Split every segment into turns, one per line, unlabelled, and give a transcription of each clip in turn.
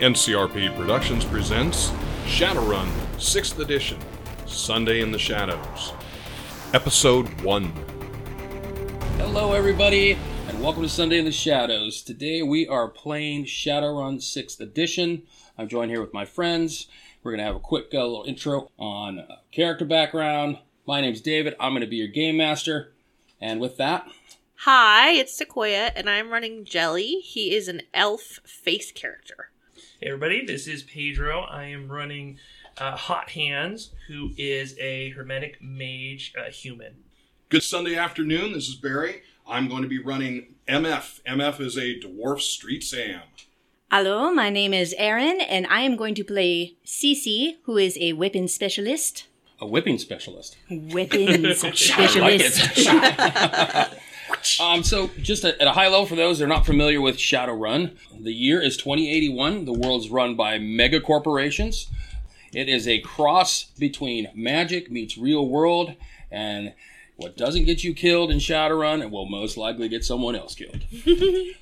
NCRP Productions presents Shadowrun 6th Edition Sunday in the Shadows, Episode 1.
Hello, everybody, and welcome to Sunday in the Shadows. Today we are playing Shadowrun 6th Edition. I'm joined here with my friends. We're going to have a quick uh, little intro on uh, character background. My name's David. I'm going to be your game master. And with that,
Hi, it's Sequoia, and I'm running Jelly. He is an elf face character.
Hey everybody, this is Pedro. I am running uh, Hot Hands, who is a hermetic mage uh, human.
Good Sunday afternoon, this is Barry. I'm going to be running MF. MF is a Dwarf Street Sam.
Hello, my name is Erin, and I am going to play Cece, who is a weapon specialist.
a whipping specialist.
Weapons
like
specialist.
Um, so, just at, at a high level for those that are not familiar with Shadowrun, the year is 2081. The world's run by mega corporations. It is a cross between magic meets real world, and what doesn't get you killed in Shadowrun it will most likely get someone else killed.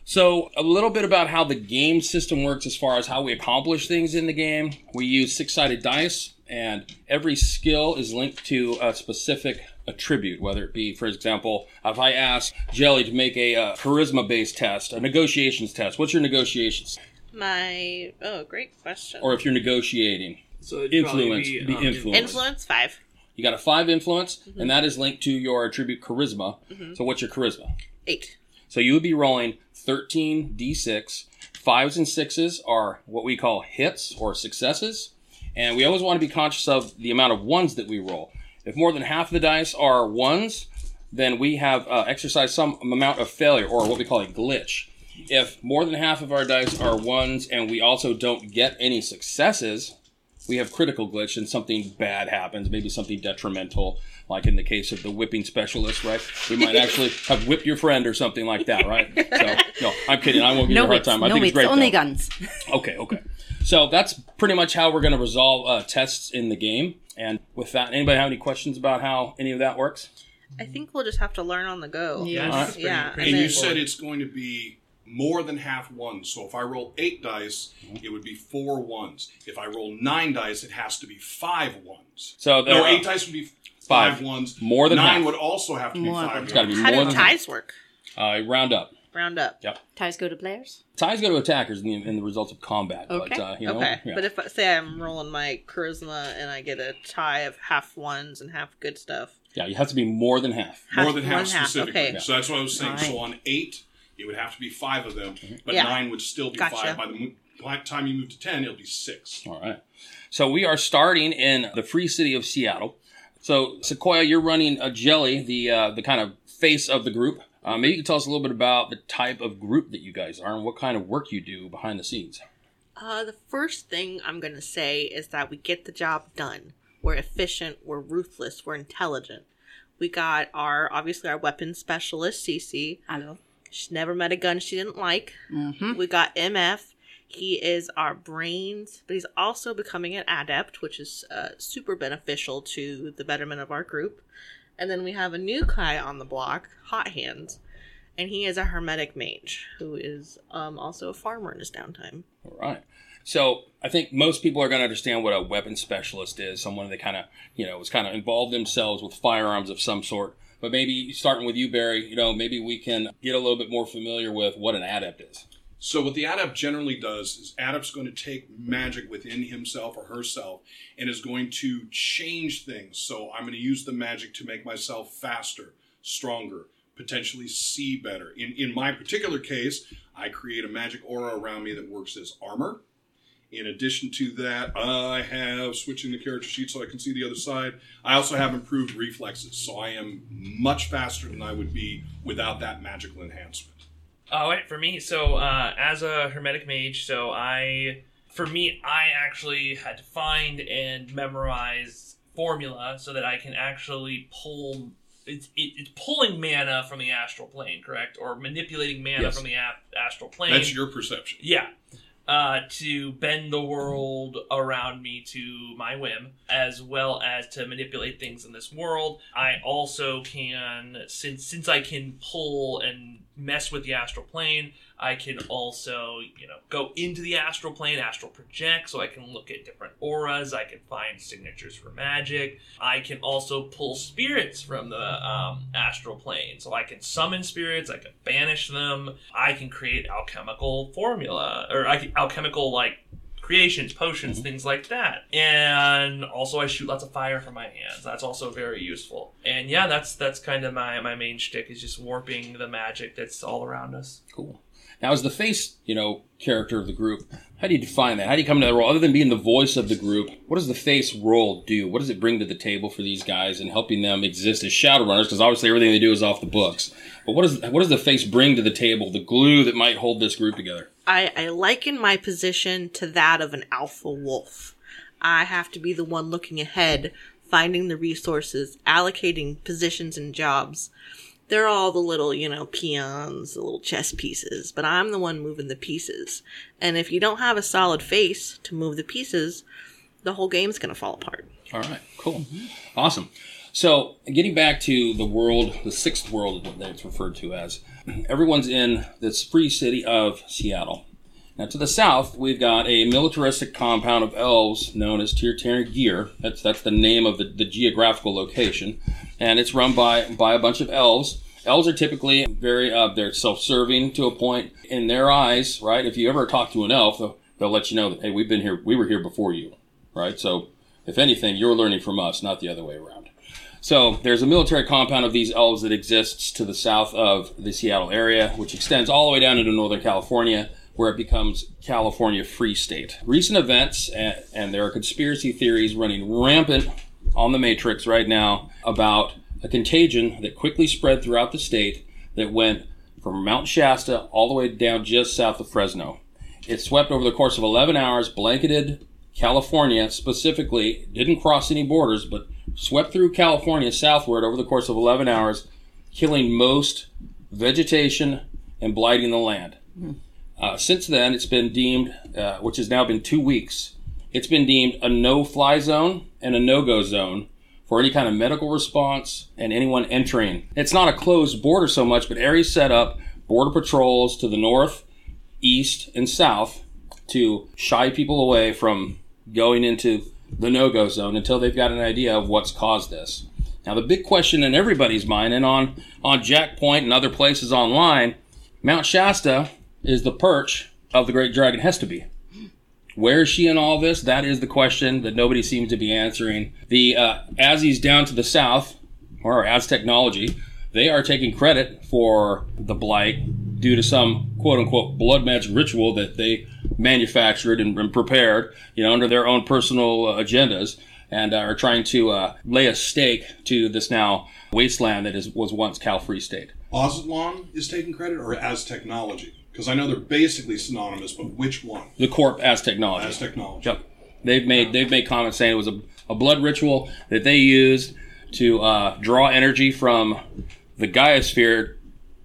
so, a little bit about how the game system works as far as how we accomplish things in the game. We use six sided dice, and every skill is linked to a specific attribute, whether it be, for example, if I ask Jelly to make a uh, charisma based test, a negotiations test, what's your negotiations?
My oh, great question.
Or if you're negotiating,
So it'd probably
influence, the
um,
influence.
Influence five.
You got a five influence, and that is linked to your attribute charisma. So what's your charisma?
Eight.
So you would be rolling 13 d6. Fives and sixes are what we call hits or successes. And we always want to be conscious of the amount of ones that we roll. If more than half the dice are ones, then we have uh, exercised some amount of failure or what we call a glitch. If more than half of our dice are ones and we also don't get any successes, we have critical glitch and something bad happens, maybe something detrimental, like in the case of the whipping specialist, right? We might actually have whipped your friend or something like that, right? So, no, I'm kidding. I won't give you a
No
hard
whips,
time. I
no
think
whips,
it's great.
only
though.
guns.
Okay, okay. So that's pretty much how we're going to resolve uh, tests in the game. And with that, anybody have any questions about how any of that works?
I think we'll just have to learn on the go.
Yeah,
Alright.
it's pretty-
Yeah,
pretty
I
And you
mean-
said it's going to be more than half ones, so if I roll eight dice, it would be four ones. If I roll nine dice, it has to be five ones.
So there uh,
No,
are-
eight dice would be five,
Five.
ones.
More than
nine
half.
would also have to be
More
five.
than- It's
gotta be
ones.
How
More
do
than-
ties work?
Uh, round up.
Round up.
Yeah.
Ties go to players.
Ties go to attackers in the, in the results of combat. But,
Okay.
uh, you know,
okay,
yeah.
but if I say I'm rolling my charisma and I get a tie of half ones and half good stuff,
yeah, you have to be more than half.
half,
more than half
one half.
specifically.
Okay,
So that's what I was saying. So
Nine.
on eight, it would have to be five of them, but
Yeah.
nine would still be
Gotcha.
five. By the mo- by the time you move to ten, it'll be six.
All right. So we are starting in the free city of Seattle. So Sequoia, you're running a jelly, the uh, the kind of face of the group. Uh, maybe you can tell us a little bit about the type of group that you guys are and what kind of work you do behind the scenes.
Uh, the first thing I'm going to say is that we get the job done. We're efficient, we're ruthless, we're intelligent. We got our, obviously, our weapons specialist, Cece.
Hello.
She's never met a gun she didn't like.
Mm-hmm.
We got MF. He is our brains, but he's also becoming an adept, which is uh, super beneficial to the betterment of our group. And then we have a new guy on the block, Hot Hands, and he is a hermetic mage who is um, also a farmer in his downtime.
All right. So I think most people are going to understand what a weapon specialist is. Someone that kind of, you know, has kind of involved themselves with firearms of some sort. But maybe starting with you, Barry, you know, maybe we can get a little bit more familiar with what an adept is.
So what the adept generally does is adept's going to take magic within himself or herself and is going to change things. So I'm going to use the magic to make myself faster, stronger, potentially see better. In in my particular case, I create a magic aura around me that works as armor. In addition to that, I have switching the character sheet so I can see the other side. I also have improved reflexes, so I am much faster than I would be without that magical enhancement.
All right, for me, so uh, as a hermetic mage, so I, for me, I actually had to find and memorize formula so that I can actually pull. It's, it, it's pulling mana from the astral plane, correct? Or manipulating mana
Yes.
from the a- astral plane.
That's your perception.
Yeah. Uh, to bend the world around me to my whim, as well as to manipulate things in this world. I also can, since since I can pull and mess with the astral plane, I can also, you know, go into the astral plane, astral project, so I can look at different auras. I can find signatures for magic. I can also pull spirits from the um, astral plane, so I can summon spirits. I can banish them. I can create alchemical formula or I can, alchemical like creations, potions, things like that. And also, I shoot lots of fire from my hands. That's also very useful. And yeah, that's that's kind of my my main shtick is just warping the magic that's all around us.
Cool. Now, as the face, you know, character of the group, how do you define that? How do you come to that role? Other than being the voice of the group, what does the face role do? What does it bring to the table for these guys and helping them exist as Shadowrunners? Because obviously everything they do is off the books. But what, is, what does the face bring to the table, the glue that might hold this group together?
I, I liken my position to that of an alpha wolf. I have to be the one looking ahead, finding the resources, allocating positions and jobs. They're all the little, you know, peons, the little chess pieces, but I'm the one moving the pieces. And if you don't have a solid face to move the pieces, the whole game's going to fall apart.
All right, cool. Awesome. So, getting back to the world, the sixth world that it's referred to as, everyone's in this free city of Seattle. Now, to the south, we've got a militaristic compound of elves known as Tirtarian Gear. That's that's the name of the, the geographical location, and it's run by by a bunch of elves. Elves are typically very uh, they're self-serving to a point in their eyes, right? If you ever talk to an elf, they'll, they'll let you know that hey, we've been here, we were here before you, right? So, if anything, you're learning from us, not the other way around. So there's a military compound of these elves that exists to the south of the Seattle area, which extends all the way down into Northern California, where it becomes California Free State. Recent events, and, and there are conspiracy theories running rampant on the Matrix right now about a contagion that quickly spread throughout the state that went from Mount Shasta all the way down just south of Fresno. It swept over the course of 11 hours, blanketed California specifically, didn't cross any borders, but swept through California southward over the course of 11 hours, killing most vegetation and blighting the land. Uh, since then, it's been deemed, uh, which has now been two weeks, it's been deemed a no fly zone and a no go zone for any kind of medical response and anyone entering. It's not a closed border so much, but areas set up border patrols to the north, east, and south to shy people away from going into the no go zone until they've got an idea of what's caused this. Now, the big question in everybody's mind, and on, on Jack Point and other places online, Mount Shasta is the perch of the great dragon Hestabee. Where is she in all this? That is the question that nobody seems to be answering. The uh, Azis down to the south, or as technology, they are taking credit for the blight due to some quote unquote blood magic ritual that they manufactured and, and prepared, you know, under their own personal uh, agendas, and uh, are trying to uh, lay a stake to this now wasteland that is was once Cal Free State.
Ozlon is taking credit, or as technology? Because I know they're basically synonymous, but which one?
The corp as technology.
As technology.
Yep. They've made they've made comments saying it was a, a blood ritual that they used to uh, draw energy from the Gaia sphere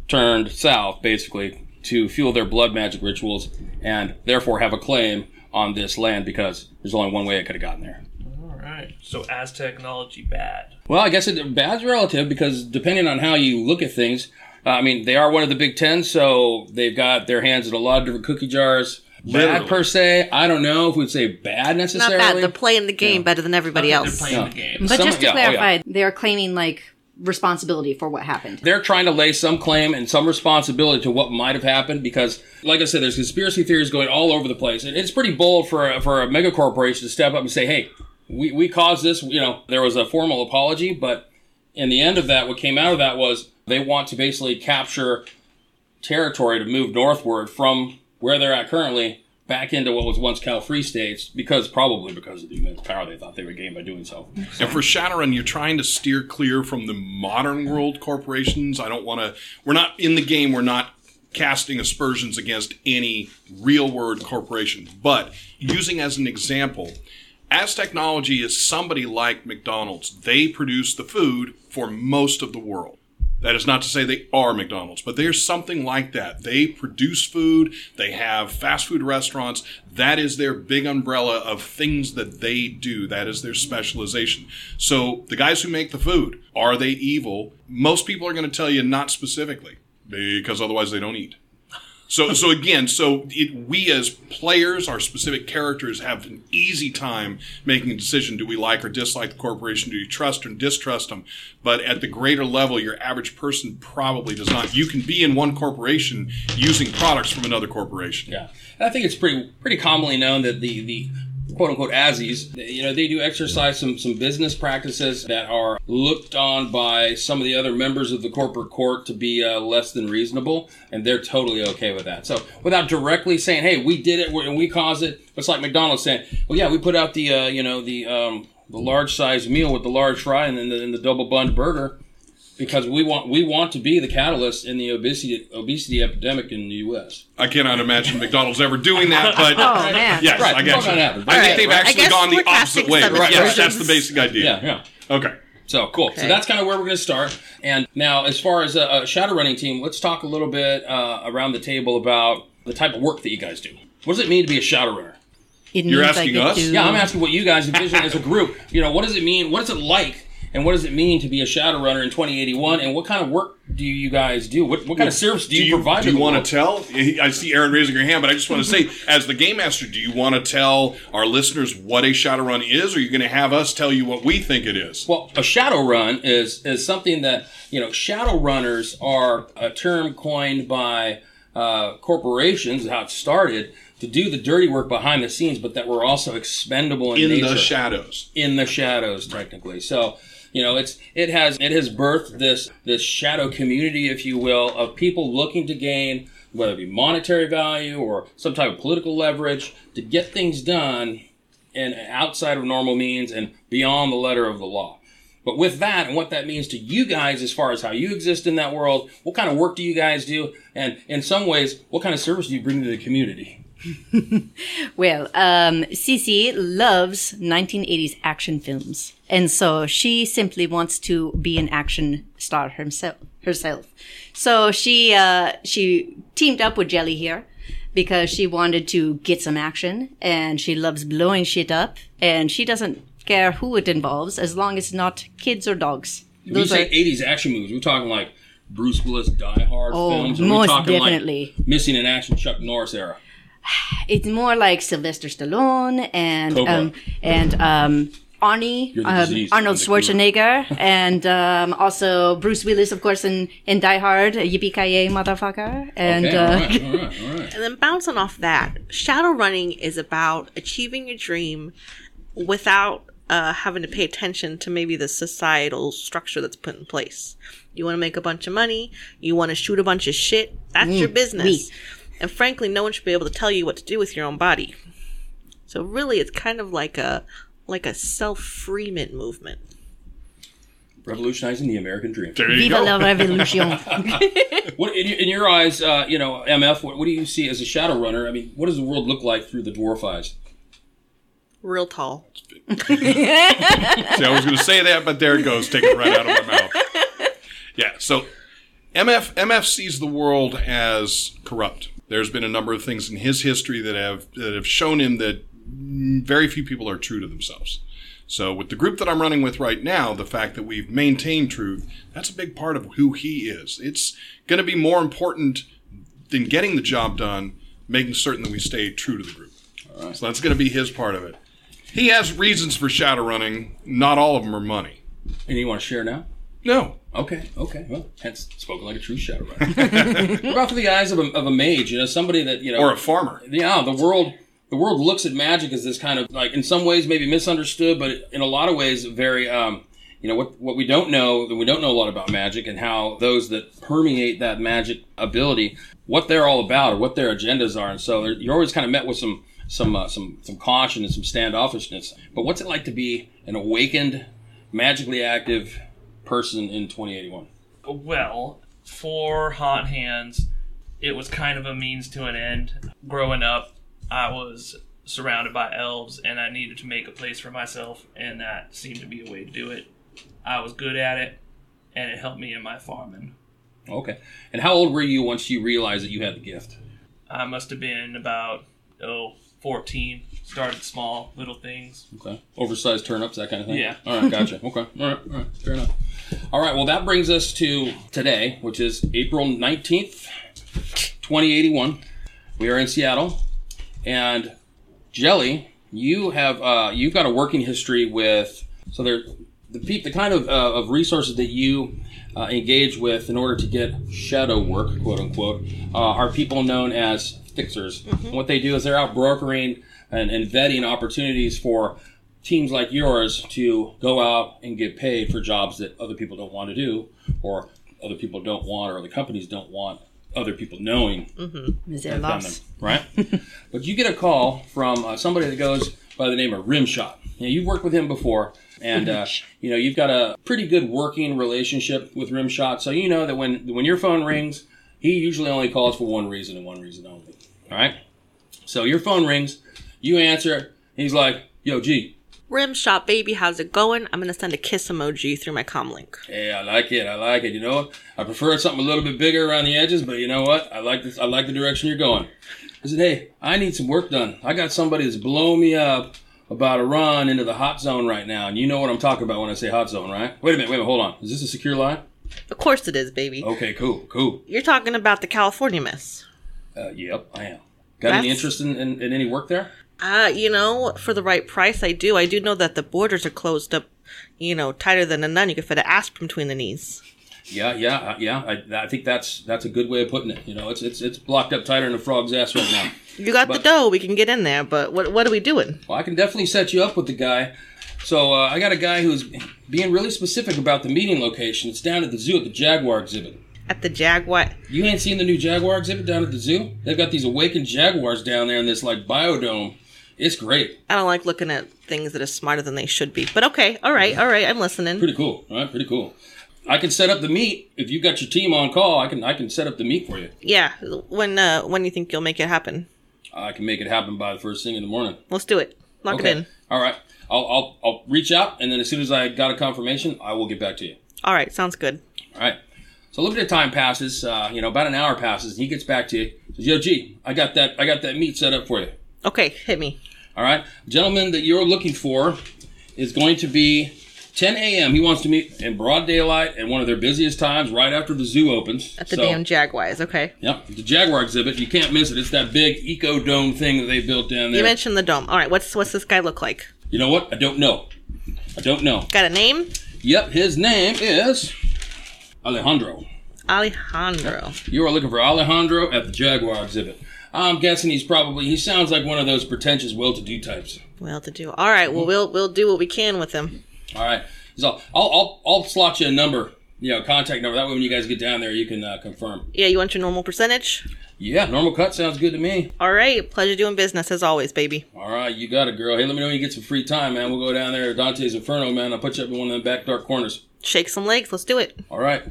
turned south, basically, to fuel their blood magic rituals and therefore have a claim on this land because there's only one way it could have gotten there.
All right. So as technology bad.
Well, I guess it bad's relative because depending on how you look at things, uh, I mean, they are one of the Big Ten, so they've got their hands in a lot of different cookie jars. Bad
Literally.
per se, I don't know if we'd say bad
Not
necessarily.
bad. They're playing the game better than everybody
Not that
else.
They're playing the game.
But
Some-
just to
yeah, oh, yeah.
clarify, they are claiming like responsibility for what happened.
they're trying to lay some claim and some responsibility to what might have happened because, like I said, there's conspiracy theories going all over the place, and it's pretty bold for a, for a mega corporation to step up and say, "Hey, we we caused this." You know, there was a formal apology, but in the end of that, what came out of that was they want to basically capture territory to move northward from where they're at currently back into what was once Cal Free States because probably because of the immense power they thought they would gain by doing so.
And for Shadowrun, you're trying to steer clear from the modern world corporations. I don't want to. We're not in the game. We're not casting aspersions against any real world corporation. But using as an example, as technology is somebody like McDonald's, they produce the food for most of the world. That is not to say they are McDonald's, but they're something like that. They produce food, they have fast food restaurants. That is their big umbrella of things that they do. That is their specialization. So the guys who make the food, are they evil? Most people are going to tell you not specifically because otherwise they don't eat. So, so again, so it, we as players, our specific characters, have an easy time making a decision: do we like or dislike the corporation? Do you trust or distrust them? But at the greater level, your average person probably does not. You can be in one corporation using products from another corporation.
Yeah, and I think it's pretty pretty commonly known that the the quote unquote Azies, you know, they do exercise some some business practices that are looked on by some of the other members of the corporate court to be uh, less than reasonable, and they're totally okay with that. So without directly saying, "Hey, we did it we're- and we caused it," it's like McDonald's saying, "Well, yeah, we put out the uh, you know the um, the large size meal with the large fry and then the, and the double bun burger." Because we want we want to be the catalyst in the obesity obesity epidemic in the U.S.
I cannot imagine McDonald's ever doing that, but
Oh man.
yes,
Right,
I got
we're
you.
on average.
I think
Right,
they've
right. I
actually
guess
gone the
forecasting
opposite way.
some
Right,
of
yes,
the
that's the basic idea.
Yeah, yeah.
Okay.
So cool. So
Okay.
that's kind of where we're going to start. And now, as far as a, a shadow running team, let's talk a little bit uh, around the table about the type of work that you guys do. What does it mean to be a shadow runner?
It
You're
means I
asking
get
us?
to-
Yeah, I'm asking what you guys envision as a group. You know, what does it mean? What is it like? And what does it mean to be a shadow runner in 2081? And what kind of work do you guys do? What, what kind of service do you, provide?
Do
to
you
the
want
world?
to tell? I see Aaron raising her hand, but I just want to say, as the game master, do you want to tell our listeners what a Shadowrun is, or are you going to have us tell you what we think it is?
Well, a shadow run is is something that you know shadow runners are a term coined by uh, corporations how it started to do the dirty work behind the scenes, but that were also expendable in,
In
nature
the shadows.
in the shadows technically. So you know it's it has it has birthed this this shadow community, if you will, of people looking to gain whether it be monetary value or some type of political leverage to get things done and outside of normal means and beyond the letter of the law. But with that and what that means to you guys as far as how you exist in that world, what kind of work do you guys do? And in some ways, what kind of service do you bring to the community?
Well, um, Cece loves 1980s action films, and so she simply wants to be an action star herself. Herself, so she uh, she teamed up with Jelly here because she wanted to get some action, and she loves blowing shit up, and she doesn't care who it involves as long as not kids or dogs.
When you say 80s action movies, we're talking like Bruce Willis Die Hard
Oh,
films. or we're
most
talking like
definitely.
missing in action Chuck Norris era.
It's more like Sylvester Stallone and
Cobra.
um, and um, Arnie,
You're the
um,
disease,
Arnold
I'm the
Schwarzenegger, and um, also Bruce Willis, of course, in, in Die Hard, Yippee Ki Yay, motherfucker, and
okay,
uh,
all right, all right, all right.
And then bouncing off that, shadow running is about achieving a dream without uh, having to pay attention to maybe the societal structure that's put in place. You want to make a bunch of money, you want to shoot a bunch of shit. That's your business.
oui.
And frankly, no one should be able to tell you what to do with your own body. So really, it's kind of like a like a self freement movement.
Revolutionizing the American dream.
There you
Viva
go.
la Revolution.
What, in, your- in your eyes, uh, you know, MF, what, what do you see as a shadow runner? I mean, what does the world look like through the dwarf eyes?
Real tall.
See, I was going to say that, but there it goes, taking it right out of my mouth. Yeah. So, MF MF sees the world as corrupt. There's been a number of things in his history that have that have shown him that mm, very few people are true to themselves. So, with the group that I'm running with right now, the fact that we've maintained truth, that's a big part of who he is. It's going to be more important than getting the job done, making certain that we stay true to the group. So that's going to be his part of it. He has reasons for shadow running. Not all of them are money.
And you want to share now?
No.
Okay, okay. Well, hence spoken like a true shadow runner. what about through the eyes of a, of a mage? You know, somebody that, you know.
Or a farmer.
yeah, the world the world looks at magic as this kind of like in some ways maybe misunderstood, but in a lot of ways very um, you know what what we don't know we don't know a lot about magic and how those that permeate that magic ability what they're all about or what their agendas are, and so there- you're always kind of met with some some uh, some some caution and some standoffishness. But what's it like to be an awakened, magically active person in 2081?
Well, for Hot Hands, it was kind of a means to an end. Growing up, I was surrounded by elves and I needed to make a place for myself, and that seemed to be a way to do it. I was good at it, and it helped me in my farming.
Okay, and how old were you once you realized that you had the gift?
I must have been about, oh, 14. Started small, little things.
Okay. Oversized turnips, that kind of thing.
Yeah.
All right. Gotcha. okay. All right. All right. Fair enough. All right. Well, that brings us to today, which is April nineteenth, 2081. We are in Seattle, and Jelly, you have uh, you've got a working history with so there the peop, the kind of uh, of resources that you uh, engage with in order to get shadow work, quote unquote, uh, are people known as fixers. And what they do is they're out brokering and, and vetting opportunities for teams like yours to go out and get paid for jobs that other people don't want to do, or other people don't want, or other companies don't want other people knowing
Is there
done
loss?
them, right? but you get a call from uh, somebody that goes by the name of Rimshot. Now, you've worked with him before, and uh, you know you've got a pretty good working relationship with Rimshot. So you know that when when your phone rings, he usually only calls for one reason and one reason only. All right. So your phone rings, you answer. it, He's like, "Yo, G,
Rim shop, baby, how's it going? I'm gonna send a kiss emoji through my comlink.
Hey, I like it. I like it. You know what? I prefer something a little bit bigger around the edges, but you know what? I like this. I like the direction you're going. I said, hey, I need some work done. I got somebody that's blowing me up about a run into the hot zone right now, and you know what I'm talking about when I say hot zone, right? Wait a minute. Wait a minute. Hold on. Is this a secure line?
Of course it is, baby.
Okay. Cool. Cool.
You're talking about the California miss.
Uh, yep. I am. Got any
That's-
interest in, in, in any work there?
Uh, you know, for the right price, I do. I do know that the borders are closed up, you know, tighter than a nun. You can fit an asp between the knees.
Yeah, yeah, uh, yeah. I, I think that's that's a good way of putting it. You know, it's it's it's blocked up tighter than a frog's ass right now.
You got
But-
the dough. We can get in there, but what what are we doing?
Well, I can definitely set you up with the guy. So uh, I got a guy who's being really specific about the meeting location. It's down at the zoo at the Jaguar exhibit.
At the Jaguar.
You ain't seen the new Jaguar exhibit down at the zoo? They've got these awakened jaguars down there in this like biodome. It's great,
I don't like looking at things that are smarter than they should be. But okay, all right, all right. I'm listening.
pretty cool, all right? Pretty cool. I can set up the meet if you got your team on call. I can I can set up the meet for you.
Yeah. When uh, when you think you'll make it happen?
I can make it happen by the first thing in the morning.
Let's do it. Lock it in.
All right. I'll, I'll I'll reach out and then as soon as I got a confirmation, I will get back to you.
All right. Sounds good.
All right. So a little bit of time passes. Uh, you know, about an hour passes. And he gets back to you. Says, "Yo, G, I got that. I got that meat set up for you.
Okay, hit me.
All right, gentleman that you're looking for is going to be 10 a.m. He wants to meet in broad daylight at one of their busiest times, right after the zoo opens.
At the
So-
damn Jaguars. Okay.
Yep, the Jaguar exhibit. You can't miss it. It's that big eco dome thing that they built down there.
You mentioned the dome. All right. What's what's this guy look like?
you know what? I don't know. I don't know.
Got a name?
Yep, his name is Alejandro.
Alejandro.
You are looking for Alejandro at the Jaguar exhibit. I'm guessing he's probably he sounds like one of those pretentious well-to-do types.
Well to do. All right.
Mm-hmm.
Well, we'll we'll do what we can with him.
All right, so I'll I'll, I'll slot you a number, you know, contact number. That way, when you guys get down there, you can uh, confirm.
Yeah. You want your normal percentage?
Yeah, normal cut sounds good to me.
All right. Pleasure doing business as always, baby.
All right, you got it, girl. Hey, let me know when you get some free time, man. We'll go down there to Dante's Inferno, man. I'll put you up in one of them back dark corners.
Shake some legs. Let's do it.
Oh,
All right.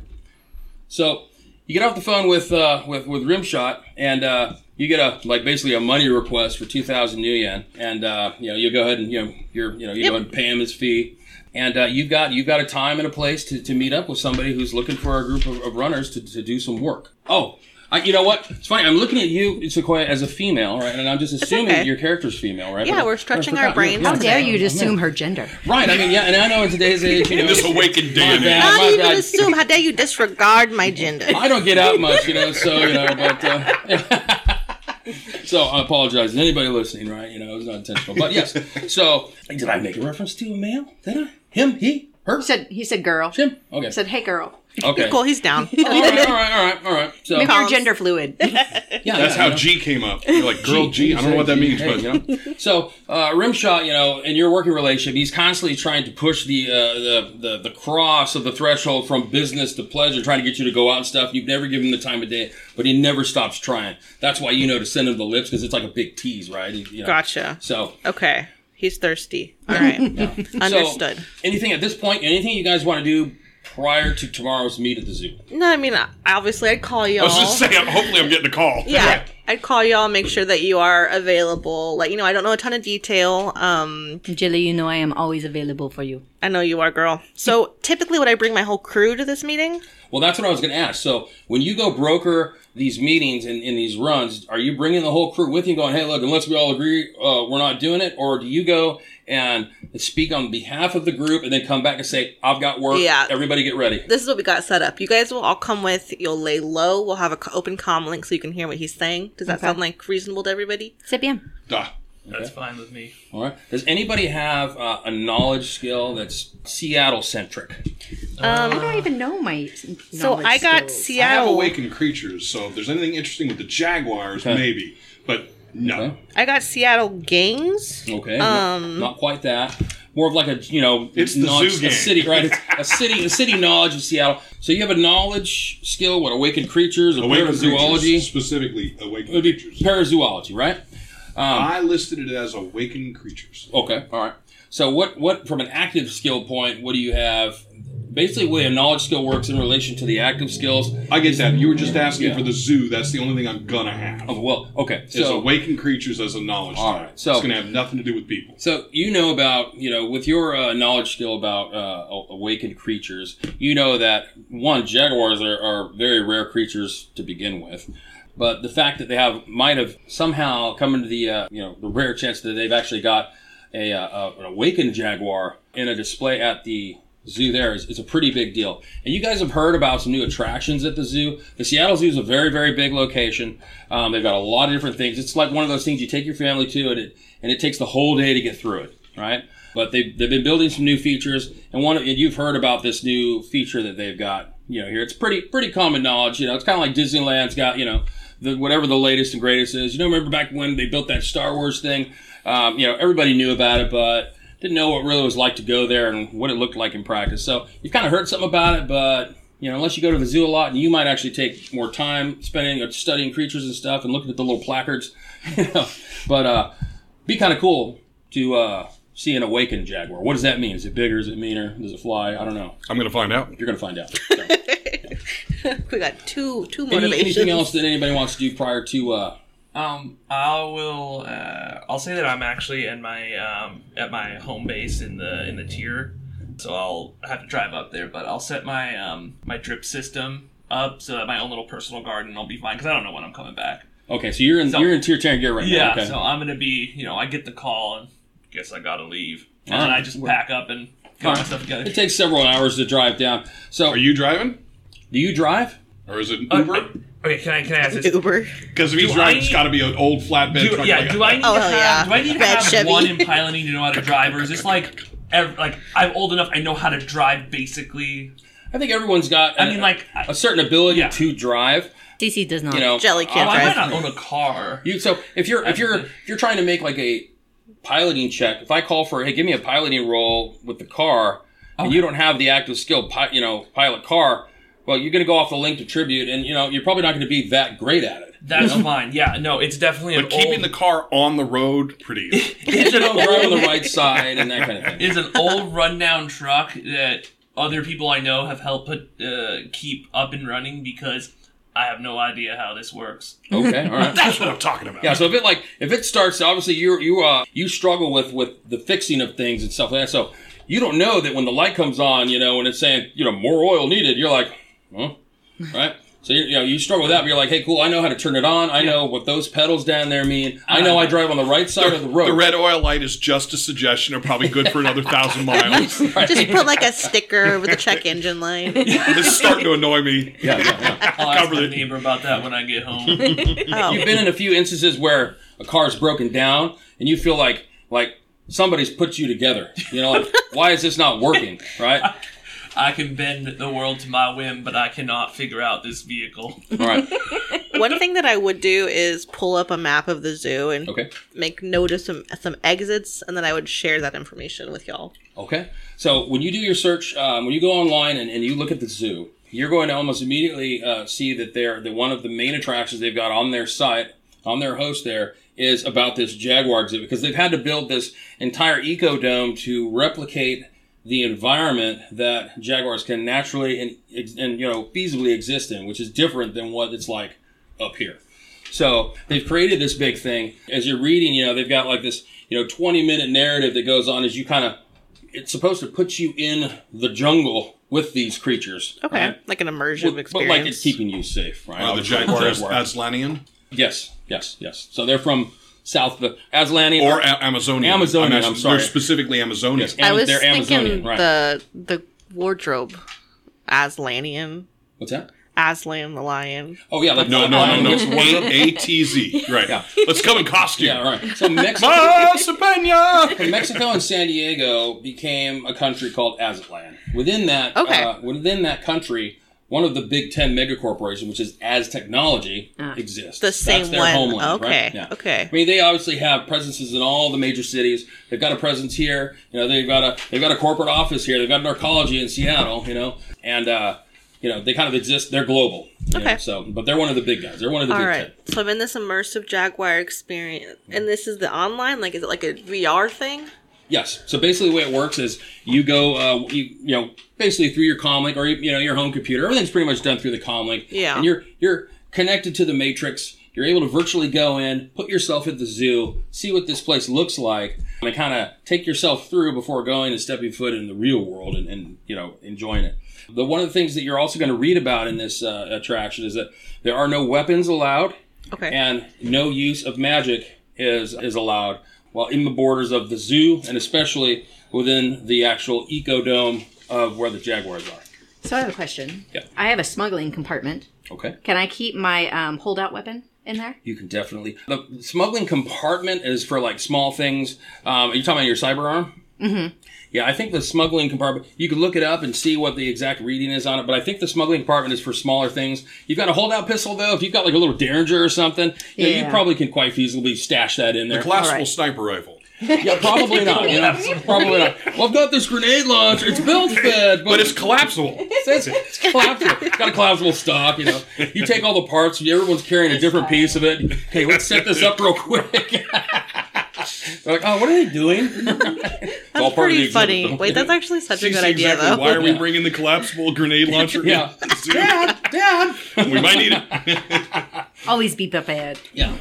So you get off the phone with uh, with with Rimshot, and uh, you get a like basically a money request for two thousand new yen, and uh, you know you go ahead and you know you're you know you go ahead and pay him his fee, and uh, you've got you've got a time and a place to, to meet up with somebody who's looking for a group of, of runners to, to do some work. Oh. I, you know what? It's funny. I'm looking at you, Sequoia, as a female, right? And I'm just assuming
okay.
your character's female, right?
Yeah,
But I-
we're
I
stretching our
forgot.
brains
How dare
today.
you to assume her gender?
Right. I mean, yeah. And I know in today's age, you know,
In this awakened day and age.
Yeah,
Not
my
even
bad.
assume. How dare you disregard my gender?
I don't get out much, you know. So you know, but uh, so I apologize to anybody listening, right? You know, it was not intentional, but yes. So did I make a reference to a male? Did I? Him? He? Her?
He said he said girl.
Him? Okay.
said hey girl.
Okay.
Cool. He's down.
All right. All right. All right. All right. So
Maybe
yeah,
you're gender fluid.
That's
yeah, you
how
know.
G came up. You're like, girl G. I don't know what that means,
Hey,
but
you know? so uh, Rimshot, you know, in your working relationship, he's constantly trying to push the, uh, the the the cross of the threshold from business to pleasure, trying to get you to go out and stuff. You've never given him the time of day, but he never stops trying. That's why you know to send him the lips because it's like a big tease, right? You- you know.
Gotcha.
So
Okay. He's thirsty. All right.
so,
Understood.
anything at this point? Anything you guys want to do prior to tomorrow's meet at the zoo?
No, I mean, obviously, I'd call
I was
y'all.
just saying, I'm- hopefully I'm getting a call.
Yeah, I'd call y'all, make sure that you are available. Like, you know, I don't know a ton of detail. Um,
Jilly, you know I am always available for you.
I know you are, girl. So typically, would I bring my whole crew to this meeting?
Well, that's what I was going to ask. So when you go broker these meetings and, and these runs, are you bringing the whole crew with you, going, "Hey, look, unless we all agree, uh, we're not doing it," or do you go and speak on behalf of the group and then come back and say, I've got work.
Yeah.
Everybody get ready.
This is what we got set up. You guys will all come with. You'll lay low. We'll have an open comm link so you can hear what he's saying. Does that
Okay.
sound like reasonable to everybody?
C'est bien.
Duh.
That's fine with me.
All right. Does anybody have uh, a knowledge skill that's Seattle centric?
Um, I don't even know my.
So I got
I have
Seattle.
awakened creatures, so if there's anything interesting with the jaguars,
Okay.
maybe. But no.
Okay.
I got Seattle gangs.
Okay. Um, not quite that. More of like a you know,
It's the
knowledge-
zoo
a
game.
city, right? It's a city, a city knowledge of Seattle. So you have a knowledge skill, what awakened creatures, or
Awakened
parazoology?
creatures, specifically
It
awakened
would be
creatures.
parazoology, right?
I listed it as awakened creatures.
Okay, all right. So what what from an active skill point, what do you have? Basically, the way a knowledge skill works in relation to the active skills.
I get that. You were just asking
Yeah.
for the zoo. That's the only thing I'm gonna have.
Oh, well, okay.
Is
So
awakened creatures as a knowledge
All
type.
right, so-
it's gonna have nothing to do with people.
So you know about you know with your uh, knowledge skill about uh, a- awakened creatures, you know that one jaguars are, are very rare creatures to begin with, but the fact that they have might have somehow come into the uh, you know the rare chance that they've actually got a, uh, uh an awakened jaguar in a display at the zoo there is, is a pretty big deal. And you guys have heard about some new attractions at the zoo. The Seattle Zoo is a very, very big location. Um, they've got a lot of different things. It's like one of those things you take your family to, and it and it takes the whole day to get through it, right? But they they've been building some new features, and one and you've heard about this new feature that they've got. You know, here it's pretty pretty common knowledge. You know, it's kind of like Disneyland's got you know the, whatever the latest and greatest is. You know, remember back when they built that Star Wars thing? Um, you know, everybody knew about it, but didn't know what really was like to go there and what it looked like in practice. So you've kind of heard something about it, but you know, unless you go to the zoo a lot, and you might actually take more time spending or studying creatures and stuff and looking at the little placards. You know, but uh, be kind of cool to uh, see an awakened jaguar. What does that mean? Is it bigger? Is it meaner? Does it fly? I don't know.
I'm gonna find out.
You're gonna find out. So.
We got two two
Any,
motivations.
anything else that anybody wants to do prior to? Uh,
Um, I will. Uh, I'll say that I'm actually in my um, at my home base in the in the tier, so I'll have to drive up there. But I'll set my um, my drip system up so that my own little personal garden will be fine because I don't know when I'm coming back.
okay, so you're in
So-
you're in tier ten gear right
Yeah,
now. Okay.
so I'm gonna be. You know, I get the call and guess I gotta leave, and
All
then
right.
I just pack up and get my
All right.
stuff together.
it takes several hours to drive down. So,
Are you driving,
do you drive?
or is it an
Uh,
Uber?
Okay, can I can I ask this?
Uber.
Because if he's
do
driving,
I-
it's got to be an old flatbed
Do,
truck.
yeah,
like
do I need
Oh,
to
hell
have,
yeah.
do I need to
Red
have
Chevy.
one in piloting to know how to drive, or is this like ev- like I'm old enough I know how to drive basically?
I think everyone's got.
I
a-
mean, like I, oh,
a certain ability
Yeah.
to drive.
CC does not.
You know,
Jelly
uh,
can't
well, I might
drive.
not own a car.
You so if you're if you're if you're trying to make like a piloting check, if I call for hey, give me a piloting roll with the car, and you don't have the active skill, pi- you know, pilot car, well, you're going to go off the link to tribute, and you know, you're probably not going to be that great at it.
That's fine. Yeah, no, it's definitely an
But keeping
old.
the car on the road, pretty. easy.
You know, drive on the right side and that kind of thing.
it's an old rundown truck that other people I know have helped put uh, keep up and running because I have no idea how this works.
Okay, all right.
That's what I'm talking about.
Yeah, so if it like if it starts, obviously you you uh you struggle with with the fixing of things and stuff like that. So you don't know that when the light comes on, you know, when it's saying you know more oil needed, you're like, huh, right? So you, you know you struggle with that. But you're like, hey, cool, I know how to turn it on. I know what those pedals down there mean. I know I drive on the right side of the road.
Uh-huh. The red oil light is just a suggestion, or probably good for another thousand miles.
Just put like a sticker over the check engine light.
This is starting to annoy me.
Yeah, yeah, yeah.
I'll ask
Cover
my
it.
neighbor about that when I get home.
You've
Oh,
been in a few instances where a car's broken down and you feel like like somebody's put you together. You know, like why is this not working? Right?
I can bend the world to my whim, but I cannot figure out this vehicle.
All right.
one thing that I would do is pull up a map of the zoo and
Okay.
make note of some some exits, and then I would share that information with y'all.
Okay. So when you do your search, um, when you go online and, and you look at the zoo, you're going to almost immediately uh, see that they're that one of the main attractions they've got on their site, on their host there, is about this jaguar exhibit because they've had to build this entire ecodome to replicate the environment that jaguars can naturally and, ex- and you know feasibly exist in, which is different than what it's like up here. So they've created this big thing. As you're reading, you know they've got like this you know 20 minute narrative that goes on as you kind of it's supposed to put you in the jungle with these creatures.
Okay,
right?
like an immersive
But, but,
experience.
like it's keeping you safe, right?
Uh, the
Obviously,
Jaguar is
jaguar.
Aslanian.
Yes, yes, yes. So they're from South the Aslani
or a- Amazonian.
Amazonian, I'm sorry.
They're specifically Amazonian.
Yeah.
I was
they're
thinking
Amazonian, right.
the the wardrobe, Aslanian,
what's that?
Aslan the lion.
Oh yeah, like
No,
the-
no, no, no.
what's the word?
A T Z. Right.
Yeah.
Let's come in costume.
Yeah, right. So Mexico,
Mas Peña!
Mexico and San Diego became a country called Aztlan. Within that,
Okay.
uh, within that country, one of the big ten mega corporations, which is Az Technology, exists.
Ah. The
That's
same
their
one.
homeland,
okay.
right? Yeah.
Okay.
I mean, they obviously have presences in all the major cities. They've got a presence here. You know, they've got a they've got a corporate office here. They've got narcology in Seattle. You know, and uh, you know they kind of exist. They're global. you know,
Okay.
so, but they're one of the big guys. They're one of the
All
big
right. So I'm in this immersive Jaguar experience, and this is the online. Like, is it like a VR thing?
Yes. So basically, the way it works is you go, uh, you, you know, basically through your comlink or you know your home computer. Everything's pretty much done through the comlink.
Yeah.
And you're you're connected to the matrix. You're able to virtually go in, put yourself at the zoo, see what this place looks like, and kind of take yourself through before going and stepping foot in the real world and, and you know enjoying it. The one of the things that you're also going to read about in this uh, attraction is that there are no weapons allowed
Okay.
and no use of magic is is allowed while in the borders of the zoo and especially within the actual ecodome of where the jaguars are.
So I have a question.
Yeah.
I have a smuggling compartment.
Okay.
Can I keep my um, holdout weapon in there?
You can definitely. The smuggling compartment is for like small things. Um, are you talking about your cyber arm? Mm-hmm. Yeah, I think the smuggling compartment. You can look it up and see what the exact reading is on it. But I think the smuggling compartment is for smaller things. You've got a holdout pistol though. If you've got like a little derringer or something, you, know, you
Yeah.
probably can quite feasibly stash that in there.
Classical
All right.
sniper rifle.
Yeah, probably not. You know? Probably not. Well, I've got this grenade launcher. It's belt fed,
But it's collapsible.
it's, it's collapsible. It's got a collapsible stock. You know, you take all the parts. Everyone's carrying a different piece of it. Okay, let's set this up real quick. They're like, oh, what are they doing? It's all
That's
part of the
pretty
exhibit,
funny.
though.
Wait, that's actually such a
See
good idea,
exactly
though.
Why are we
Yeah.
bringing the collapsible grenade launcher?
Yeah.
in? Zoo?
Dad.
we might need it.
Always be prepared.
Yeah.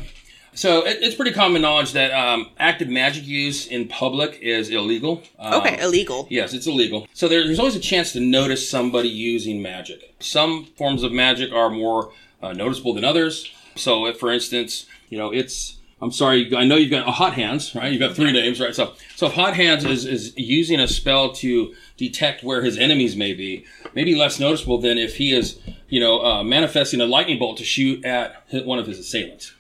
So it, it's pretty common knowledge that um, active magic use in public is illegal. Um,
okay, illegal.
Yes, it's illegal. So there, there's always a chance to notice somebody using magic. Some forms of magic are more uh, noticeable than others. So, if, for instance, you know, it's I'm sorry, I know you've got oh, hot hands, right? You've got three names, right? So, so if hot hands is, is using a spell to detect where his enemies may be, maybe less noticeable than if he is, you know, uh, manifesting a lightning bolt to shoot at hi- one of his assailants.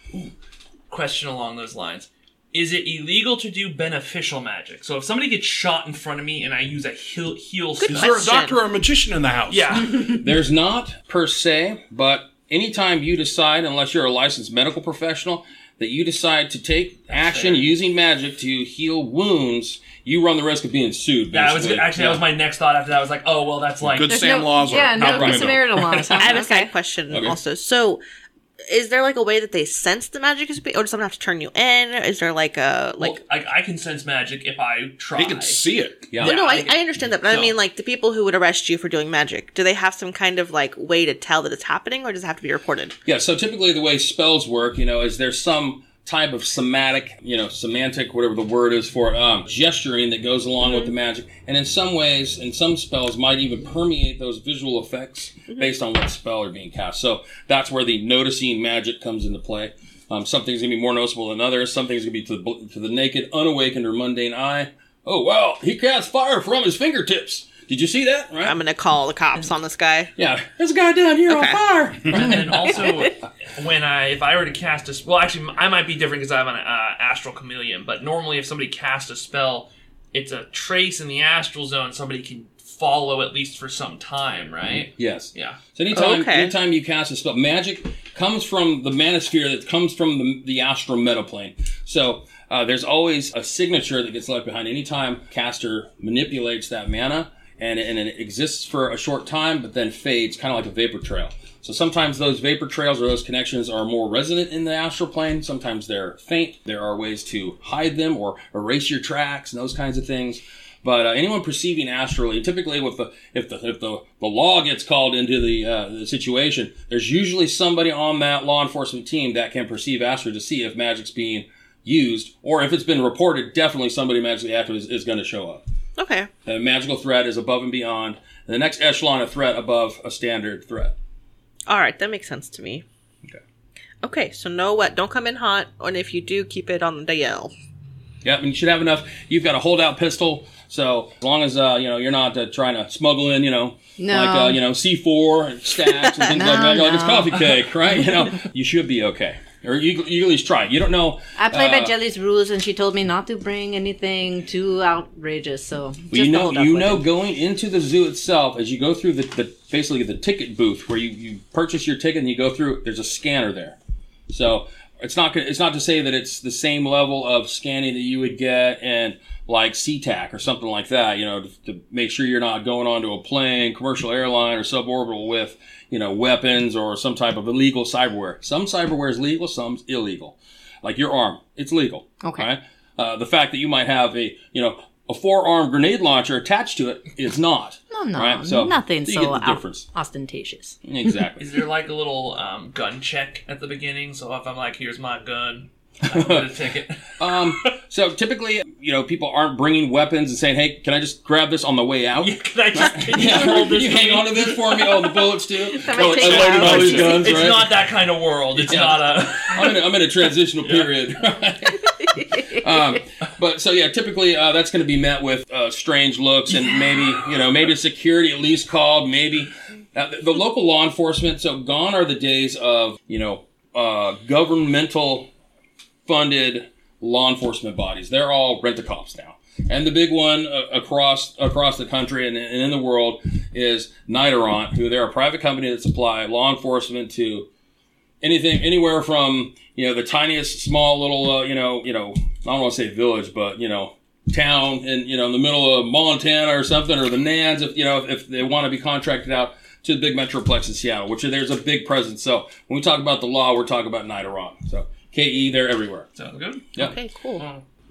Question along those lines. Is it illegal to do beneficial magic? So if somebody gets shot in front of me and I use a heal, heal
Is
spell,
there a
Question.
doctor or a magician in the house?
yeah,
There's not per se, but anytime you decide, unless you're a licensed medical professional, that you decide to take action
fair.
using magic to heal wounds, you run the risk of being sued.
that was
basically.
actually that was my next thought. After that, I was like, oh well, that's like
Good Sam
no,
laws are
Yeah, no
outright
good Samaritan laws. Huh?
I have a side question
Okay.
also. So, is there like a way that they sense the magic is being, or does someone have to turn you in? Is there like a like?
like I, I can sense magic if I try.
They can see it.
Yeah.
Well, no,
I
I,
get-
I understand that, but
No.
I mean, like the people who would arrest you for doing magic, do they have some kind of like way to tell that it's happening, or does it have to be reported?
Yeah, so typically the way spells work, you know, is there's some type of somatic, you know, semantic, whatever the word is for it, um, gesturing that goes along with the magic. And in some ways, and some spells might even permeate those visual effects based on what spell are being cast. So that's where the noticing magic comes into play. Um, something's gonna be more noticeable than others. Something's gonna be to the, bl- to the naked, unawakened, or mundane eye. Oh wow, he cast fire from his fingertips. Did you see that? Right?
I'm gonna call the cops on this guy.
yeah, there's a guy down here
Okay.
on fire.
and then also when I if I were to cast a spell, well, actually I might be different because I have an uh, astral chameleon. But normally, if somebody casts a spell, it's a trace in the astral zone. Somebody can follow at least for some time, right?
Mm-hmm.
yes.
Yeah.
So anytime,
Okay.
anytime you cast a spell, magic comes from the manosphere that comes from the, the astral metaplane. So uh, there's always a signature that gets left behind. Anytime caster manipulates that mana, and, and it exists for a short time, but then fades, kind of like a vapor trail. So sometimes those vapor trails or those connections are more resonant in the astral plane. Sometimes they're faint. There are ways to hide them or erase your tracks and those kinds of things. But uh, anyone perceiving astrally, typically, with the if the if the, the law gets called into the uh, the situation, there's usually somebody on that law enforcement team that can perceive astrally to see if magic's being used or if it's been reported. Definitely, somebody magically active is, is going to show up.
Okay,
The magical threat is above and beyond the next echelon of threat above a standard threat.
all right, that makes sense to me. Okay, so no wet. Don't come in hot, and if you do, keep it on the DL.
Yep, and you should have enough. You've got a holdout pistol, so as long as uh, you know you're not uh, trying to smuggle in, you know,
No.
like uh, you know C four and stacks and things like that, you're like it's coffee cake, right? You know, you should be okay, or you, you at least try. You don't know.
I play by
uh,
Jelly's rules, and she told me not to bring anything too outrageous. So
Well, you
just
know,
hold up
you
with
know,
it.
going into the zoo itself, as you go through the, the basically the ticket booth where you, you purchase your ticket and you go through. There's a scanner there, so it's not gonna- it's not to say that it's the same level of scanning that you would get in like SeaTac or something like that. You know, to, to make sure you're not going onto a plane, commercial airline, or suborbital with you know weapons or some type of illegal cyberware. Some cyberware is legal, some's illegal. Like your arm, it's legal.
Okay.
Right? Uh, the fact that you might have a you know a four-arm grenade launcher attached to it is not.
No, Oh, no,
right? So
nothing
you
so
get the
out-
difference.
ostentatious.
Exactly.
Is there like a little um, gun check at the beginning? So if I'm like, here's my gun, I'm gonna take it.
um, so typically, you know, people aren't bringing weapons and saying, "Hey, can I just grab this on the way out?"
Can I just can you
Yeah,
hold
can
this?
you
for
hang
me?
on to this for me? Oh, the bullets too.
Somebody
Oh, it's
take it
loaded
out.
all these
It's-
guns,
It's
right?
not that kind of world. It's
Yeah.
not a.
I'm in a, I'm in a transitional period. right? um, but so yeah, typically uh, that's going to be met with uh, strange looks and maybe you know maybe security at least called maybe uh, the, the local law enforcement. So gone are the days of you know uh, governmental funded law enforcement bodies. They're all rent a cops now. And the big one uh, across across the country and, and in the world is Nidoron, who they're a private company that supply law enforcement to anything anywhere from you know the tiniest small little uh, you know you know I don't want to say village, but you know town in you know in the middle of Montana or something or the Nans if you know if, they want to be contracted out to the big metroplex in Seattle, which there's a big presence. So when we talk about the law, we're talking about Nidoron. So KE, they're everywhere.
Sounds good.
Yeah.
Okay, cool.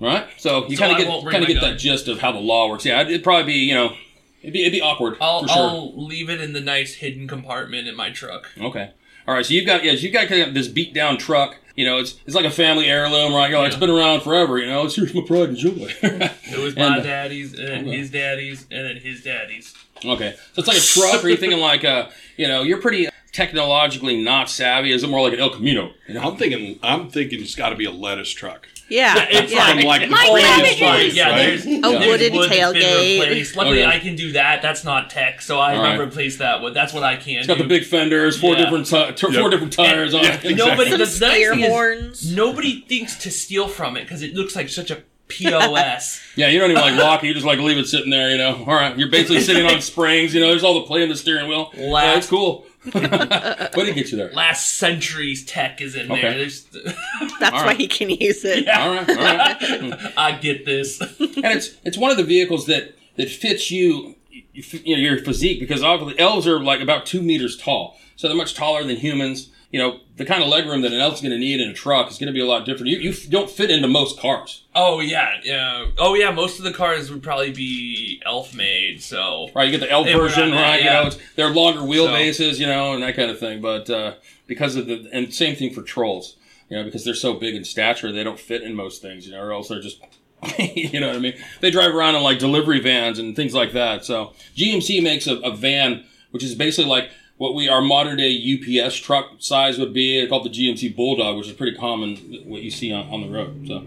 All right. So you
So
kind
I
of
won't
get
bring
kind of
my
get
gun.
that gist of how the law works. Yeah, it'd probably be you know it'd be it'd be awkward
I'll
for sure.
I'll leave it in the nice hidden compartment in my truck.
Okay. All right. So you've got yes, you've got kind of this beat down truck. You know, it's it's like a family heirloom, right? You're like, it's been around forever. You know, it's here's my pride and joy.
It was my
And- uh,
daddy's, and then his daddy's, and then his daddy's.
okay. So it's like a truck. Are you thinking like uh, you know, you're pretty technologically not savvy? Is it more like an El Camino? You know?
I'm thinking. I'm thinking it's got to be a lettuce truck.
Yeah,
it's
yeah.
From like the
My
previous
cabbages!
life,
Yeah,
right?
there's
A
there's
wooden
wood that's been
tailgate.
replaced. Luckily,
Okay.
I can do that. That's not tech, so I
Oh, All right.
have replaced that one. That's what I can
It's got
do.
the big fenders, four
Yeah.
different ti- t- four
Yeah.
different tires on
Yeah,
it.
Nobody.
Exactly.
The
Some
nice
spear
thing is
horns.
nobody thinks to steal from it because it looks like such a pos.
Yeah, you don't even like lock it. You just like leave it sitting there. You know, all right. You're basically sitting on springs. You know, there's all the play in the steering wheel. Yeah, it's
Last-
cool. but it gets you there.
Last century's tech is in
Okay.
there. There's,
That's
All
why
right.
he can use it.
All right, all right.
Hmm.
I get this.
and it's it's one of the vehicles that that fits you, you f- you know, your physique because obviously elves are like about two meters tall, so they're much taller than humans. You know, the kind of legroom that an elf's going to need in a truck is going to be a lot different. You, you f- don't fit into most cars,
Oh yeah, yeah. Oh yeah. Most of the cars would probably be elf made. So
right? You get the elf
Yeah, we're
version,
not that,
right?
yeah.
You know, it's, they're longer wheelbases, you know, and that kind of thing. But uh, because of the and same thing for trolls, you know, because they're so big in stature, they don't fit in most things, you know, or else they're just. you know what I mean? They drive around in like delivery vans and things like that. So GMC makes a, a van, which is basically like what we our modern day UPS truck size would be. They're called the GMC Bulldog, which is pretty common what you see on, on the road. So,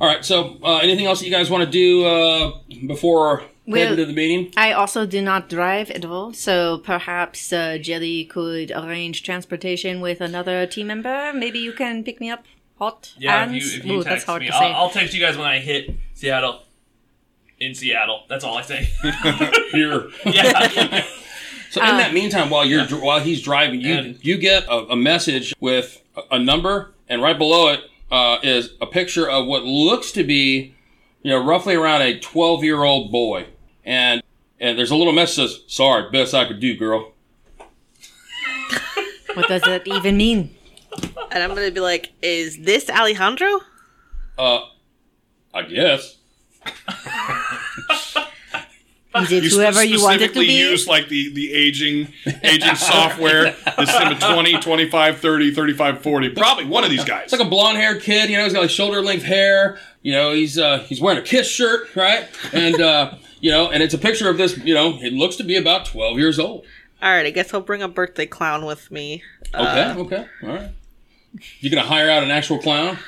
all right. So, uh, anything else that you guys want to do uh, before
Well-
heading to the meeting?
I also do not drive at all, so perhaps uh, Jelly could arrange transportation with another team member. Maybe you can pick me up hot.
yeah.
and
if you, if you
Ooh, that's
text
hard
me,
to say.
I'll, I'll text you guys when I hit Seattle. In Seattle. That's all I say.
Here.
yeah.
So in that meantime, while you're dr while he's driving, you
And-
you get a, a message with a- a number, and right below it uh, is a picture of what looks to be, you know, roughly around a 12 year old boy, and and there's a little message that says, "Sorry, best I could do, girl."
what does that even mean?
And I'm gonna be like, "Is this Alejandro?"
Uh, I guess.
Is it
You
whoever you want it to
specifically
be?
use like the, the aging aging software, the Sim 20, 25, 30, 35, 40. Probably one of these guys.
It's like a blonde haired kid, you know, he's got like shoulder length hair, you know, he's uh he's wearing a kiss shirt, right? And uh you know, and it's a picture of this, you know, it looks to be about twelve years old.
All right, I guess I'll bring a birthday clown with me. Uh,
Uh, Okay, okay, all right. You're gonna hire out an actual clown?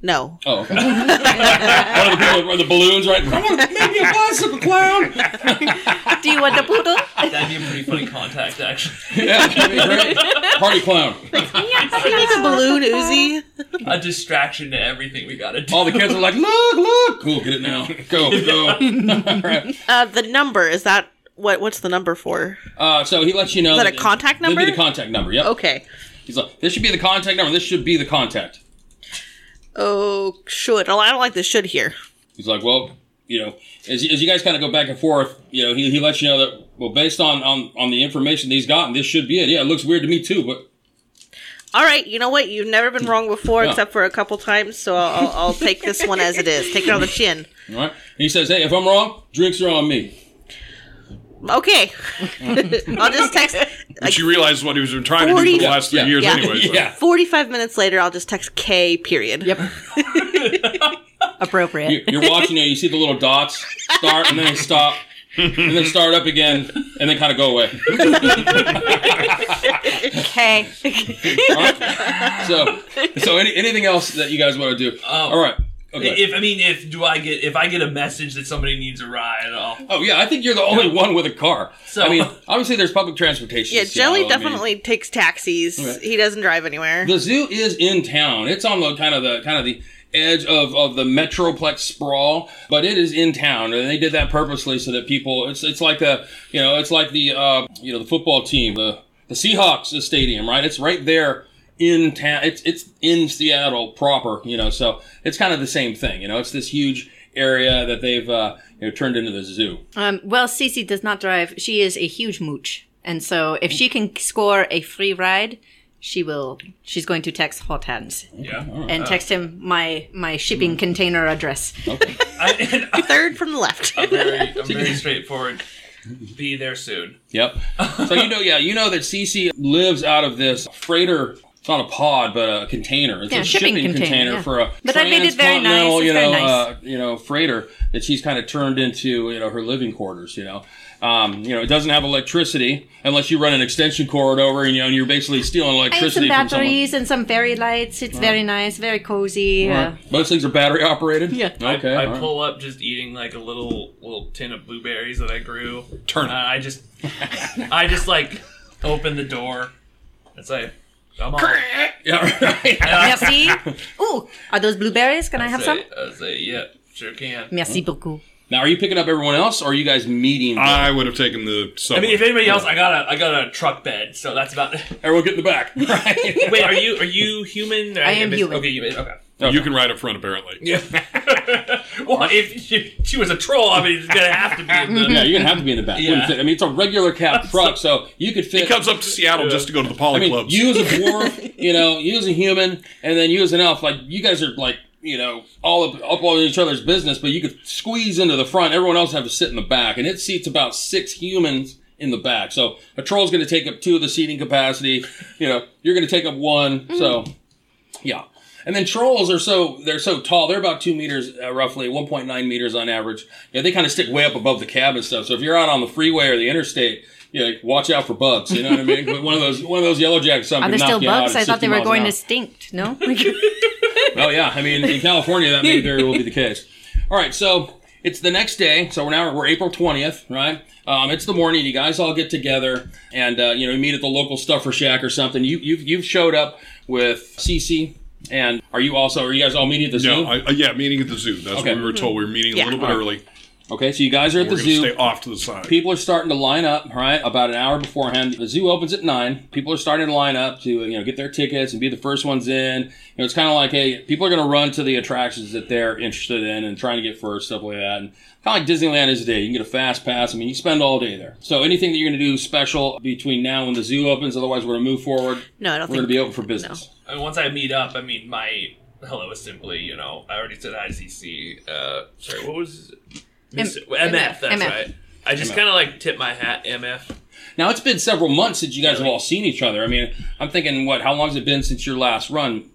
No.
Oh, okay. one of the people with the balloons, right? I want to make me a bicycle clown.
Do you want the poodle?
That'd be a pretty funny contact, actually.
yeah, that'd be great. Party clown.
Like a balloon Uzi.
a distraction to everything we gotta do.
All the kids are like, look, look. Cool, get it now. Go, go. All right.
Uh, the number is that what? What's the number for?
Uh, so he lets you know.
Is that a contact
That'd
number?
be the contact number. Yep.
Okay.
He's like, this should be the contact number. This should be the contact.
Oh, should. Oh, I don't like the should here.
He's like, well, you know, as, as you guys kind of go back and forth, you know, he, he lets you know that, well, based on, on, on the information that he's gotten, this should be it. Yeah, it looks weird to me too, but
All right, you know what? You've never been wrong before,
Yeah.
except for a couple times. So I'll, I'll, I'll take this one as it is. Take it on the chin.
all right. And he says, hey, if I'm wrong, drinks are on me.
Okay. I'll just text.
But you realize what he was trying to do for
40
the last three
Yeah.
years,
Yeah.
anyway. so-
Yeah.
Forty-five minutes later, I'll just text K. Period.
Yep. Appropriate.
You- You're watching it. You see the little dots start and then they stop and then start up again and then kind of go away.
Hey.
All right? So, so any, anything else that you guys want to do? all right. Okay.
Oh. If I mean, if do I get if I get a message that somebody needs a ride, I'll
Oh yeah, I think you're the only one with a car.
So-
I mean, obviously there's public transportation.
Yeah,
in Seattle,
Jelly
I mean-
definitely takes taxis.
Okay.
He doesn't drive anywhere.
The zoo is in town. It's on the kind of the kind of the edge of, of the metroplex sprawl, but it is in town, and they did that purposely so that people. It's it's like the you know it's like the uh, you know the football team, the the Seahawks the stadium, right? It's right there in town. It's it's in Seattle proper, you know. So it's kind of the same thing, you know. It's this huge area that they've uh, you know turned into the zoo.
Um, well, Cece does not drive. She is a huge mooch. And so if she can score a free ride, she will. She's going to text Hot Hands
yeah.
Uh.
and text him my my
Mm.
shipping container address.
Okay.
I, and I'm
Third from the left.
very, I'm very straightforward. Be there soon.
Yep. So you know, yeah, you know that CC lives out of this freighter. It's not a pod, but a container. It's
Yeah,
a
shipping
shipping, container,
container, yeah.
for a
But I made it very nice.
transcontinental,
It's
You
very
know,
nice.
uh, you know, freighter that she's kind of turned into you know her living quarters. You know, um, you know, it doesn't have electricity unless you run an extension cord over, and you know, and you're basically stealing
I have some
electricity from someone.
batteries and some fairy lights. It's very nice, very cozy.
All
Uh,
right. Most things are battery operated.
Yeah.
I-
Okay.
I,
all right.
pull up just eating like a little little tin of blueberries that I grew.
Turn
Uh,
it.
I just I just like open the door. It's like I'm on.
Yeah. Right.
Merci. Ooh, are those blueberries? Can I have
say,
some?
I say, yeah, sure can.
Merci beaucoup.
Now, are you picking up everyone else, or are you guys meeting?
Uh,
I would have taken the
I
subway.
mean, if anybody else, I got a I got a truck bed, so that's about.
everyone get in the back. Right.
Wait, are you are you human? I,
am
missed-
human.
Okay, human. Okay.
Okay.
You can ride up front, apparently.
well, if she, she was a troll, I mean, it's gonna have to be in
Yeah,
the.
you're gonna have to be in the back. You
Yeah.
wouldn't fit. I mean, it's a regular cab truck, so you could fit.
He comes up to Seattle just to go to the poly
I mean,
clubs.
you as a dwarf, you know, you as a human, and then you as an elf. Like you guys are like, you know, all up, up all in each other's business, but you could squeeze into the front. Everyone else have to sit in the back, and it seats about six humans in the back. So a troll's gonna take up two of the seating capacity. You know, you're gonna take up one. So, yeah. And then trolls are so they're so tall. They're about two meters, uh, roughly one point nine meters on average. Yeah, they kind of stick way up above the cab and stuff. So if you're out on the freeway or the interstate, you know, watch out for bugs. You know what I mean? But one of those one of those yellow jackets.
Are there still bugs? I thought they were going extinct. No.
Well, Oh, yeah. I mean, in California, that may very well be the case. All right, so it's the next day. So we're now we're April twentieth, right? Um, it's the morning. You guys all get together and uh, you know meet at the local stuffer shack or something. You you've, you've showed up with Cece, and are you also are you guys all meeting at the zoo?
no, I, uh, yeah, meeting at the zoo. That's
Okay.
what we were told. We were meeting
Yeah.
a little bit early.
okay, so you guys are at
We're
the
going to
zoo.
stay off to the side.
People are starting to line up, right? About an hour beforehand. The zoo opens at nine. People are starting to line up to, you know, get their tickets and be the first ones in. You know, it's kind of like, hey, people are going to run to the attractions that they're interested in and trying to get first, stuff like that. And kind of like Disneyland is today. You can get a fast pass. I mean, you spend all day there. So anything that you're going to do special between now and the zoo opens, otherwise we're going to move forward.
No, I don't
We're going to be
think.
open for business.
And once I meet up, I mean, my hello is simply, you know, I already said ICC. Uh, sorry, what was Miss- MF, That's
MF.
right. I just
MF.
kind of like tip my hat, MF.
Now it's been several months since you guys have all seen each other. I mean, I'm thinking, what? How long has it been since your last run?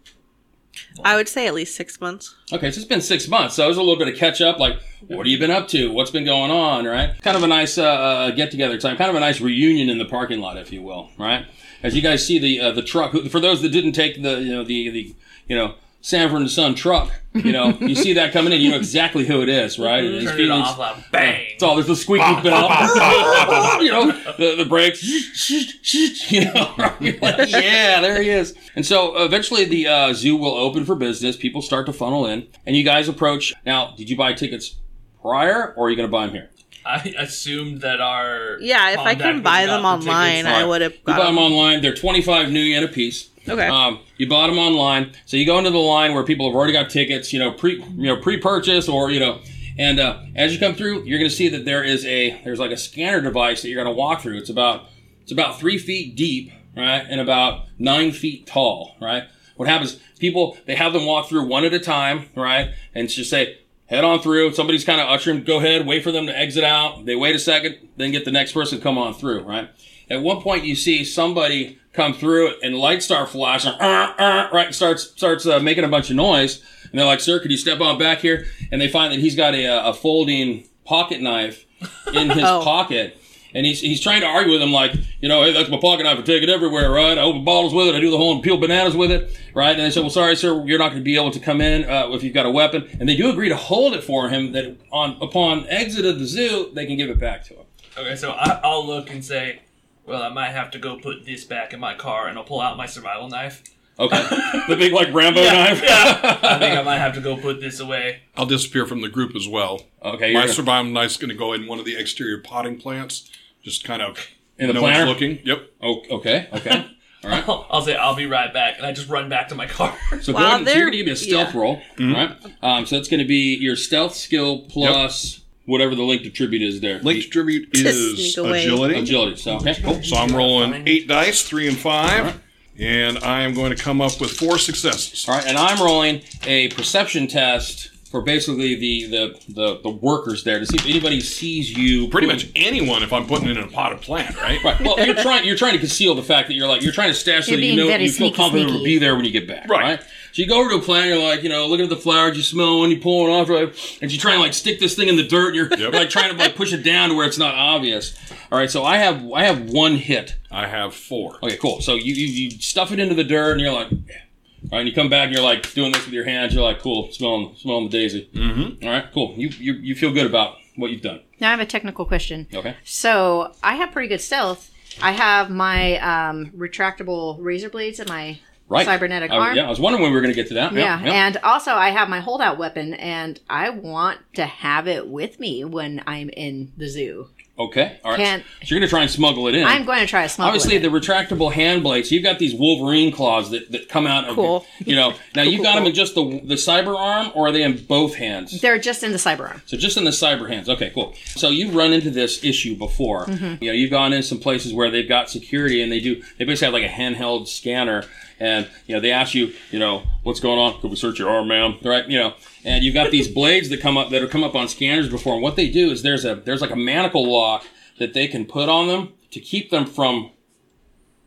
I would say at least six months.
Okay, so it's been six months, so it was a little bit of catch up. Like, what have you been up to? What's been going on? Right? Kind of a nice uh, uh, get together time, kind of a nice reunion in the parking lot, if you will. Right? As you guys see the uh, the truck. who- For those that didn't take the you know the the you know Sanford and Son truck, you know you see that coming in, you know exactly who it is, right? And his
Turn it
feelings-
off loud. Bang.
It's all there's the squeaky bell, you know, the, the brakes, you know. right? You're like, yeah, there he is. And so eventually the uh, zoo will open for business. People start to funnel in, and you guys approach. Now, did you buy tickets prior, or are you going to buy them here?
I assumed that our
Yeah, if I
contact
can buy
got
them
the
online,
tickets.
I would have
You
got
bought them
them.
online. They're twenty five new yen a piece.
Okay.
Um, you bought them online, so you go into the line where people have already got tickets, you know, pre you know pre purchase or you know, and uh, as you come through, you're going to see that there is a there's like a scanner device that you're going to walk through. It's about it's about three feet deep, right, and about nine feet tall, right. What happens? People they have them walk through one at a time, right, and just say. Head on through. Somebody's kind of ushering. Go ahead. Wait for them to exit out. They wait a second, then get the next person to come on through. Right. At one point, you see somebody come through and lights start flashing, "Uh, uh," right? Starts starts uh, making a bunch of noise, and they're like, "Sir, could you step on back here?" And they find that he's got a, uh, a folding pocket knife in his
Oh.
pocket. And he's, he's trying to argue with him like, you know, hey, that's my pocket knife. I take it everywhere, right? I open bottles with it. I do the whole and peel bananas with it, right? And they said, well, sorry, sir, you're not going to be able to come in uh, if you've got a weapon. And they do agree to hold it for him that on upon exit of the zoo, they can give it back to him.
Okay, so I, I'll look and say, well, I might have to go put this back in my car, and I'll pull out my survival knife.
Okay. the big, like, Rambo knife.
I think I might have to go put this away.
I'll disappear from the group as well.
Okay,
My
Uh, you're-
survival knife's going to go in one of the exterior potting plants, just kind of
In the
no one's
planter?
looking. Yep.
Oh, okay, okay. All right.
I'll say, I'll be right back, and I just run back to my car.
So go
Wow,
ahead and so you're
they're-
gonna give me a stealth
yeah.
roll,
Mm-hmm.
right? Um, so that's gonna be your stealth skill plus whatever the linked attribute is there.
Link tribute
To
is
sneak away.
agility.
agility. So okay, cool.
So I'm rolling
Fine.
eight dice, three and five, and I am going to come up with four successes.
All right, and I'm rolling a perception test for basically the the the, the workers there to see if anybody sees you.
Pretty
putting-
much anyone, if I'm putting it in a pot of plant, right?
Right. Well, you're trying you're trying to conceal the fact that you're like you're trying to stash so
You're
that you
being
know
very
you feel
sneaky,
confident will
sneaky.
be there when you get back.
Right.
Right. So you go over to a plant, you're like, you know, looking at the flowers, you smell one, you pull one off, right? And you try and like stick this thing in the dirt, and you're
Yep.
like trying to like push it down to where it's not obvious. All right. So I have I have one hit.
I have four.
Okay, cool. So you, you you stuff it into the dirt, and you're like, yeah. all right. And you come back, and you're like doing this with your hands. You're like, cool, smelling smelling the daisy. Mm-hmm. All right, cool. You, you you feel good about what you've done.
Now I have a technical question.
Okay.
So I have pretty good stealth. I have my um, retractable razor blades in my
Right.
cybernetic
I-
arm.
Yeah, I was wondering when we were going to get to that.
Yeah,
Yeah. yeah.
and also I have my holdout weapon, and I want to have it with me when I'm in the zoo.
okay. All right.
Can't-
So you're going to try and smuggle it in.
I'm going to try a smuggle.
Obviously,
it.
the retractable hand blades. You've got these Wolverine claws that, that come out of
Cool.
you know. Now you've got them in just the the cyber arm, or are they in both hands?
they're just in the cyber arm.
So just in the cyber hands. Okay, cool. So you've run into this issue before. You know, you've gone in some places where they've got security and they do they basically have like a handheld scanner and you know, they ask you, you know, what's going on? Could we search your arm, ma'am? Right, you know. And you've got these blades that come up that have come up on scanners before. And what they do is there's a there's like a manacle lock that they can put on them to keep them from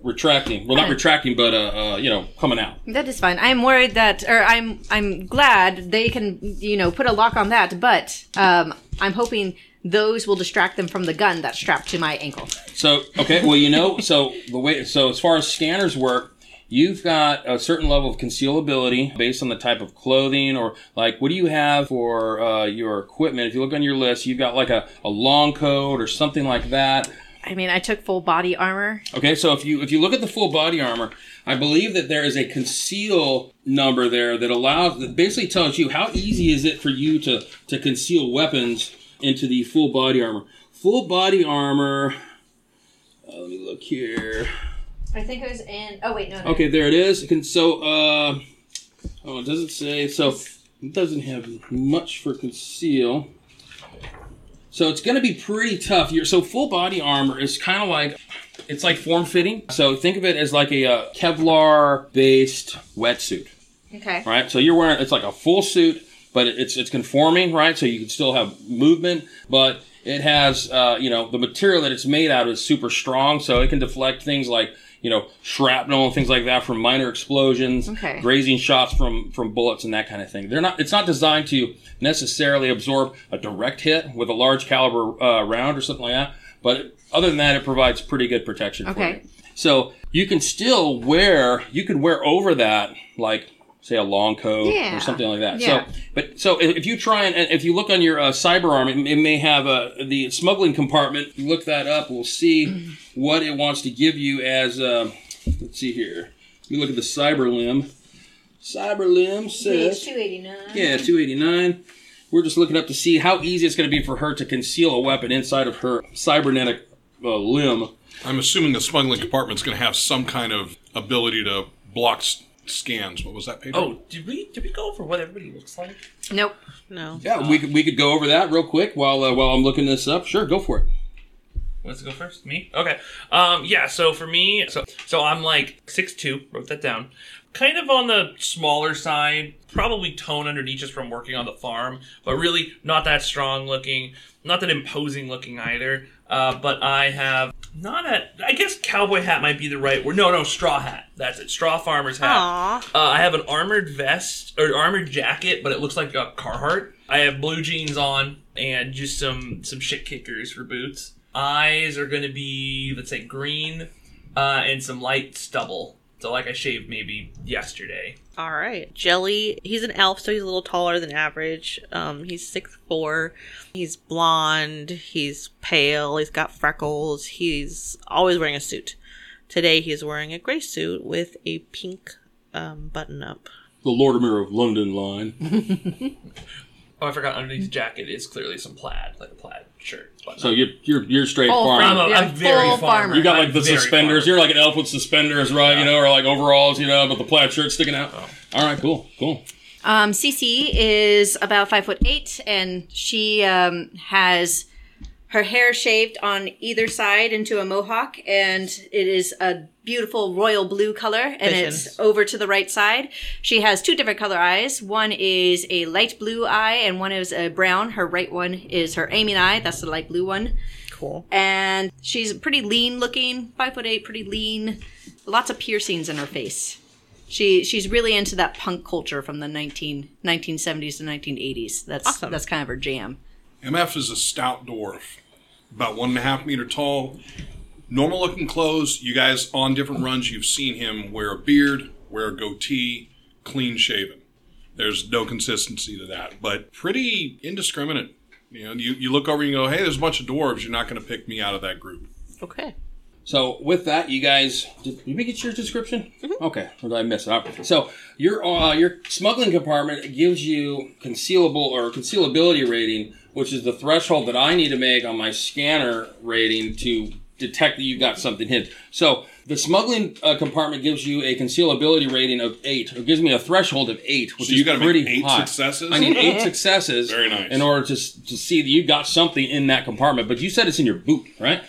retracting. Well, not retracting, but uh, uh you know, coming out.
That is fine. I'm worried that, or I'm I'm glad they can, you know, put a lock on that. But um, I'm hoping those will distract them from the gun that's strapped to my ankle.
So okay, well you know, so the way so as far as scanners work, you've got a certain level of concealability based on the type of clothing or like what do you have for uh, your equipment? If you look on your list, you've got like a, a long coat or something like that.
I mean, I took full body armor.
Okay, so if you if you look at the full body armor, I believe that there is a conceal number there that allows that basically tells you how easy is it for you to to conceal weapons into the full body armor. Full body armor. uh, let me look here.
I think it was in. Oh wait, no. no.
Okay, there it is. Can so uh oh, it doesn't say so it doesn't have much for conceal. So it's going to be pretty tough. You're, so full body armor is kind of like it's like form fitting. So think of it as like a, uh Kevlar based wetsuit,
Okay.
right? So you're wearing it's like a full suit, but it- it's it's conforming, right? So you can still have movement, but it has uh, you know the material that it's made out of is super strong, so it can deflect things like you know, shrapnel and things like that from minor explosions,
Okay.
grazing shots from from bullets and that kind of thing. They're not. It's not designed to necessarily absorb a direct hit with a large caliber uh, round or something like that. But other than that, it provides pretty good protection.
Okay.
For you. So you can still wear. You could wear over that like. Say a long coat
Yeah.
or something like that.
Yeah.
So, but so if if you try and and if you look on your uh, cyber arm, it, it may have uh, the smuggling compartment. You look that up. We'll see what it wants to give you as. Uh, let's see here. You look at the cyber limb. Cyber limb says,
289.
yeah, 289. We're just looking up to see how easy it's going to be for her to conceal a weapon inside of her cybernetic uh, limb.
I'm assuming the smuggling compartment's going to have some kind of ability to block s- scans. What was that, Pedro?
Oh, did we did we go over what everybody looks like?
Nope.
No.
Yeah, we could we could go over that real quick while uh, while I'm looking this up. Sure, go for it.
Let's go first. Me? Okay. Um, yeah, so for me so so I'm like six two, wrote that down. Kind of on the smaller side, probably tone underneath just from working on the farm, but really not that strong looking, not that imposing looking either. Uh, but I have not a I guess cowboy hat might be the right word. No, no, straw hat. That's it. Straw farmer's hat.
Aw.
Uh, I have an armored vest or armored jacket, but it looks like a Carhartt. I have blue jeans on and just some some shit kickers for boots. Eyes are going to be let's say green uh, and some light stubble. So like I shaved maybe yesterday.
All right. Jelly, he's an elf, so he's a little taller than average. Um, he's six four. He's blonde. He's pale. He's got freckles. He's always wearing a suit. Today, he's wearing a gray suit with a pink um, button up.
The Lortimer of London line.
Oh, I forgot underneath the jacket is clearly some plaid, like a plaid shirt. But
So you're you're, you're straight
Full
farm.
I'm, Oh, a,
Yeah,
I'm very
full
farmer.
farmer.
You got like
I'm
the
very
suspenders.
farmer.
You're like an elf with suspenders, right? You know, or like overalls, you know, but the plaid shirt sticking out.
Oh.
All right, cool, cool.
Um, Cece is about five foot eight, and she um, has her hair shaved on either side into a mohawk, and it is a beautiful royal blue color, and
Vision.
it's over to the right side. She has two different color eyes. One is a light blue eye, and one is a brown. Her right one is her aiming eye. That's the light blue one.
Cool.
And she's pretty lean looking, five foot eight, pretty lean. Lots of piercings in her face. She she's really into that punk culture from the 19, 1970s to nineteen eighties. That's
Awesome.
that's kind of her jam.
MF is a stout dwarf, about one and a half meter tall. Normal looking clothes. You guys on different runs, you've seen him wear a beard, wear a goatee, clean shaven. There's no consistency to that, but pretty indiscriminate. You know, you, you look over and you go, hey, there's a bunch of dwarves. You're not going to pick me out of that group.
Okay.
So with that, you guys, did, did we get your description? Okay, or did I miss it? All right. So your uh, your smuggling compartment gives you concealable or concealability rating, which is the threshold that I need to make on my scanner rating to detect that you've got something hidden. So the smuggling uh, compartment gives you a concealability rating of eight, or gives me a threshold of eight, which
So you
is
got to
pretty
make eight
high.
successes.
I need eight successes
Very nice.
in order to, s- to see that you got something in that compartment. But you said it's in your boot, right?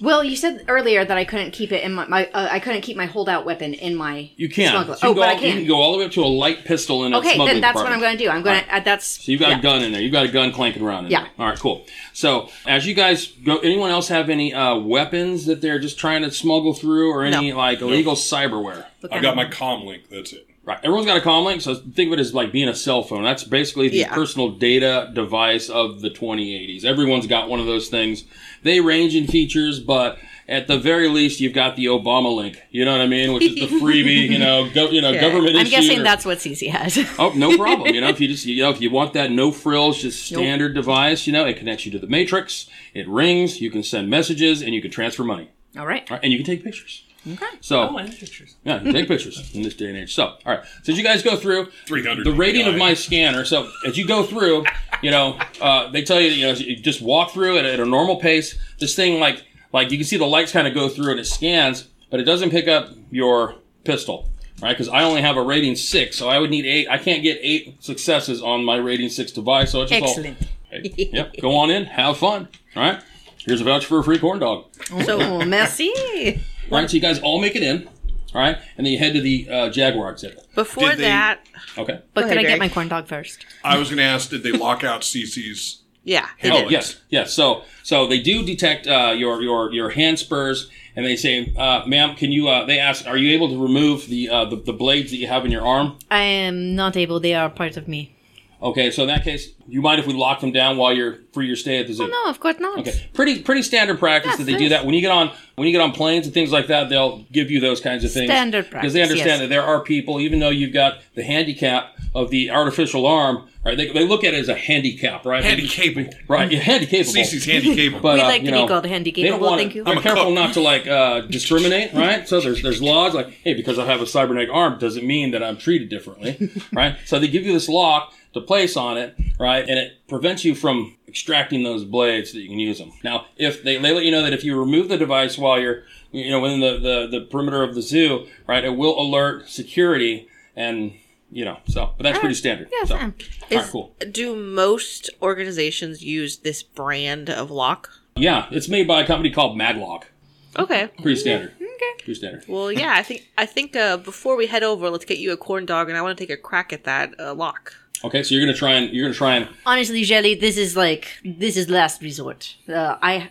Well, you said earlier that I couldn't keep it in my, my uh, I couldn't keep my holdout weapon in my
You can.
smuggler.
So you
oh,
go
but
all,
I
You
can.
can go all the way up to a light pistol in a
okay,
smuggling
then that's what I'm
compartment.
going to do. I'm going to uh, that's
So you've got
yeah.
a gun in there. You've got a gun clanking around in
Yeah.
there. All right, cool. So as you guys go, anyone else have any uh, weapons that they're just trying to smuggle through or any
No.
like illegal cyberware?
Look
I've
at
got
him.
my comm link. That's it.
Right. Everyone's got a comm link, so think of it as like being a cell phone. That's basically the
Yeah.
personal data device of the 2080s. Everyone's got one of those things. They range in features, but at the very least, you've got the Obama link. You know what I mean? Which is the freebie, you know, gov you know, government.
I'm
issued
guessing
or-
that's what Cece has.
Oh, no problem. You know, if you just you know if you want that no frills, just standard device, you know, it connects you to the matrix. It rings. You can send messages, and you can transfer money,
all right.
All right, and you can take pictures. Okay. So
Oh, I have pictures.
yeah, you can take pictures in this day and age. So all right, so as you guys go through
300
the rating of
DPI.
my scanner. So as you go through, you know, uh, they tell you you know you just walk through it at a normal pace. This thing like like you can see the lights kind of go through and it scans, but it doesn't pick up your pistol. Right, because I only have a rating six, so I would need eight. I can't get eight successes on my rating six device, so it's just
Excellent.
all. Hey, yep, go on in, have fun. All right, here's a voucher for a free corn dog.
So merci.
All right, so you guys all make it in. All right, and then you head to the uh, Jaguar exhibit.
Before
Did they-
that,
Okay.
But
ahead,
can I get
Derek.
my corn dog first?
I was going to ask, did they lock out CC's?
yeah. they
Oh
did.
yes, yes. So so they do detect uh, your your your hand spurs, and they say, uh, "Ma'am, can you?" Uh, they ask, "Are you able to remove the, uh, the the blades that you have in your arm?"
I am not able. They are part of me.
Okay, so in that case, you mind if we lock them down while you're for your stay at the zoo?
Oh, No, of course not.
Okay, pretty pretty standard practice
Yes,
that they do
yes.
that when you get on when you get on planes and things like that. They'll give you those kinds of things
Standard
because they
practice,
understand
yes.
that there are people, even though you've got the handicap of the artificial arm, right? They, they look at it as a handicap, right?
Handicapable.
right? Yeah, handicap.
Cece's handicapable.
But,
We'd
uh,
like
you
to
know,
be called
They don't
handicapable.
want
Thank you.
They're
I'm a
careful
cook.
not to like uh, discriminate, right? So there's there's laws like, hey, because I have a cybernetic arm doesn't mean that I'm treated differently, right? So they give you this lock to place on it, right, and it prevents you from extracting those blades so that you can use them. Now, if they, they let you know that if you remove the device while you're you know within the, the the perimeter of the zoo, right, it will alert security and you know so, but that's pretty standard.
Yes,
so,
I'm-
all right, cool.
Do most organizations use this brand of lock?
Yeah, it's made by a company called Madlock.
Okay.
Pretty standard.
hmm.
Okay. Pretty standard.
Well, yeah, I think I think uh, before we head over, let's get you a corn dog, and I want to take a crack at that uh, lock.
Okay, so you're gonna try and you're gonna try and
Honestly, Jelly, this is like this is last resort. Uh, I,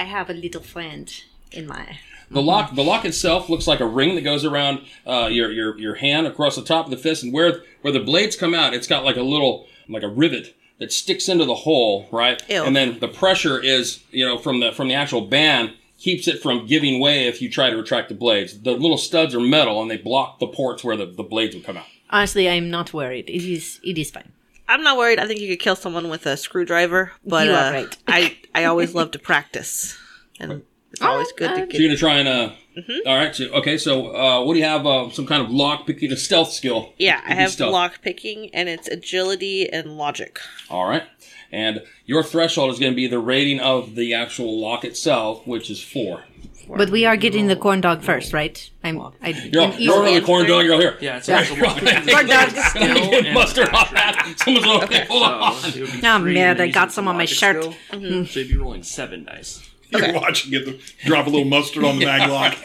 I have a little friend in my.
The lock, the lock itself looks like a ring that goes around uh, your, your your hand across the top of the fist, and where where the blades come out, it's got like a little like a rivet that sticks into the hole, right?
Ew.
And then the pressure is you know from the from the actual band keeps it from giving way if you try to retract the blades. The little studs are metal and they block the ports where the, the blades would come out.
Honestly, I am not worried. It is. It is fine.
I'm not worried. I think you could kill someone with a screwdriver, but
You are
uh,
right.
I I always love to practice, and it's
Oh,
always good to
So you're
get.
gonna try and uh,
Mm-hmm.
all right, so okay, so uh, what do you have? Uh, some kind of lock picking, a stealth skill?
Yeah,
It'd
I
be
have
stealth.
lock picking, and it's agility and logic.
All right. And your threshold is going to be the rating of the actual lock itself, which is four.
But we are getting the corn dog first, right? I'm. I,
You're,
I'm
you're
easily-
the corn dog. You're all here.
Yeah, it's yeah. actually
Corn dog.
Get mustard on that. Someone's going okay, hold on.
Oh, man, I got some on my shirt. Mm-hmm.
So you'd be rolling seven dice.
You're watching it the, drop a little mustard on the mag lock.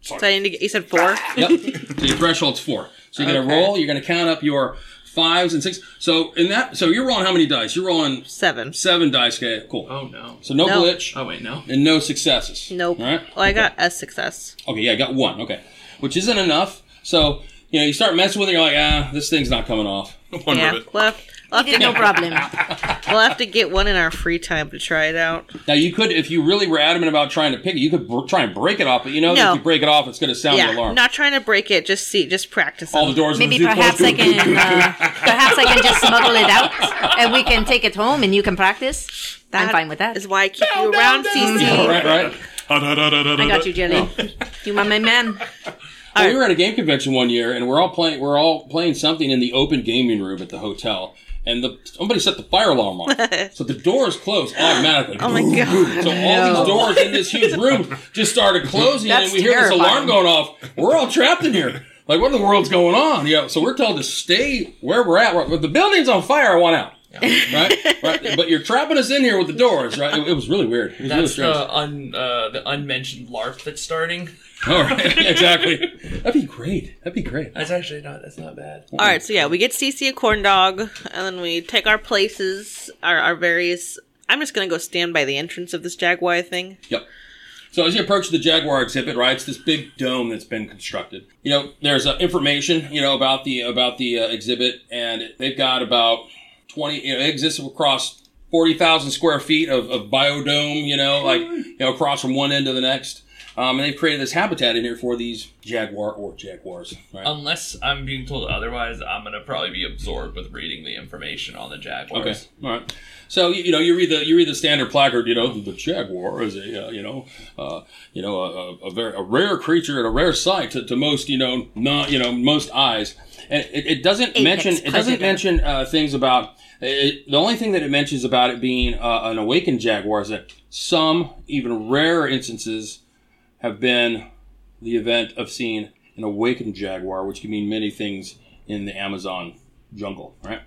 So I need to get. You said four.
Yep. So your threshold's four. So you're going to roll. You're going to count up your fives and six. So in that, so you're rolling how many dice? You're rolling
Seven.
seven dice. Okay, cool.
Oh no.
So no,
No.
glitch
Oh wait, no.
and no successes.
Nope.
All right.
Well, I got a success.
Okay, yeah, I got one. Okay, which isn't enough. So you know, you start messing with it. You're like, ah, this thing's not coming off.
One
Yeah.
rivet.
We'll have, we'll, have
It is
to
no
get,
problem.
we'll have to get one in our free time to try it out.
Now you could, if you really were adamant about trying to pick it, you could br- try and break it off. But you know, that
No.
if you break it off, it's going to sound
Yeah,
the alarm.
not trying to break it. Just see, just practice.
All the doors. in
Maybe
the zoo
perhaps I
closed.
can. Uh, perhaps I can just smuggle it out, and we can take it home, and you can practice. I'm fine with that.
Is why I keep you around, Cece.
Yeah, right, right.
I got you, Jelly. You are my man.
Well, we were at a game convention one year, and we're all playing. We're all playing something in the open gaming room at the hotel, and the somebody set the fire alarm on. so the doors closed automatically.
Oh my god!
So all these doors in this huge room just started closing, and
That's
we hear this alarm
terrifying.
going off. We're all trapped in here. Like, what in the world's going on? Yeah, so we're told to stay where we're at. We're- the building's on fire. I want out. Right, right. But you're trapping us in here with the doors. Right. It, it was really weird. It was really
That's
strange.
the un uh, the unmentioned LARP that's starting.
All right. exactly. That'd be great. That'd be great.
That's actually not that's not bad.
All right, so yeah, we get Cece a corn dog, and then we take our places, our, our various. I'm just gonna go stand by the entrance of this jaguar thing.
Yep. So as you approach the Jaguar exhibit, right, it's this big dome that's been constructed. You know, there's uh, information, you know, about the about the uh, exhibit, and it- they've got about twenty. You know, it exists across forty thousand square feet of, of biodome. You know, like you know, across from one end to the next. Um, and they've created this habitat in here for these jaguar or jaguars. Right?
Unless I'm being told otherwise, I'm gonna probably be absorbed with reading the information on the Jaguars.
Okay. All right. So you, you know you read the you read the standard placard. You know the jaguar is a uh, you know uh, you know a, a, a very a rare creature and a rare sight to, to most you know not you know most eyes. And it, it doesn't mention it doesn't
predator.
mention uh, things about. It, the only thing that it mentions about it being uh, an awakened jaguar is that some even rarer instances have been the event of seeing an awakened jaguar, which can mean many things in the Amazon jungle. Right.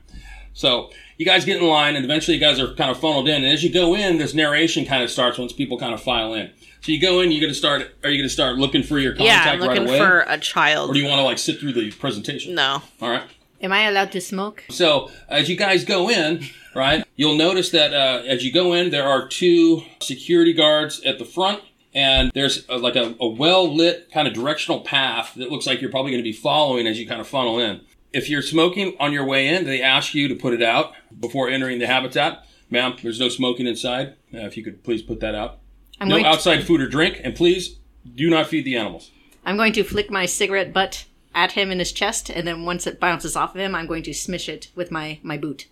So you guys get in line, and eventually you guys are kind of funneled in. And as you go in, this narration kind of starts once people kind of file in. So you go in, you're gonna start. Are you gonna start looking for your
Yeah,
contact
I'm
right
looking
away,
for a
or
child.
do you want to like sit through the presentation?
no,
All right.
Am I allowed to smoke?
So as you guys go in, right, you'll notice that uh, as you go in, there are two security guards at the front, and there's uh like a, a well lit kind of directional path that looks like you're probably going to be following as you kind of funnel in. If you're smoking on your way in, they ask you to put it out before entering the habitat. Ma'am, there's no smoking inside. Uh, if you could please put that out.
I'm
no
going. To,
outside food or drink, and please do not feed the animals.
I'm going to flick my cigarette butt at him in his chest, and then once it bounces off of him, I'm going to smish it with my my boot.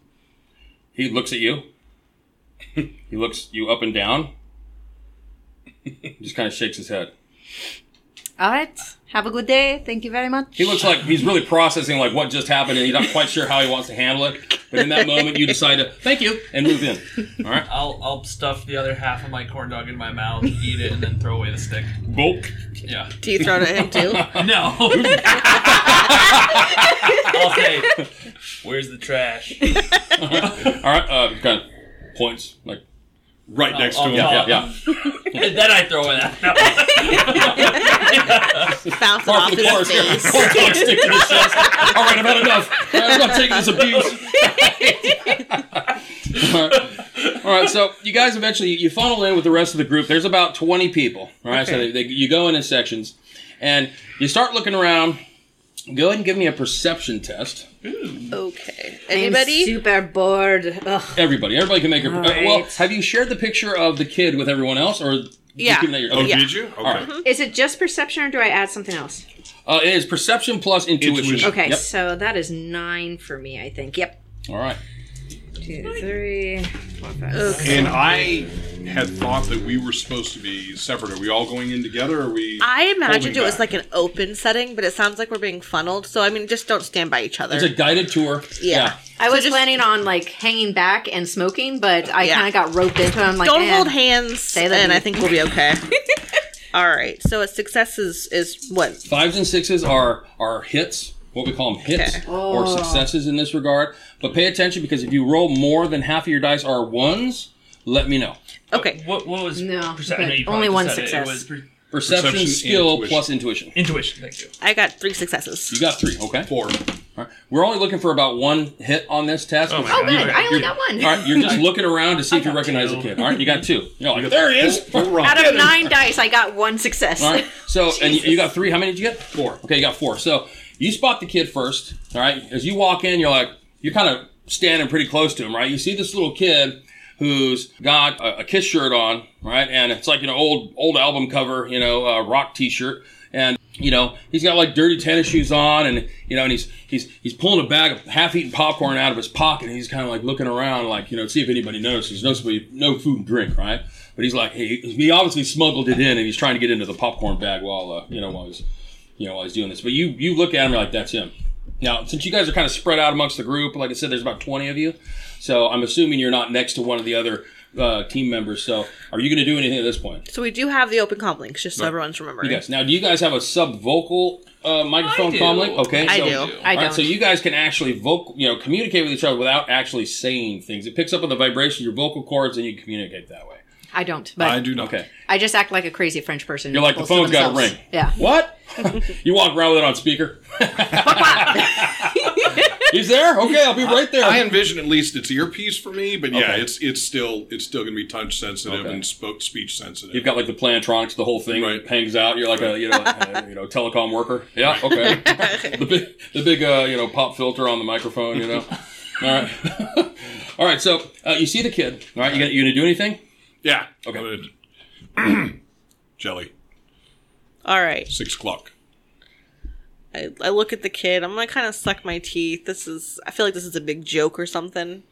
He looks at you. he looks you up and down. Just kind of shakes his head.
All right. Have a good day. Thank you very much.
He looks like he's really processing like what just happened, and he's not quite sure how he wants to handle it. But in that moment, you decide to thank you and move in. All right,
I'll I'll stuff the other half of my corn dog in my mouth, eat it, and then throw away the stick.
bulk.
Yeah.
Do you throw it at him too?
No. I'll say, where's the trash?
All right, uh, kind of points like
Right next to
I'll
him.
follow.
Oh, yeah, yeah.
And then I throw it out.
Bounce it
Par
off
for the
his
course. Corn
face.
dog stick to his chest. All right, I've had enough. I'm not taking this abuse. All right. All right, so you guys eventually you funnel in with the rest of the group. There's about 20 people. All right, so they, they, you go in in sections, and you start looking around. Go ahead and give me a perception test.
Okay.
I'm
Anybody?
super bored. Ugh.
Everybody, everybody can make a.
All
uh, well,
right.
have you shared the picture of the kid with everyone else, or just
Yeah.
giving that your-
Oh,
okay.
Yeah. Uh-huh. Mm-hmm.
did you? Okay.
right.
Is it just perception, or do I add something else?
Uh, it is perception plus intuition.
Intuition.
Okay,
Yep.
so that is nine for me. I think. Yep.
All right.
Two, three, four, five.
Okay.
And I had thought that we were supposed to be separate. Are we all going in together? Or are we?
I imagined
Holding
it was
back.
like an open setting, but it sounds like we're being funneled. So I mean, just don't stand by each other.
It's a guided tour.
yeah.
I was
just-
planning on like hanging back and smoking, but I
Yeah.
kind of got roped into it. I'm like, eh.
Don't
"Man."
hold hands,
that
and
to
I
me.
think we'll be okay. All right. So a success is is what?
Fives and sixes are are hits, what we call them hits
Okay.
or
Oh.
successes in this regard. But pay attention because if you roll more than half of your dice are ones, let me know.
Okay.
What, what was
No,
perce- I know you
but
probably
only
just
one
said it.
success.
It was per-
Perception,
Perception,
skill
intuition.
plus intuition.
intuition. Thank you.
I got three successes.
You got three, okay?
Four.
All right. We're only looking for about one hit on this test.
Oh my
Oh,
God.
good. I only got one.
All right, you're just looking around to see if you
got
recognize
two.
a kid. All right, you got two. You're like, there he is.
Four wrong.
Out of nine dice, I got one success.
All right. So, and you,
Jesus.
you got three. How many did you get? Four. Okay, you got four. So, you spot the kid first. All right. As you walk in, you're like, you're kind of standing pretty close to him, right? You see this little kid who's got a, a Kiss shirt on, right? And it's like an old, old album cover, you know, uh, rock t shirt. And, you know, he's got like dirty tennis shoes on and, you know, and he's, he's, he's pulling a bag of half eaten popcorn out of his pocket and he's kind of like looking around, like, you know, to see if anybody notices. There's no, no food and drink, right? But he's like, he, he obviously smuggled it in, and he's trying to get into the popcorn bag while uh, you know while he's you know while he's doing this. But you you look at him you're like that's him. Now since you guys are kind of spread out amongst the group, like I said, there's about twenty of you, so I'm assuming you're not next to one of the other uh, team members. So are you going to do anything at this point?
So we do have the open comm links, just so everyone's remembering.
You guys, now do you guys have a sub vocal uh, microphone
do.
comm link? Okay,
I
so-
do.
I
all
don't.
right, so you guys can actually vocal, you know, communicate with each other without actually saying things. It picks up on the vibration of your vocal cords, and you communicate that way.
I don't. But
I
I,
do not.
Okay.
just act like a crazy French person.
You're like, the phone's
Equals to
got a
themselves.
ring.
Yeah.
What? you walk around with it on speaker. He's there? Okay, I'll be right there.
I envision at least it's earpiece for me, but yeah,
Okay.
it's it's still it's still gonna be touch sensitive
Okay.
and spoke speech sensitive.
You've got like the plantronics, the whole thing
Right.
hangs out. You're like a you know uh, you know telecom worker. Yeah, okay. the big the big uh, you know pop filter on the microphone. You know. All right. All right. So uh, you see the kid. All right. You gonna, you gonna do anything?
yeah.
Okay.
I'm gonna- Jelly.
All right.
Six o'clock.
I, I look at the kid. I'm gonna kind of suck my teeth. This is. I feel like this is a big joke or something.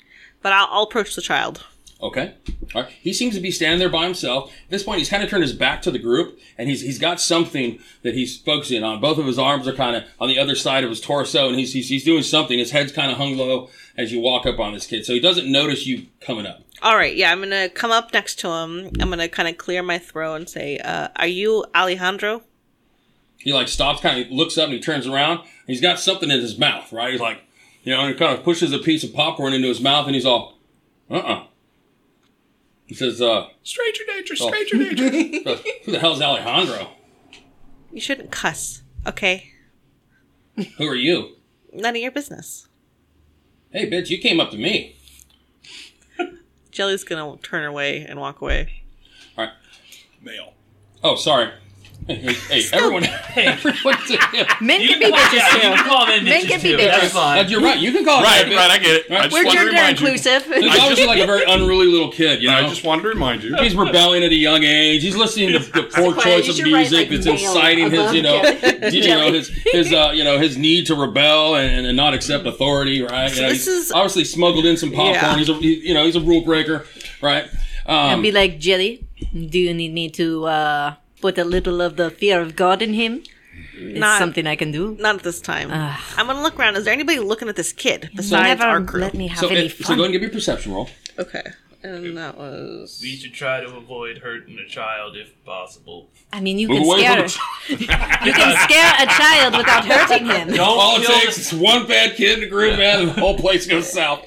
But I'll, I'll approach the child.
Okay. All right. He seems to be standing there by himself. At this point, he's kind of turned his back to the group, and he's he's got something that he's focusing on. Both of his arms are kind of on the other side of his torso, and he's he's, he's doing something. His head's kind of hung low as you walk up on this kid, so he doesn't notice you coming up.
All right. Yeah. I'm gonna come up next to him. I'm gonna kind of clear my throat and say, uh, "Are you Alejandro?"
He like stops, kind of looks up, and he turns around. and He's got something in his mouth, right? He's like, you know, and he kind of pushes a piece of popcorn into his mouth, and he's all, uh, uh He says, uh,
Stranger danger,
Oh.
stranger danger.
"Who the hell's Alejandro?
You shouldn't cuss. Okay.
Who are you?"
None of your business.
Hey, bitch, you came up to me.
Jelly's gonna turn away and walk away.
All right.
Male.
Oh, sorry. Hey, hey, hey, everyone. Hey, everyone's a bitch.
Men
You
can be
call-
bitches
yeah, You
too.
can call them
Men
bitches
can be
too.
bitches.
That's
And
fine.
uh, you're right. You can call it
Right,
that,
right. I get it. I
Right.
just
We're
wanted to
gender
remind you.
inclusive.
There's always like a very unruly little kid, you know.
I just wanted to remind you.
He's rebelling at a young age. He's listening to the poor
Claire,
choice
you
of
should write,
music
like,
that's
male
inciting his,
above
you know,
jelly.
you know his his uh, you know his need to rebel and, and not accept authority, right? You know,
this
he's
is-
obviously smuggled in some popcorn.
Yeah.
He's a he, you know he's a rule breaker, right?
and
Um,
be like, Jelly, do you need me to uh, put a little of the fear of God in him? It's
Not-
something I can do.
Not at this time. I'm gonna look around. Is there anybody looking at this kid besides
Never
our crew?
let me have
so,
any
it- so
fun.
go ahead and give me a perception roll.
Okay. And that was
We should try to avoid hurting a child if possible.
I mean, you
Move
can
away
scare
from
you can scare a child without hurting him.
Don't
All it
kill
takes is one bad kid in the group, man. The whole place goes south.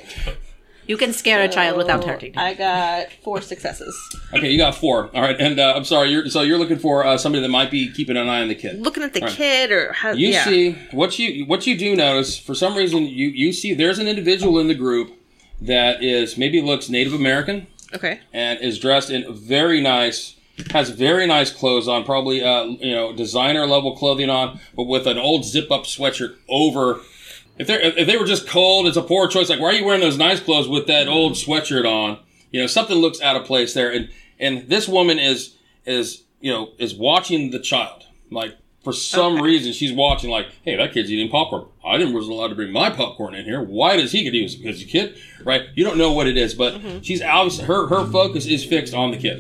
You can scare a child without hurting him.
I got four successes.
Okay, you got four. All right, and uh, I'm sorry. You're, so you're looking for uh, somebody that might be keeping an eye on the kid.
Looking at the
All right.
kid or how
You
yeah.
see what you what you do notice for some reason you you see there's an individual in the group that is maybe looks Native American
Okay.
and is dressed in very nice has very nice clothes on probably uh, you know designer level clothing on but with an old zip up sweatshirt over if they if they were just cold it's a poor choice like why are you wearing those nice clothes with that old sweatshirt on you know something looks out of place there and and this woman is is you know is watching the child like for some reason she's watching like hey that kid's eating popcorn i didn't wasn't allowed to bring my popcorn in here why does he get to use it because he's a kid right you don't know what it is but she's out her her focus is fixed on the kid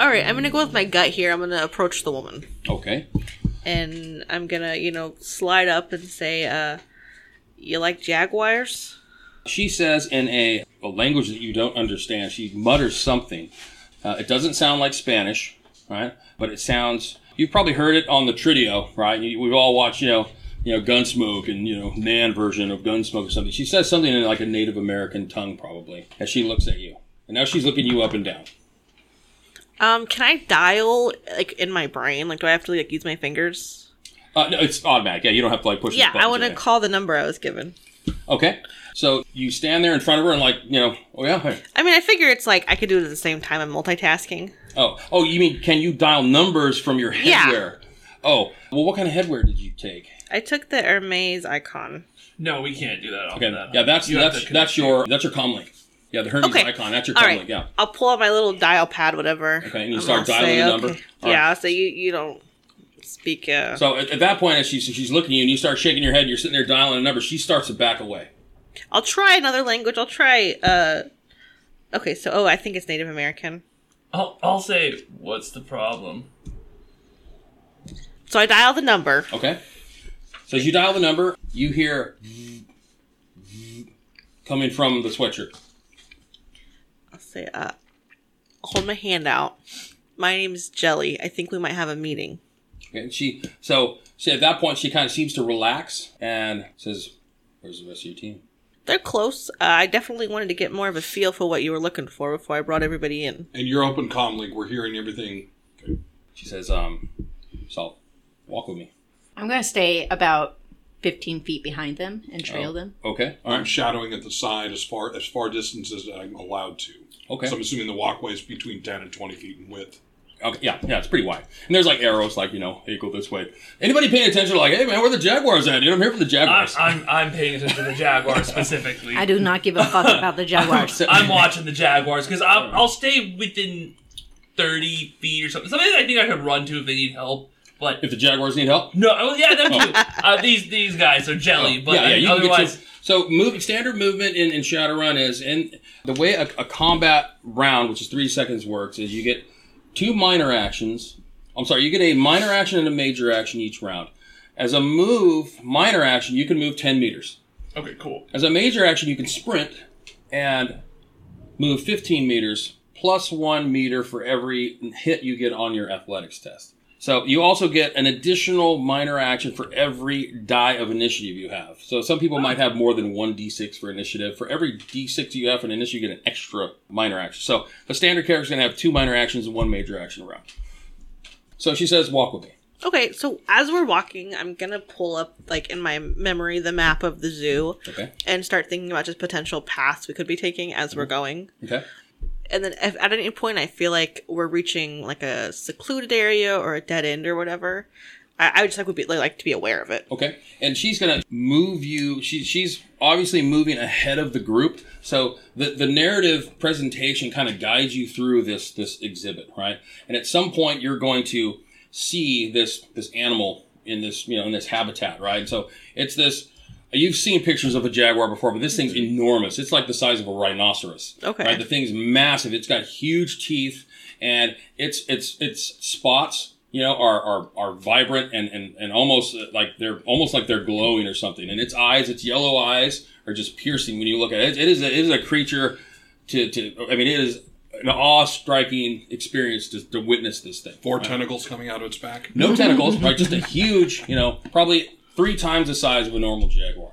All right. I'm gonna go with my gut here. I'm gonna approach the woman.
okay
and I'm gonna, you know, slide up and say, uh, you like jaguars?
she says in a, a language that you don't understand she mutters something uh, it doesn't sound like spanish right but it sounds you've probably heard it on the tritio right You- we've all watched you know you know gunsmoke and you know nan version of gunsmoke or something she says something in like a native american tongue probably as she looks at you and now she's looking you up and down
Um, can I dial like in my brain? Like, do I have to like use my fingers?
uh, no, it's automatic yeah you don't have to like push the
Yeah, I
buttons or
want to
anything.
call the number I was given.
okay so you stand there in front of her and like you know oh yeah hey.
I mean, I figure it's like I could do it at the same time. I'm multitasking.
Oh, oh, you mean can you dial numbers from your
Yeah.
headwear? Oh, well, what kind of headwear did you take?
I took the Hermes icon.
No, we can't do that. Off
Okay,
of that.
yeah, that's
You have
that's
to
that's
connect
your that's your comlink. Yeah, the Hermes
Okay.
icon. That's your
All
comlink.
right.
Yeah.
I'll pull out my little dial pad, whatever.
Okay, and you
I'm
start
gonna
dialing
say,
the number?
okay.
All
Yeah, so you you don't speak. Uh,
So at, at that point, as she's she's looking at you, and you start shaking your head, you're sitting there dialing a number. She starts to back away.
I'll try another language. I'll try. uh Okay, so oh, I think it's Native American.
I'll, I'll say, what's the problem?
So I dial the number.
Okay. So as you dial the number, you hear coming from the sweatshirt.
say, uh, hold my hand out. My name is Jelly. I think we might have a meeting.
Okay, and she so she, at that point she kind of seems to relax and says, "Where's the rest of your team?"
They're close. Uh, I definitely wanted to get more of a feel for what you were looking for before I brought everybody in.
And you're open comlink. We're hearing everything.
She says, um, so walk with me.
I'm going to stay about 15 feet behind them and
Oh.
trail them.
Okay.
I'm
All right.
um, shadowing at the side as far as far distance as I'm allowed to.
Okay.
So I'm assuming the walkway is between 10 and 20 feet in width.
okay. Yeah. Yeah. It's pretty wide. And there's like arrows, like, you know, hey, go this way. Anybody paying attention, like, hey, man, where the Jaguars at, dude? I'm here for the
I'm,
Jaguars.
I'm, I'm paying attention to the Jaguars specifically.
I do not give a fuck about the Jaguars.
I'm watching the Jaguars because I'll, I'll stay within 30 feet or something. Something I think I could run to if they need help. But
if the Jaguars need help,
no, oh, yeah, them too. Uh, these these guys are jelly, but
Oh. yeah,
uh,
yeah, you can get
otherwise,
your, so move, standard movement in, in Shadowrun is and the way a, a combat round, which is three seconds, works is you get two minor actions. I'm sorry, you get a minor action and a major action each round. As a move, minor action, you can move ten meters.
okay, cool.
As a major action, you can sprint and move 15 meters plus one meter for every hit you get on your athletics test. So you also get an additional minor action for every die of initiative you have. So some people might have more than one d6 for initiative. For every d6 you have for an initiative, you get an extra minor action. So the standard character's going to have two minor actions and one major action around. So she says, "Walk with me."
Okay, so as we're walking, I'm gonna pull up, like in my memory, the map of the zoo
Okay.
and start thinking about just potential paths we could be taking as we're going.
Okay.
And then, if at any point I feel like we're reaching like a secluded area or a dead end or whatever, I, I would just like would be like to be aware of it.
Okay. And she's gonna move you. She, she's obviously moving ahead of the group. So the the narrative presentation kind of guides you through this this exhibit, right? And at some point, you're going to see this this animal in this you know in this habitat, right? So it's this. You've seen pictures of a jaguar before, but this thing's enormous. It's like the size of a rhinoceros.
Okay.
Right? The thing's massive. It's got huge teeth, and its its its spots, you know, are are, are vibrant and, and and almost uh, like they're almost like they're glowing or something. And its eyes, its yellow eyes, are just piercing when you look at it. It is a, it is a creature to to. I mean, it is an awe striking experience to, to witness this thing.
Four
right?
tentacles coming out of its back.
no tentacles, right? Just a huge, you know, probably three times the size of a normal jaguar,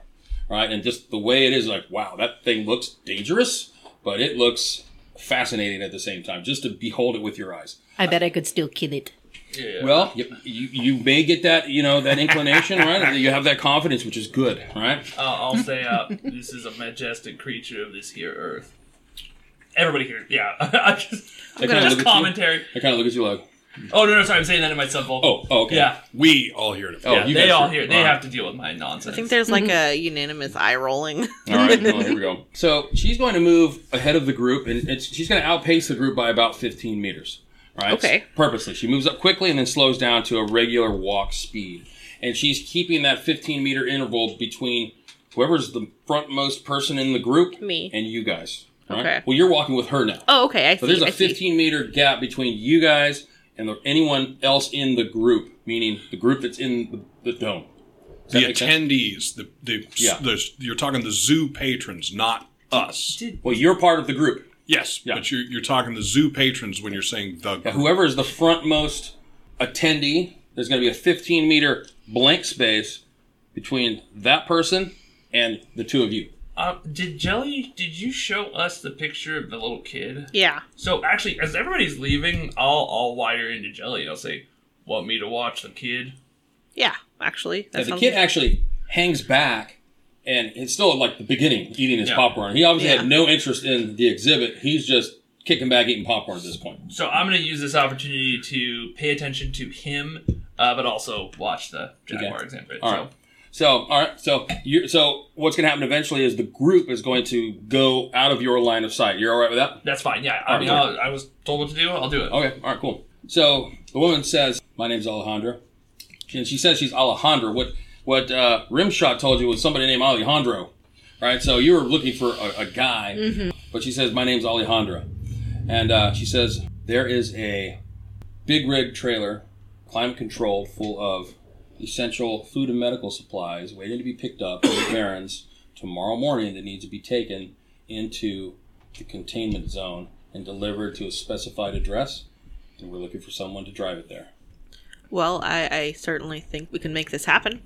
right? And just the way it is, like, wow, that thing looks dangerous, but it looks fascinating at the same time, just to behold it with your eyes.
I bet I could still kill it.
Yeah.
Well, you, you, you may get that, you know, that inclination, right? You have that confidence, which is good, right?
Uh, I'll say uh, this is a majestic creature of this here earth. Everybody here, yeah. I just,
I kind of look
just
at you.
commentary.
I kind of look at you like,
Oh no, no, sorry, I'm saying that in my sub
oh, oh, okay.
yeah,
We all hear it.
Oh,
yeah.
you
They
guys
all
are-
here.
all
They
right.
have to deal with my nonsense.
I think there's like a unanimous eye rolling.
All right, well, here we go. So she's going to move ahead of the group, and it's, she's going to outpace the group by about 15 meters. Right?
Okay.
Purposely, she moves up quickly and then slows down to a regular walk speed, and she's keeping that 15 meter interval between whoever's the frontmost person in the group,
Me.
and you guys. all right?
Okay.
Well, you're walking with her now,
Oh, okay. I see.
so there's
I
a
see.
15 meter gap between you guys and the, anyone else in the group, meaning the group that's in the, the dome. Does that
The
make sense?
attendees, the the,
Yeah.
the you're talking the zoo patrons, not us.
Well, you're part of the group.
Yes,
Yeah.
but you're you're talking the zoo patrons when you're saying the.
Yeah, whoever is the frontmost attendee, there's going to be a 15 meter blank space between that person and the two of you.
Uh, did Jelly? Did you show us the picture of the little kid?
Yeah.
So actually, as everybody's leaving, I'll I'll wire into Jelly. and I'll say, "Want me to watch the kid?"
Yeah. Actually, that
Yeah, the
sounds
kid actually hangs back and it's still at, like the beginning eating his
Yeah.
popcorn. He obviously
Yeah.
had no interest in the exhibit. He's just kicking back eating popcorn at this point.
So I'm going to use this opportunity to pay attention to him, uh, but also watch the Jaguar
Okay.
example.
All
so
right. So, all right. So, you so what's going to happen eventually is the group is going to go out of your line of sight. You're all right with that?
that's fine. Yeah, I
All
mean,
right.
I'll, I was told what to do. I'll do it.
Okay, all right, cool. So the woman says, "My name's Alejandra," and she says she's Alejandra. What what uh, Rimshot told you was somebody named Alejandro, right? So you were looking for a, a guy, but she says, "My name's Alejandra," and uh, she says there is a big rig trailer, climate controlled, full of essential food and medical supplies waiting to be picked up from the barons tomorrow morning that needs to be taken into the containment zone and delivered to a specified address, and we're looking for someone to drive it there.
well. I, I certainly think we can make this happen.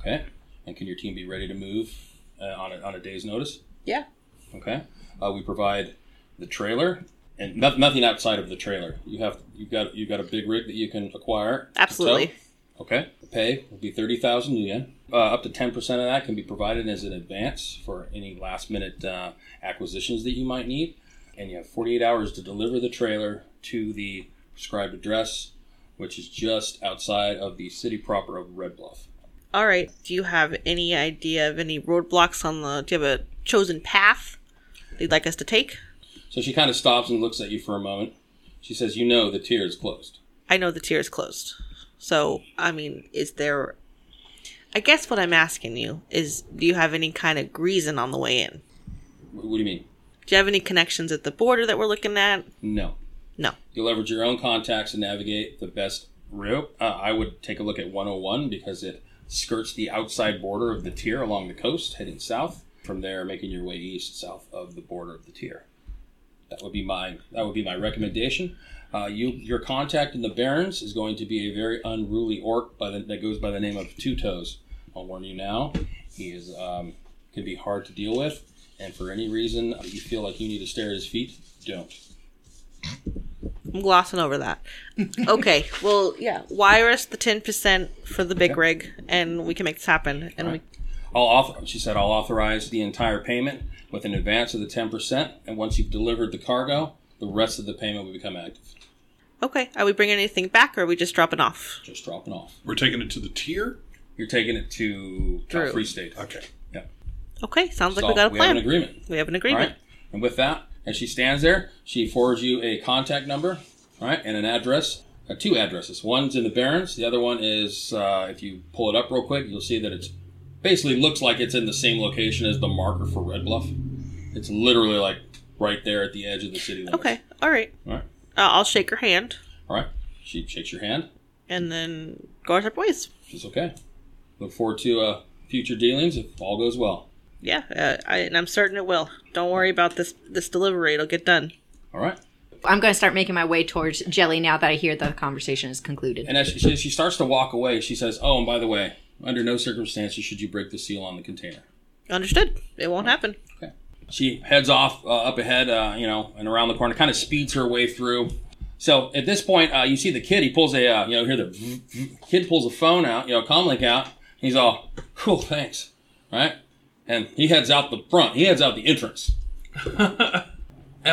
Okay? And can your team be ready to move uh, on, a, on a day's notice?
Yeah.
Okay? Uh, we provide the trailer and no, nothing outside of the trailer. You have you've got you've got a big rig that you can acquire. to tow.
Absolutely.
Okay. The pay will be 30,000 yen. Uh, up to 10% of that can be provided as an advance for any last minute uh, acquisitions that you might need. And you have 48 hours to deliver the trailer to the prescribed address, which is just outside of the city proper of Red Bluff.
All right. Do you have any idea of any roadblocks on the? Do you have a chosen path you'd like us to take?
So she kind of stops and looks at you for a moment. She says, You know, the tier is closed.
I know the tier is closed. So, I mean, is there. I guess what I'm asking you is do you have any kind of reason on the way in?
Wh- What do you mean?
Do you have any connections at the border that we're looking at?
No.
No.
You'll leverage your own contacts to navigate the best route. Uh, I would take a look at 101 because it skirts the outside border of the tier along the coast, heading south. From there, making your way east south of the border of the tier. That would be my that would be my recommendation. Uh, you your contact in the Barrens is going to be a very unruly orc by the, that goes by the name of Two Toes. I'll warn you now. He is um, can be hard to deal with, uh, and for any reason you feel like you need to stare at his feet, don't.
I'm glossing over that. Okay, well, yeah, wire us the ten percent for the big rig, and we can make this happen. And
I'll author- she said, I'll authorize the entire payment with an advance of the 10%, and once you've delivered the cargo, the rest of the payment will become active.
we okay, are we bringing anything back, or are we just dropping off?
Just dropping off.
We're taking it to the tier.
You're taking it to Cal
Drew.
Free State.
Okay.
Yeah.
Okay, sounds like
So
we got a
have an
plan.
agreement.
We have an
All
agreement.
right. And with that, as she stands there, she forwards you a contact number, all right, and an address. Uh, two addresses. One's in the Barrens. The other one is, uh, if you pull it up real quick, you'll see that it's basically looks like it's in the same location as the marker for Red Bluff. It's literally like right there at the edge of the city limits.
Okay, all right.
All right.
Uh, I'll shake her hand,
All right. She shakes your hand.
and then go our separate ways.
She's okay. Look forward to uh, future dealings if all goes well.
Yeah, uh, I, and I'm certain it will. Don't worry about this this delivery; it'll get done.
All right.
I'm going to start making my way towards Jelly now that I hear the conversation is concluded.
And as she, she starts to walk away, she says, "Oh, and by the way, under no circumstances should you break the seal on the container."
Understood. It won't happen.
She heads off uh, up ahead, uh, you know, and around the corner, kind of speeds her way through. So at this point, uh, you see the kid. He pulls a, uh, you know, hear the vroom, vroom. kid pulls a phone out, you know, comlink out. He's all, "Cool, thanks." Right, and he heads out the front. He heads out the entrance.
Am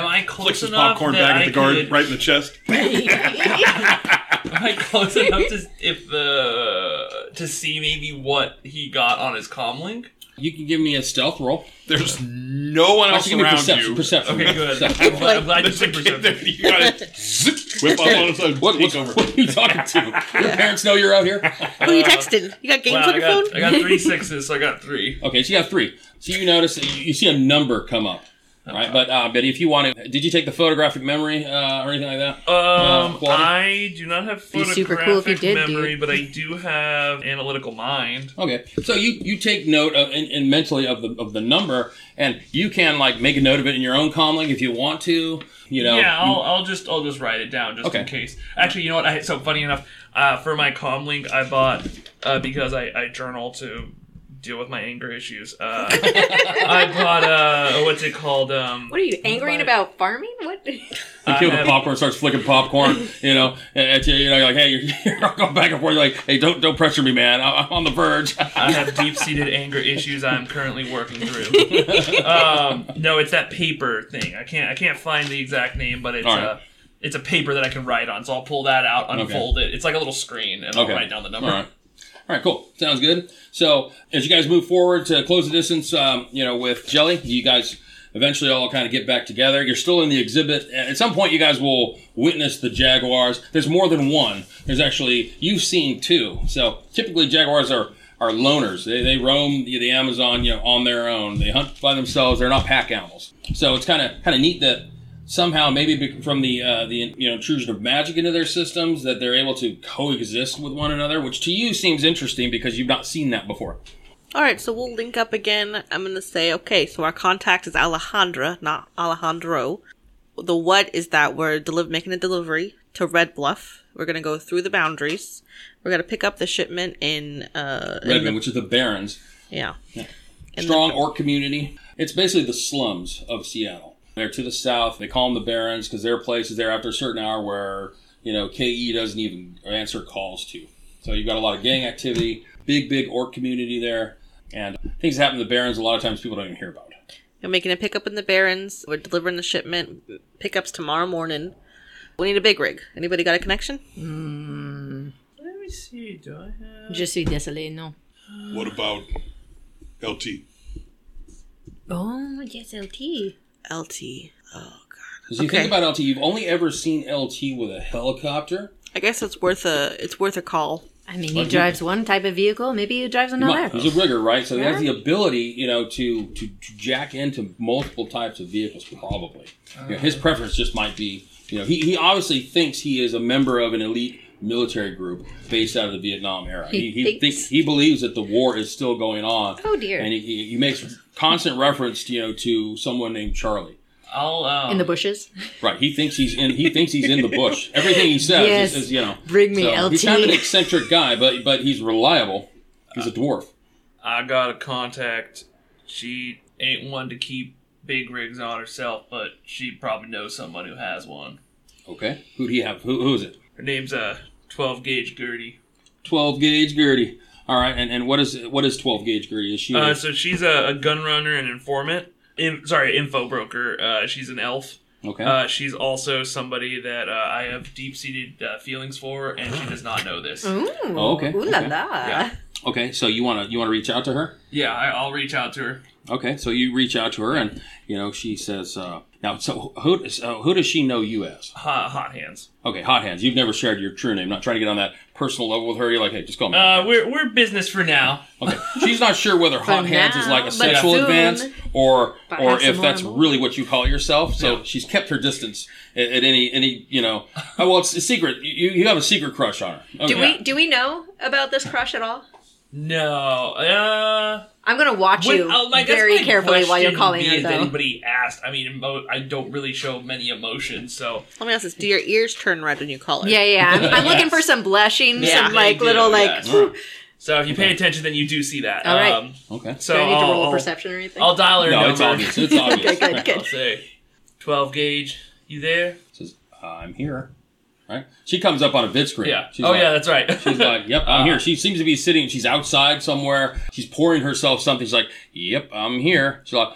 I close
Flicks his
enough
popcorn
that
bag
I
at the guard
could-
right in the chest.
Am I close enough to if the to see maybe what he got on his comlink?
You can give me a stealth roll.
There's no one else
Actually, give me
around
perception.
you.
Perception.
Okay, good.
Perception.
I'm glad, I'm glad you
There's a
said
kid there.
perception.
You gotta zip, whip up on his own.
What,
take
what's,
over.
what are you talking to? Your parents know you're out here.
Who you texting? You got games
Wow,
on
Uh, I
your
got,
phone?
I got three sixes, so I got three.
Okay, so you got three. So you notice that you, you see a number come up,
Uh-huh.
right? But uh, but if you want to, did you take the photographic memory uh, or anything like that?
Um,
quality?
I do not have
Be
photographic
super cool if you did, dude.
memory, but I do have analytical mind.
Okay, so you you take note of, and, and mentally of the of the number, and you can like make a note of it in your own comlink if you want to. You know,
Yeah, I'll, I'll just I'll just write it down just in
Okay.
case. Actually, you know what? I, so funny enough, uh, for my comlink, I bought uh, because I, I journal to deal with my anger issues. Uh, I bought uh, what's it called? Um,
What are you angry about farming? What?
the kid with
I'm-
the popcorn starts flicking popcorn. You know, at you, you know, you're like, hey, you're, you're going back and forth. You're like, hey, don't don't pressure me, man. I, I'm on the verge.
I have deep seated anger issues I'm currently working through. um, no, it's that paper thing. I can't I can't find the exact name, but it's
All right.
a it's a paper that I can write on. So I'll pull that out, unfold it. It's like a little screen, and I'll
Okay.
write down the number.
All right. All right, cool. Sounds good. So as you guys move forward to close the distance, um, you know, with Jelly, you guys eventually all kind of get back together. You're still in the exhibit. At some point, you guys will witness the jaguars. There's more than one. There's actually you've seen two. So typically, jaguars are are loners. They, they roam the, the Amazon, you know, on their own. They hunt by themselves. They're not pack animals. So it's kind of kind of neat that somehow maybe be- from the uh, the you know intrusion of magic into their systems that they're able to coexist with one another, which to you seems interesting because you've not seen that before.
All right, so we'll link up again. I'm gonna say, okay, so our contact is Alejandra, not Alejandro. The what is that we're deli- making a delivery to Red Bluff. We're gonna go through the boundaries. We're gonna pick up the shipment in, uh, in
Redmond, which is the Barrens,
the- yeah,
strong orc community. It's basically the slums of Seattle. They're to the south. They call them the Barrens because their place is there after a certain hour where you know KE doesn't even answer calls to. So you've got a lot of gang activity, big big orc community there, and things happen in the Barrens. A lot of times people don't even hear about.
We're making a pickup in the Barrens. We're delivering the shipment. Pickups tomorrow morning. We need a big rig. Anybody got a connection?
Let me see. Do I have?
Je suis désolé, no.
What about LT?
Oh, yes, LT.
LT. Oh god.
Because you
Okay.
think about LT, you've only ever seen LT with a helicopter.
I guess it's worth a it's worth a call.
I mean, he drives one type of vehicle, maybe he drives
Come on,
another.
He's a rigger, right? So he has the ability, you know, to, to, to jack into multiple types of vehicles, probably. You know, his preference just might be, you know, he, he obviously thinks he is a member of an elite military group based out of the Vietnam era. He,
He
he
thinks-
thinks. he believes that the war is still going on.
Oh, dear.
And he- he, he makes constant reference, you know, to someone named Charlie.
I'll um,
In the bushes.
Right, he thinks he's in. He thinks he's in the bush. Everything he says
Yes.
is, is, you know,
Bring me LT.
He's kind of an eccentric guy, but but he's reliable. He's a dwarf.
I got a contact. She ain't one to keep big rigs on herself, but she probably knows someone who has one.
Okay. Who'd he have? Who, who is it?
Her name's uh, 12 Gauge Gertie.
12 gauge Gertie. All right. And, and what is what is 12 gauge Gertie? Is she
Uh, so she's a, a gun runner and informant. In, sorry, info broker. Uh, she's an elf.
okay?
Uh, she's also somebody that uh, I have deep seated uh, feelings for, and she does not know this.
Ooh,
okay,
Ooh la
okay.
Oh,
la.
Yeah.
okay. So you wanna you wanna reach out to her?
Yeah, I, I'll reach out to her.
Okay, so you reach out to her, and you know she says, uh, "Now, so who so who does she know you as?"
Hot, hot hands.
Okay, Hot Hands. You've never shared your true name. Not trying to get on that personal level with her. You're like, "Hey, just call me."
Uh, we're we're business for now.
okay, she's not sure whether Hot Hands is
now,
like a
but
sexual
soon.
advance or
But
or
have some
if that's
more.
really what you call yourself. So she's kept her distance at, at any any you know. Oh, well, it's a secret. You you have a secret crush on her. Okay.
Oh,
Do we do we know about this crush at all?
No. Uh,
I'm gonna watch
when-
you
oh, my- that's
very
my
carefully while you're
question
calling
be
her,
if
though.
anybody asked? I mean, emo- I don't really show many emotions, so
Let me ask this: Do your ears turn red when you call her?
Yeah, yeah. I'm, I'm looking for some blushing,
Yeah,
some
they
like
do,
little like.
yes.
"Ooh."
so if you pay attention, then you do see that.
All right.
Um,
Okay.
so
Do I need to
I'll,
roll
I'll-
perception or anything?
I'll dial her
No,
number.
it's obvious. It's obvious.
Okay, good,
I'll say, twelve gauge. You there?
Says, "I'm here." Right. She comes up on a vid screen.
Yeah.
She's
oh
like,
yeah, Uh. that's right.
She's like, "Yep, I'm here." She seems to be sitting. She's outside somewhere. She's pouring herself something. She's like, "Yep, I'm here." She's like,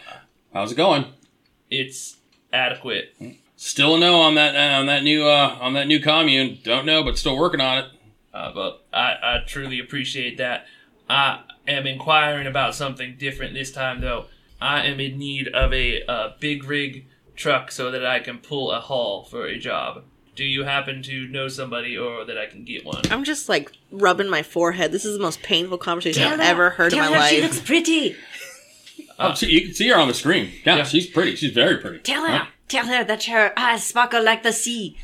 "How's it going?"
it's adequate.
Still a no on that on that new uh, on that new commune. Don't know, but still working on it.
Uh, but I, I truly appreciate that. I am inquiring about something different this time, though. I am in need of a, uh big rig truck so that I can pull a haul for a job. Do you happen to know somebody or that I can get one?
I'm just like rubbing my forehead. This is the most painful conversation
Tell
I've
her-
ever heard in
tell
my
her She
life.
looks pretty.
oh, she, you can see her on the screen. Yeah,
Yeah.
she's pretty. She's very pretty.
Tell her.
Right?
Tell her that her eyes sparkle like the sea.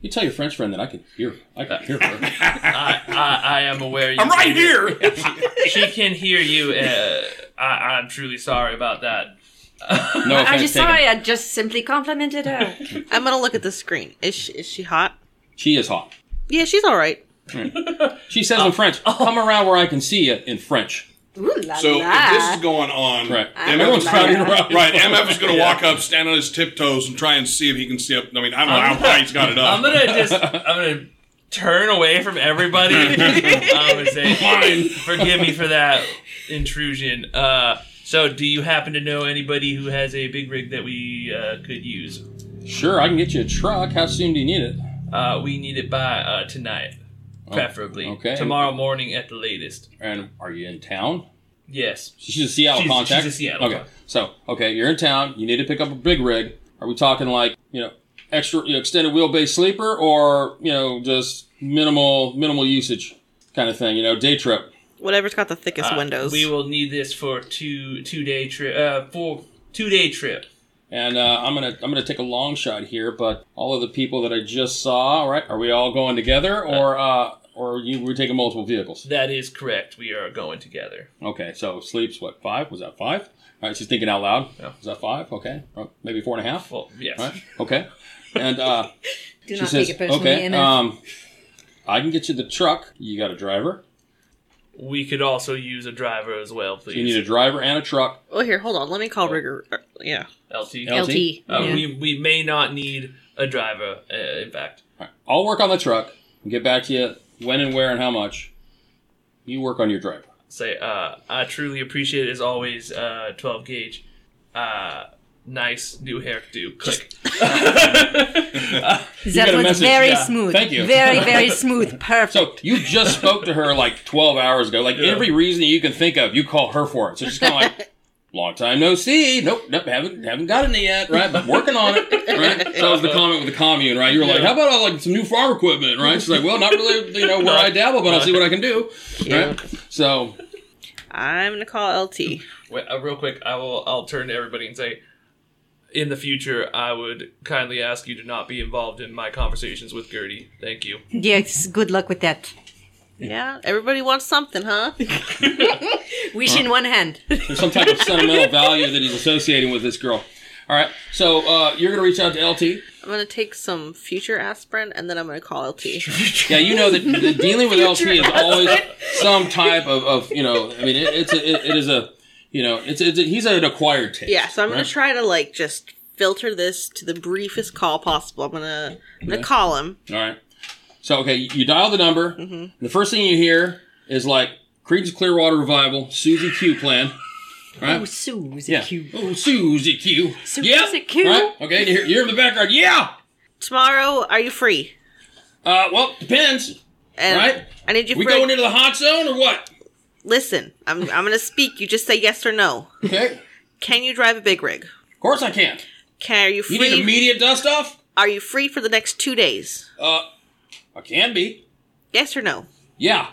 You tell your French friend that I can hear. I can hear her.
I, I, I am aware. You
I'm right
can-
here.
She can hear you. Uh, I, I'm truly sorry about that.
No offense
I'm just
taken.
sorry. I just simply complimented her.
I'm gonna look at the screen. Is she, is she hot?
She is hot.
Yeah, she's all right.
She says in French, "Come around where I can see you in French."
Ooh la
So
la.
if this is going on,
Right.
MF
Everyone's crowding around.
Right, MF is going to walk up, stand on his tiptoes, and try and see if he can see up. I mean, I don't know how high he's got it up.
I'm gonna just. I'm gonna turn away from everybody. I'm gonna say,
Fine.
Forgive me for that intrusion. Uh, so, do you happen to know anybody who has a big rig that we uh, could use?
Sure, I can get you a truck. How soon do you need it?
Uh, we need it by uh, tonight, preferably.
Oh, okay.
Tomorrow morning at the latest.
And are you in town?
Yes.
She's a Seattle
She's-
contact.
she's a Seattle
Okay,
contact.
so okay, you're in town. You need to pick up a big rig. Are we talking like you know extra you know, extended wheelbase sleeper or you know just minimal minimal usage kind of thing? You know, day trip.
Whatever's got the thickest
Uh,
windows.
We will need this for two two day trip. Uh, for two day trip.
And uh, I'm gonna I'm gonna take a long shot here, but all of the people that I just saw, all right, are we all going together or uh, or you we're taking multiple vehicles?
That is correct. We are going together.
Okay, so sleeps what five? Was that five? All right, she's thinking out loud.
Yeah.
Was that five? Okay, Or maybe four and a half.
Well, yes.
All right, okay, and. uh
Do
She
not
says,
take it personally,
okay,
Emma.
um, I can get you the truck. You got a driver.
We could also use a driver as well, please.
You need a driver and a truck.
oh, here, hold on. Let me call Rigger. uh, Yeah.
LT.
LT.
LT.
Uh,
Oh,
Yeah.
we, we may not need a driver, uh, in fact.
All right, I'll work on the truck and get back to you when and where and how much. You work on your driver.
say uh, I truly appreciate it as always. Uh, Twelve gauge, uh, nice new hairdo. Click.
that
got a
was
message,
very
yeah.
smooth.
Thank you.
Very, very smooth. Perfect.
So you just spoke to her like 12 hours ago. Like every reason you can think of, you call her for it. So she's kind of like, long time no see. Nope, nope, haven't haven't gotten it yet. Right, but working on it. Right. So that was the comment with the commune. Right. You were like,
Yeah.
how about uh, like some new farm equipment? Right. She's like, well, not really. You know where I dabble, but I'll see what I can do. Right. So
I'm gonna call LT.
Wait, uh, real quick, I will. I'll turn to everybody and say, in the future, I would kindly ask you to not be involved in my conversations with Gertie. Thank you.
yes, good luck with that.
Yeah. Everybody wants something, huh?
Wish
Uh-huh.
in one hand.
there's some type of sentimental value that he's associating with this girl. All right. So uh, you're gonna reach out to LT.
I'm gonna take some future aspirin and then I'm gonna call LT.
Yeah, you know that, that dealing with LT is always some type of, of you know. I mean, it, it's a, it, it is a you know, it's, it's a, he's an acquired taste.
Yeah, so I'm gonna
right?
try to like just filter this to the briefest call possible. I'm gonna, I'm gonna call him.
All right. So okay, you you dial the number.
Mm-hmm.
The first thing you hear is like Creed's Clearwater Revival, Susie Q plan. Right?
Oh, Sue is a
yeah.
cute.
Oh, Susie Q.
Susie
yeah.
Q.
Right? Okay. You hear, you hear in the background. Yeah.
Tomorrow, are you free?
Uh, well, depends.
And
Right.
I need you.
We
for-
going into the hot zone or what?
Listen, I'm I'm gonna speak. You just say yes or no.
Okay. Of
Can you drive a big rig?
course I can't.
Can are you
You
free?
need immediate dust off.
are you free for the next two days?
Uh, I can be.
Yes or no?
Yeah.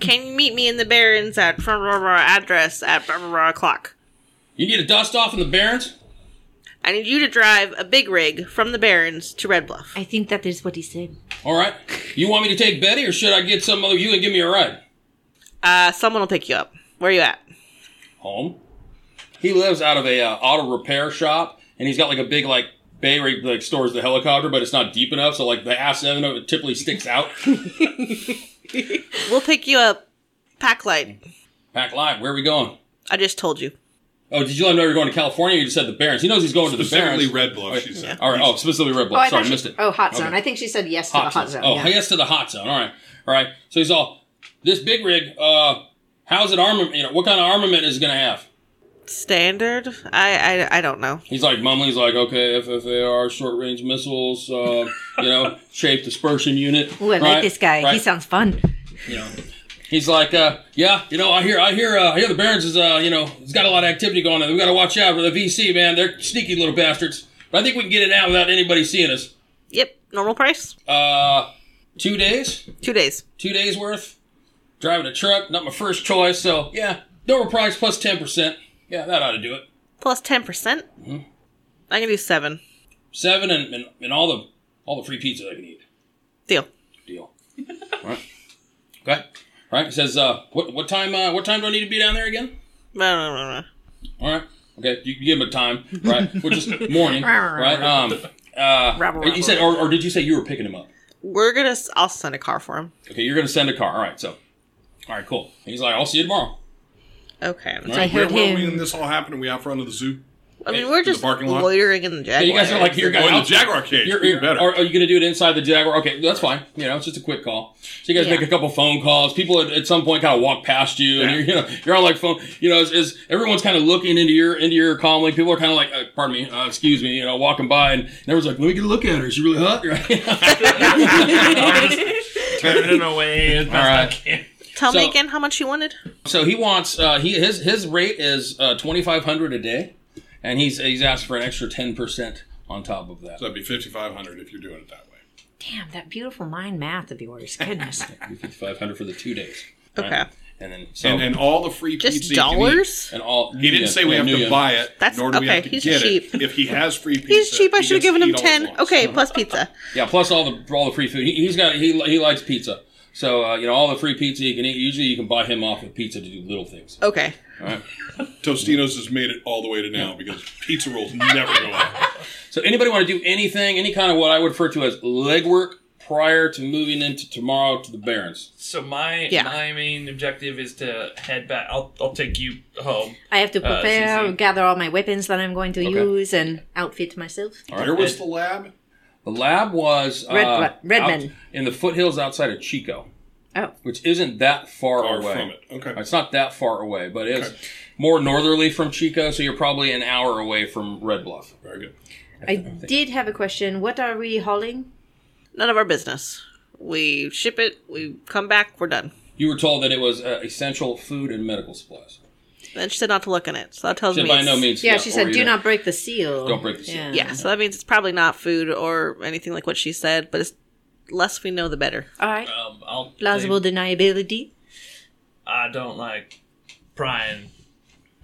Can you meet me in the Barrens at blah, blah, blah, address at blah, blah, blah, o'clock?
You need a dust off in the Barrens.
I need you to drive a big rig from the Barrens to Red Bluff.
I think that is what he said.
All right. You want me to take Betty, or should I get some other you and give me a ride
Uh, someone will pick you up. Where you at?
home? He lives out of a uh, auto repair shop, and he's got like a big like bay where he like stores the helicopter, but it's not deep enough, so like the ass end of it typically sticks out.
We'll pick you up. Pack light.
Pack live. Where are we going?
I just told you.
Oh, did you let him know you're going to California? Or you just said the Barrens. He knows he's going to the
Specifically Red
Barrens.
Bluff, she said.
All right. Oh, specifically Red Bull.
I
Sorry,
thought she-
missed it.
Oh, hot zone. I think she said yes to the hot zone.
Oh,
yeah.
yes to the hot zone. All right, all right. So he's all this big rig. Uh, how's it armament? You know, what kind of armament is it gonna have?
Standard? I I, I don't know.
He's like mumbling. He's like, okay, FFAR, short range missiles. Uh, you know, shaped dispersion unit.
Ooh, I
right,
like this guy. He
right.
sounds fun.
you know. He's like, uh, yeah, you know, I hear, I hear, uh, I hear the Barons is, uh, you know, it's got a lot of activity going on. We got to watch out for the VC, man. They're sneaky little bastards. But I think we can get it out without anybody seeing us.
Yep. Normal price.
Uh, two days.
Two days.
two days worth. Driving a truck, not my first choice, so yeah, normal price plus ten percent. Yeah, that ought to do it.
Plus ten percent. I can do seven.
Seven and, and, and all the all the free pizza I can eat.
Deal.
Deal. right. Okay. All right. It says uh, what what time uh, what time do I need to be down there again?
Blah, blah, blah, blah.
All right. Okay. You can give him a time, right? Which is morning, right? Um. Uh, you said, or, or did you say you were picking him up?
We're gonna. s- I'll send a car for him.
Okay, you're gonna send a car. All right. So, all right, cool. And he's like, I'll see you tomorrow.
Okay.
I
Where
heard
were we when
him.
this all happened? Are we out front of the zoo?
I mean,
Hey,
we're
to the
just
parking lot?
loitering in the Jaguar.
Yeah, you guys are like, here,
Or
guys.
Oh, in the
I'll-
Jaguar cage?
You're,
even
you're-
better.
Are, are you going to do it inside the Jaguar? Okay, that's fine. You know, it's just a quick call. So you guys
Yeah.
make a couple phone calls. People at, at some point kind of walk past you, and you're, you know, you're on like phone. You know, is, is everyone's kind of looking into your into your column? Like people are kind of like, uh, pardon me, uh, excuse me, you know, walking by, and, and everyone's like, let me get a look at her. Is she really hot?
I'm
Right?
just turning away as best
Alright.
I can.
Tell me
So-
again how much you wanted.
so he wants uh, he his his rate is uh, twenty five hundred a day, and he's he's asked for an extra ten percent on top of that.
So that'd be 5500 if you're doing it that way.
Damn, that beautiful mind math of yours. Goodness.
Fifty five hundred for the two days,
Okay.
and then so
And, and all the free
Just
pizza. you can eat.
dollars?
and all
He didn't say we have to buy it,
That's-
nor do we
okay,
have to
he's
get
cheap.
it. If he has free pizza,
He's cheap. I
he
should have
gets to
given him
eat all he
ten.
wants.
Okay, plus pizza.
Yeah, plus all the all the free food. He, he's got he, he likes pizza, so uh, you know all the free pizza he can eat. Usually, you can buy him off with pizza to do little things.
Okay.
Tostino's has made it all the way to now because pizza rolls never go out.
So, anybody want to do anything, any kind of what I would refer to as legwork prior to moving into tomorrow to the Barons?
So my
Yeah.
my main objective is to head back. I'll I'll take you home.
I have to
Uh,
prepare,
Susie.
gather all my weapons that I'm going to
Okay.
use, and outfit myself.
Where was the lab?
The lab was uh,
Red- Red- Redmond.
out in the foothills outside of Chico,
Oh,
which isn't that far,
Far
away. Uh,
from it. Okay.
It's not that far away, but it's
Okay.
more northerly from Chico, so you're probably an hour away from Red Bluff.
Very good.
I did have a question. What are we hauling?
None of our business. We ship it. We come back. We're done.
You were told that it was uh, essential food and medical supplies.
Then she said not to look in it. So that tells
Said
me.
by
it's-
no means.
Yeah, she said,
or
"Do
either."
not break the seal."
Don't break the seal.
Yeah. So that means it's probably not food or anything like what she said. But it's less we know, the better.
All right.
Um, I'll
Plausible deniability.
I don't like prying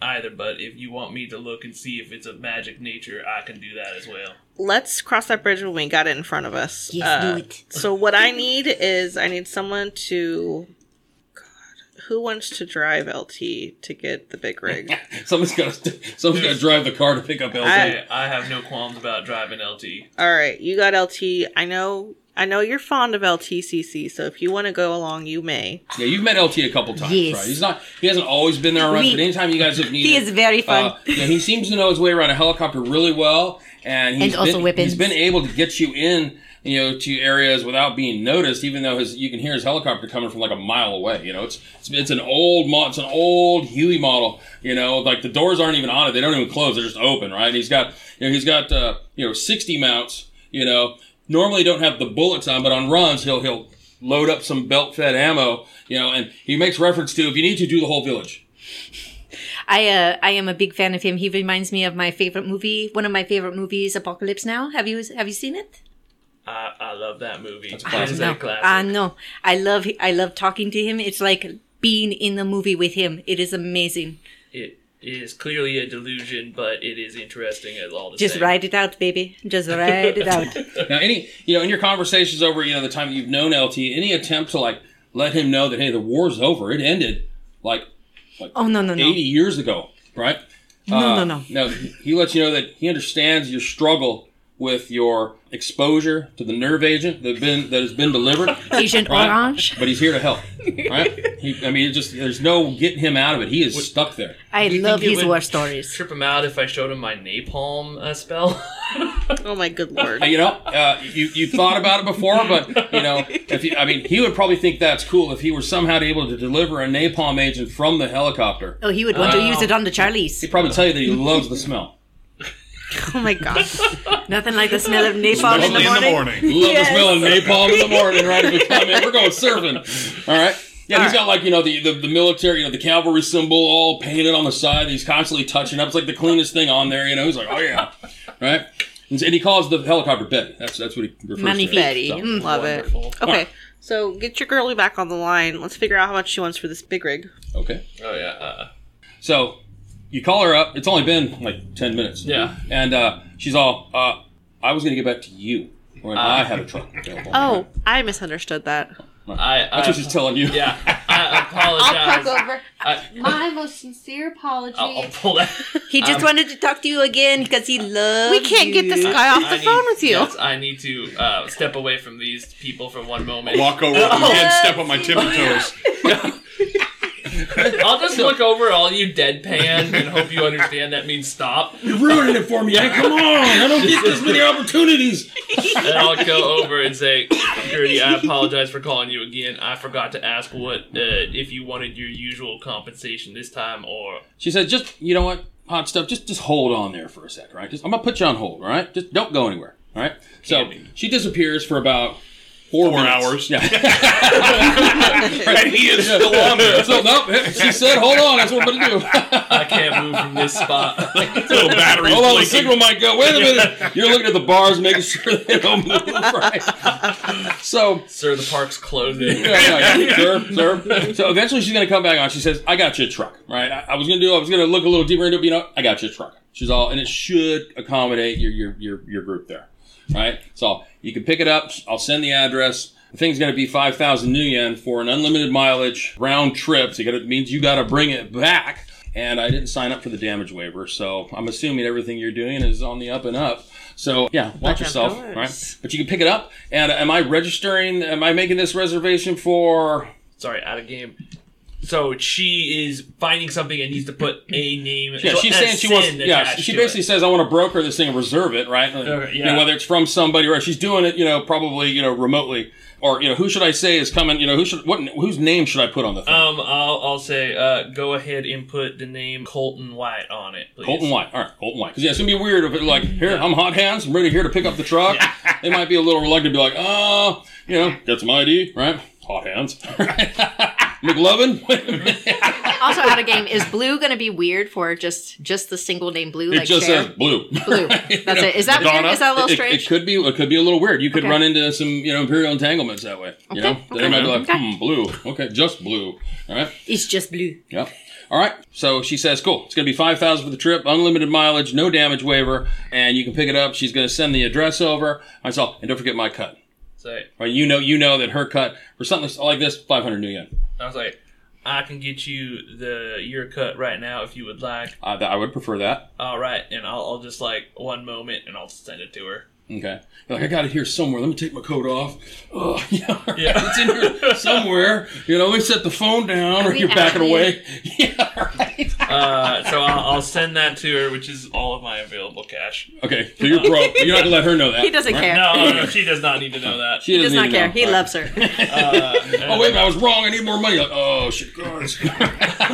either, but if you want me to look and see if it's of magic nature, I can do that as well.
Let's cross that bridge when we got it in front of us.
Yes,
Uh,
do it.
So what I need is I need someone to. God, who wants to drive LT to get the big rig?
Someone's got to someone's got to drive the car to pick up LT.
I-
I, I have no qualms about driving LT.
All right, you got LT. I know, I know you're fond of LTCC. So if you want to go along, you may.
yeah, you've met LT a couple times,
Yes.
right? He's not he hasn't always been there around,
We-
but anytime you guys have needed,
He is very fun.
Uh, yeah, he seems to know his way around a helicopter really well, and he's
And also
been,
weapons.
He's been able to get you in, you know, to areas without being noticed, even though his you can hear his helicopter coming from like a mile away. You know, it's it's, it's an old mo- it's an old Huey model. You know, like the doors aren't even on it; they don't even close; they're just open, right? He's got you know he's got uh, you know sixty mounts. You know, normally don't have the bullets on, but on runs he'll he'll load up some belt fed ammo. You know, and he makes reference to if you need to do the whole village.
I uh, I am a big fan of him. He reminds me of my favorite movie, one of my favorite movies, Apocalypse Now. Have you have you seen it?
I, I love that movie. It's
classic.
a
No.
classic.
Ah, no. I love I love talking to him. It's like being in the movie with him. It is amazing.
It is clearly a delusion, but it is interesting at all the
Just
same.
ride it out, baby. Just ride it out.
Now, any you know, in your conversations over you know the time that you've known LT, any attempt to like let him know that hey, the war's over, it ended like
Oh no no no.
eighty Uh, years ago, right? No,
no, no.
No, he lets you know that he understands your struggle with your exposure to the nerve agent that been that has been delivered.
Agent
Right.
Orange.
But he's here to help, right? He, I mean, it just there's no getting him out of it. He is stuck there.
I
You
love
think it
his
would
war stories.
Trip him out if I showed him my napalm uh, spell.
Oh my good lord.
Uh, you know, uh, you you thought about it before, but you know, if you, I mean, he would probably think that's cool if he were somehow able to deliver a napalm agent from the helicopter.
Oh, he would want to use it on the Charlies.
He'd probably tell you that he loves the smell.
Oh my gosh.
Nothing like the smell of napalm in the
Especially in the
morning.
morning.
Love the smell of napalm in the morning, right? As we come in, we're going surfing. All right. Yeah, he's got like you know the, the the military, you know the cavalry symbol all painted on the side. He's constantly touching up. It's like the cleanest thing on there. You know, he's like, oh yeah, right. And he calls the helicopter Betty. That's that's what he refers to. it.
Betty.
So-
Mm, Love
Wonderful.
it. Okay. So get your girly back on the line. Let's figure out how much she wants for this big rig.
Okay.
oh yeah. Uh,
So you call her up. It's only been like 10 minutes.
Yeah.
And uh, she's all, uh, I was going to get back to you when
Uh.
I had a truck available.
Oh, I misunderstood that.
I, I
That's what she's telling you.
yeah. I apologize.
over.
I,
My most sincere apology.
I'll, I'll pull that.
He
Um,
just wanted to talk to you again because he loves.
We can't get this
you.
guy off
I
the
need-
phone with you.
Yes, I need to uh, step away from these people for one moment.
Walk over
Oh,
and step on my tippy toes.
I'll just look over at all you deadpan and hope you understand that means stop.
You're ruining it for me. Hey, come on. I don't get this many opportunities.
And I'll go over and say, Gertie, I apologize for calling you again. I forgot to ask what uh, if you wanted your usual compensation this time or
She said, just, you know what, hot stuff, just just hold on there for a sec, all right? Just, I'm going to put you on hold, all right? Just don't go anywhere, all right? So she disappears for about four,
Four
minutes.
hours.
Yeah.
And he is still on there.
so, no, she said, hold on. That's what I'm going to do.
I can't move from this spot.
Little batteries
Hold on, the
blinking.
signal might go. Wait a minute. You're looking at the bars, making sure they don't move. Right. So,
Sir, the park's closing.
yeah, yeah, yeah. sir, sir. So eventually she's going to come back on. She says, I got you a truck, right? I, I was going to do, I was going to look a little deeper into it, but you know, I got you a truck. She's all, and it should accommodate your, your, your, your group there, right? So you can pick it up. I'll send the address. The thing's going to be 5,000 new yen for an unlimited mileage round trip. So you gotta, it means you got to bring it back. And I didn't sign up for the damage waiver, so I'm assuming everything you're doing is on the up and up. So yeah, watch yourself,
course.
right? But you can pick it up. And am I registering? Am I making this reservation for?
Sorry, out of game. So she is finding something and needs to put a name.
Yeah, she's saying she wants. Yeah, she basically says I want to broker this thing and reserve it, right? And,
Okay,
you
yeah.
know, whether it's from somebody or she's doing it, you know, probably you know remotely or you know who should I say is coming? You know who should what whose name should I put on the thing?
Um, I'll, I'll say, uh, go ahead and put the name Colton White on it, please.
Colton White. All right, Colton White. Because yeah, it's gonna be weird if it like here I'm hot hands. I'm ready here to pick up the truck. they might be a little reluctant to be like, uh, you know, that's my ID, right? Hot hands. McLovin.
Also, out of game is blue going to be weird for just just the single name blue?
it
like
just um,
Cher?
says blue.
blue. That's it. Is that
Madonna?
weird? Is that a little
It- it,
strange?
it could be. It could be a little weird. You could
Okay.
run into some, you know, imperial entanglements that way. You know, they
okay,
might be like,
okay.
hmm, blue. Okay, just blue. All right.
it's just blue.
Yep. All right. So she says, cool. It's going to be 5000 for the trip, unlimited mileage, no damage waiver, and you can pick it up. She's going to send the address over. I saw, and don't forget my cut.
So
Right. You know, you know that her cut for something like this, 500 new yen.
I was like, I can get you the your cut right now if you would like.
I, I would prefer that.
All right, and I'll, I'll just like one moment and I'll send it to her.
Okay. You're like, I got it here somewhere. Let me take my coat off. Oh, yeah. yeah. It's in here somewhere. You know, we set the phone down or
we
you're backing
actually-
away. Yeah, right.
Uh, so I'll, I'll send that to her, which is all of my available cash.
Okay, so you're broke. You're not going to let her know that.
He doesn't
right?
care.
No, no, no, she does not need to know that. Uh,
She
He does
doesn't
not
even
care.
know.
He
All right.
loves her.
Oh, wait, a minute, I was wrong. I need more money. Like, oh, shit. God.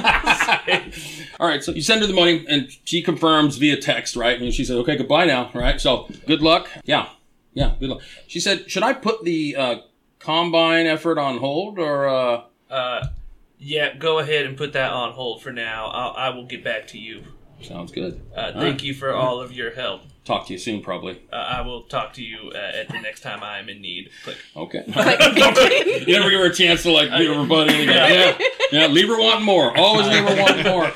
All right, so you send her the money, and she confirms via text, right? And she says, okay, goodbye now, right? So good luck. Yeah, yeah, good luck. She said, should I put the uh, combine effort on hold or. Uh,
Uh, yeah, go ahead and put that on hold for now. I'll, I will get back to you.
Sounds good.
Uh,
All
thank
right.
you for all of your help.
Talk to you soon, probably.
Uh, I will talk to you uh, at the next time I am in need. Click.
Okay. you never give her a chance to like leave her rebut anything. Yeah. yeah, leave her wanting more. Always leave her wanting more.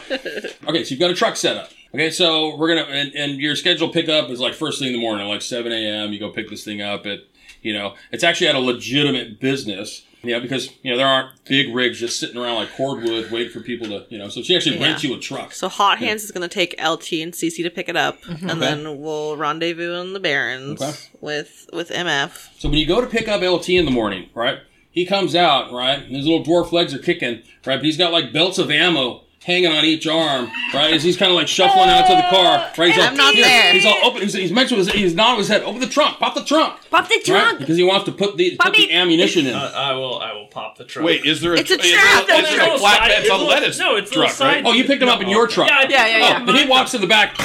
Okay, so you've got a truck set up. Okay, so we're gonna and, and your scheduled pickup is like first thing in the morning, like seven a.m. You go pick this thing up at you know it's actually at a legitimate business. Yeah, because you know there aren't big rigs just sitting around like cordwood waiting for people to you know. So she actually rents you a truck.
So Hot Hands is going to take LT and CC to pick it up, and then we'll rendezvous in the Barrens
Mm-hmm. Okay.
with with MF.
So when you go to pick up LT in the morning, right? He comes out, right? And his little dwarf legs are kicking, right? But he's got like belts of ammo hanging on each arm, right? As he's kind of like shuffling out to the car, right? He's all,
I'm not
here.
there.
He's all open. He's, he's mentioned. His, he's nodding his head. Open the trunk. Pop the trunk.
Pop the
Right?
trunk.
Because he wants to put the put
Bobby.
the ammunition in.
Uh, I will. I will pop the truck.
Wait, is there a?
It's a
is there
trap.
Is
It's
there a
a
little side-
flatbed
it's a
on
little-
lettuce
no, it's a little
truck, right?
side-
oh, you picked him up in your truck.
Yeah, I did.
Yeah, yeah, yeah.
Oh, but he walks in the back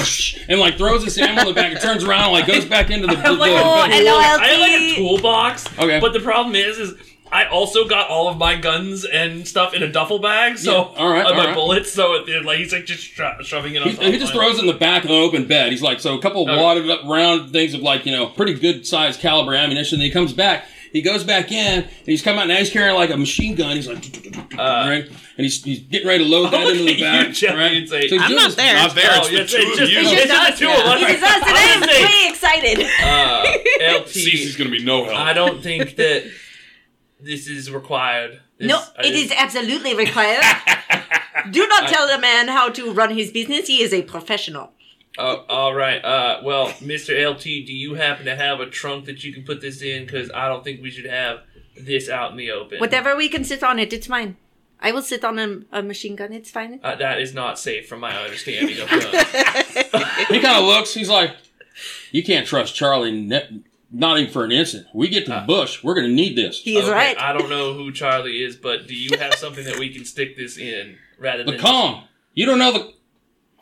and like throws his ammo in the back and turns around like goes back into the. the,
have like
the-
Oh, hello, LT.
I have like a toolbox.
Okay.
But the problem is, is I also got all of my guns and stuff in a duffel bag. So
Yeah, all right,
uh,
all
my
right.
bullets. So it, it- like he's like just sho- shoving it on. top
He, he
of
just
mine.
throws it in the back of an open bed. He's like, so a couple
Okay.
wadded up round things of like, you know, pretty good sized caliber ammunition. Then he comes back. He goes back in and he's coming out now. He's carrying like a machine gun. He's like, right? And he's, he's getting ready to load that
Look
into the
at
back.
Uh, you, Jeff,
right?
you'd say,
he's
"I'm
doing
not
this-
there."
Not there.
Oh,
It's
yes,
the two
it's
of
just-
you.
it's just the two of us.
It's us, and I am
Honestly.
really excited.
Uh, LT.
Cece's gonna be no help.
I don't think that this is required. This,
No,
I
it
just-
is absolutely required. Do not tell the man how to run his business. He is a professional.
Uh, all right. Uh, well, Mr. LT, do you happen to have a trunk that you can put this in? Because I don't think we should have this out in the open.
Whatever we can sit on it, it's fine. I will sit on a, a machine gun. It's fine.
Uh, that is not safe from my understanding of uh, guns.
He kind of looks. He's like, you can't trust Charlie, ne- not even for an instant. We get to
Uh.
the bush. We're going to need this.
He is
Okay,
right.
I don't know who Charlie is, but do you have something that we can stick this in rather
The
than
calm. You don't know the.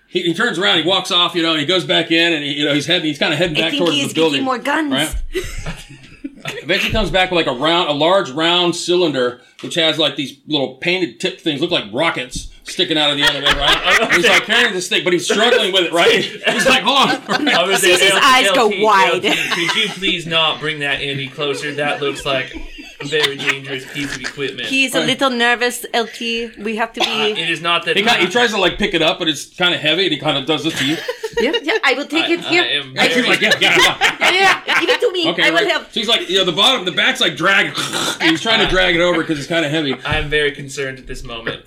He, he turns around. He walks off. You know. And he goes back in, and he, you know he's heading. He's kind of heading
I
back
think
towards
he
the
is getting
building.
more guns.
Right. Eventually comes back with like a round, a large round cylinder, which has like these little painted tip things, look like rockets sticking out of the end of it, right? And he's like carrying this thing, but he's struggling with it, right? He's like, hold on.
I would say,
Cece's
LT,
eyes go
LT,
wide.
could you please not bring that any closer? That looks like a very dangerous piece of equipment.
He is a
Right.
little nervous, LT. We have to be.
Uh, it is not that
He, kind he tries to like pick it up, but it's kind of heavy, and he kind of does this to you.
yeah, yeah, I will take
I,
it here.
I am
Like, you're
very-
like, yeah, yeah, yeah.
yeah, give it to me.
Okay,
I will
right.
help.
So he's like, you know, the bottom, the back's like dragging. he's trying to drag it over because it's kind of heavy.
I am very concerned at this moment.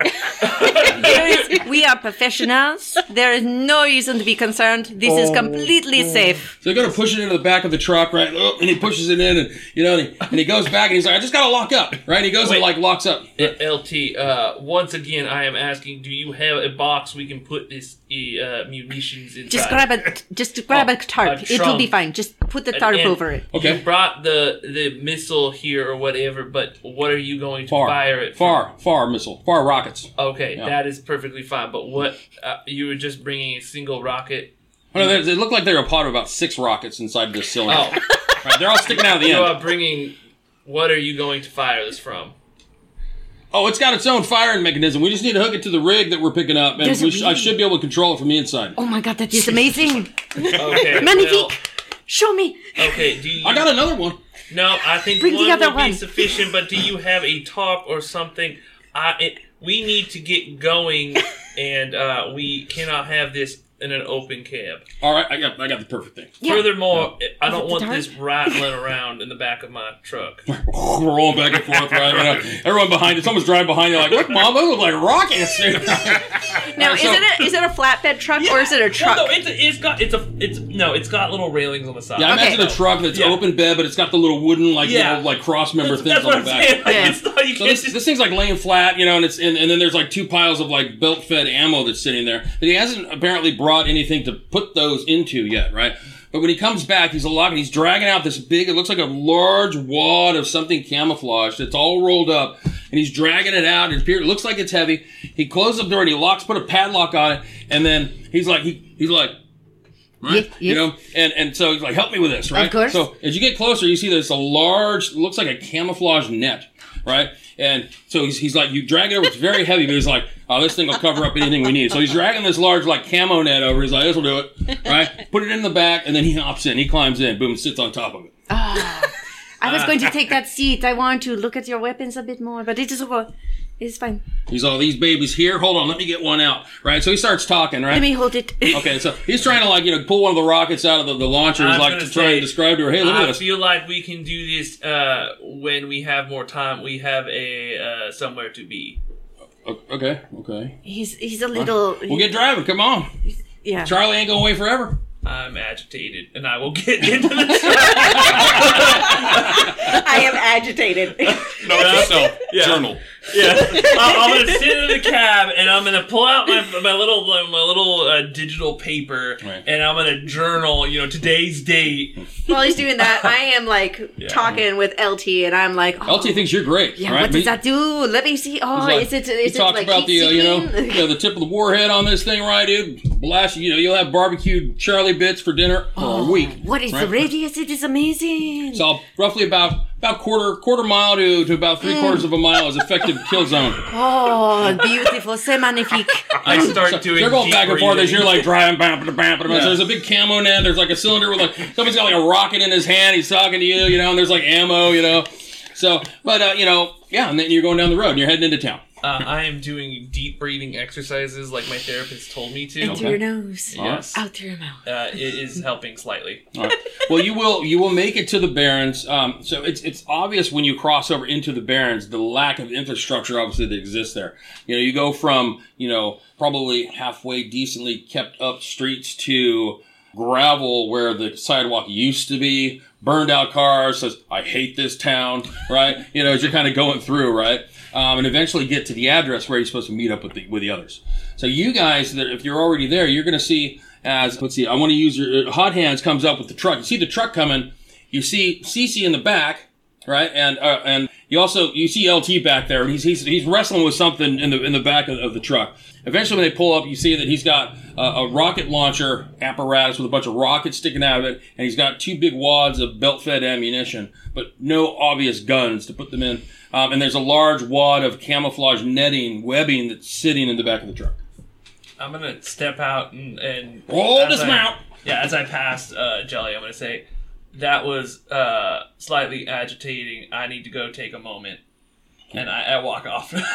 There is- we are professionals. There is no reason to be concerned. This is completely safe.
So they go to push it into the back of the truck, right? Oh, And he pushes it in, and you know, and he, and he goes back, and he's like, "I just gotta lock up," right? And he goes and
Wait.
like locks up.
LT, uh, once again, I am asking: Do you have a box we can put this uh, munitions inside?
Just grab a, just
Oh,
grab a tarp.
I'm
It'll be
shrunk.
fine. Just put the
And-
tarp
and
over it.
Okay.
You brought the the missile here or whatever, but what are you going to
Far,
fire it?
far, far missile, far rockets. Oh,
From? Okay, that is perfectly fine. But what uh, you were just bringing a single rocket?
Oh, no, they, they look like they're a pot of about six rockets inside this cylinder.
Oh,
Right, they're all sticking out of the
you
end.
are bringing. What are you going to fire this from?
Oh, it's got its own firing mechanism. We just need to hook it to the rig that we're picking up, and
There's a
we sh- I
rig.
should be able to control it from the inside.
Oh my god, that is amazing!
Okay, well,
Magnifique! Show me!
okay, do you?
I got another one.
No, I think
Bring the
one
other
would
one.
be sufficient. But do you have a tarp or something? I it, we need to get going, and uh, we cannot have this in an open cab.
All right, I got I got the perfect thing.
Yeah.
Furthermore, I don't
the
want
dark?
this rat led around in the back of my truck.
We're rolling back and forth right now. Everyone behind you, someone's driving behind you, like, look, mom, those look like rockets.
Now, is
so-
it a is it a flatbed truck or is it a truck?
No, no, it's, it's got it's a it's no, it's got little railings on the side.
Yeah, I
Okay.
imagine a truck that's
Yeah.
open bed, but it's got the little wooden like
Yeah.
you know, like cross member
that's,
things
that's
on
what
the
I'm
back.
saying. Like,
Yeah.
it's not, you
So
can't
this,
just-
this thing's like laying flat, you know, and it's and, and then there's like two piles of like belt fed ammo that's sitting there. But he hasn't apparently brought anything to put those into yet, right? But when he comes back, he's alive and he's dragging out this big. It looks like a large wad of something camouflaged. It's all rolled up, and he's dragging it out. And it looks like it's heavy. He closes the door and he locks, put a padlock on it, and then he's like, he, he's like, right?
Yeah,
You
yeah.
know, and and so he's like, help me with this, right?
course.
So as you get closer, you see there's a large, looks like a camouflage net, right? And so he's, he's like, you drag it over. It's very heavy, but he's like, oh, this thing will cover up anything we need. So he's dragging this large like camo net over. He's like, this will do it, right? Put it in the back, and then he hops in. He climbs in, boom, sits on top of it.
I was going to take that seat. I want to look at your weapons a bit more, but it is okay. It's fine.
He's all these babies here. Hold on, let me get one out, right? So he starts talking, right?
Let me hold it.
okay, so he's trying to like you know pull one of the rockets out of the, the launcher.
I
He's
was
like
gonna
to try
say,
and describe to her, hey, look at
I
this.
feel like we can do this uh, when we have more time. We have a uh, somewhere to be.
O- Okay, okay.
He's he's a little.
We'll get driving. Come on.
yeah.
Charlie ain't going away forever.
I'm agitated, and I will get into the truck.
I am agitated.
No, it's yourself. Journal.
yeah, I'm, I'm gonna sit in the cab, and I'm gonna pull out my, my little my little uh, digital paper,
Right.
and I'm gonna journal. You know, today's date.
While he's doing that, I am like talking with LT, and I'm like, oh,
LT thinks you're great.
Yeah,
right?
what does that do? Let me see.
He's
Oh,
like-
is it?
he
Is it
talks
like
about the
heat
uh, you know
seeking?
you know, the tip of the warhead on this thing, right, dude? Blast you know you'll have barbecued Charlie bits for dinner for a week.
Oh, What is the
right?
radius? It is amazing.
So roughly about about quarter quarter mile to, to about three quarters of a mile is effective kill zone.
oh, beautiful, c'est magnifique.
I start
So
doing.
they're going
deep
back and forth
breathing.
as you're like driving. Bam, bam, bam, bam. So there's a big camo net. There's like a cylinder with like somebody's got like a rocket in his hand. He's talking to you, you know. And there's like ammo, you know. So, but uh, you know, yeah. And then you're going down the road and you're heading into town.
Uh, I am doing deep breathing exercises, like my therapist told me to.
Into your nose,
Yes, uh,
out through your mouth.
it is helping slightly.
All right. Well, you will you will make it to the Barrens. Um, so it's it's obvious when you cross over into the Barrens the lack of infrastructure obviously that exists there. You know, you go from you know probably halfway decently kept up streets to gravel where the sidewalk used to be, burned out cars. Says I hate this town, right? You know, as you're kind of going through, right? Um, and eventually get to the address where you're supposed to meet up with the with the others. So you guys, that if you're already there, you're going to see as let's see. I want to use your uh, hot hands comes up with the truck. You see the truck coming. You see Cece in the back, right? And uh, and you also you see LT back there, and he's he's, he's wrestling with something in the in the back of, of the truck. Eventually, when they pull up, you see that he's got uh, a rocket launcher apparatus with a bunch of rockets sticking out of it, and he's got two big wads of belt-fed ammunition, but no obvious guns to put them in. Um, and there's a large wad of camouflage netting webbing that's sitting in the back of the truck.
I'm gonna step out and, and
Roll
as
dismount.
I, yeah, as I pass uh, Jelly, I'm gonna say that was uh, slightly agitating. I need to go take a moment, and I, I walk off.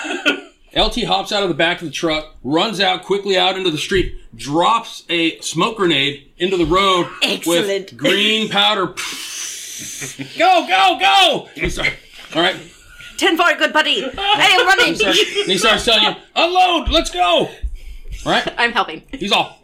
LT hops out of the back of the truck, runs out quickly out into the street, drops a smoke grenade into the road with
Excellent.
green powder. go, go, go! He start- all right.
Ten for good buddy. I am
And
running.
he starts telling you, unload, let's go! Right?
I'm helping.
He's off.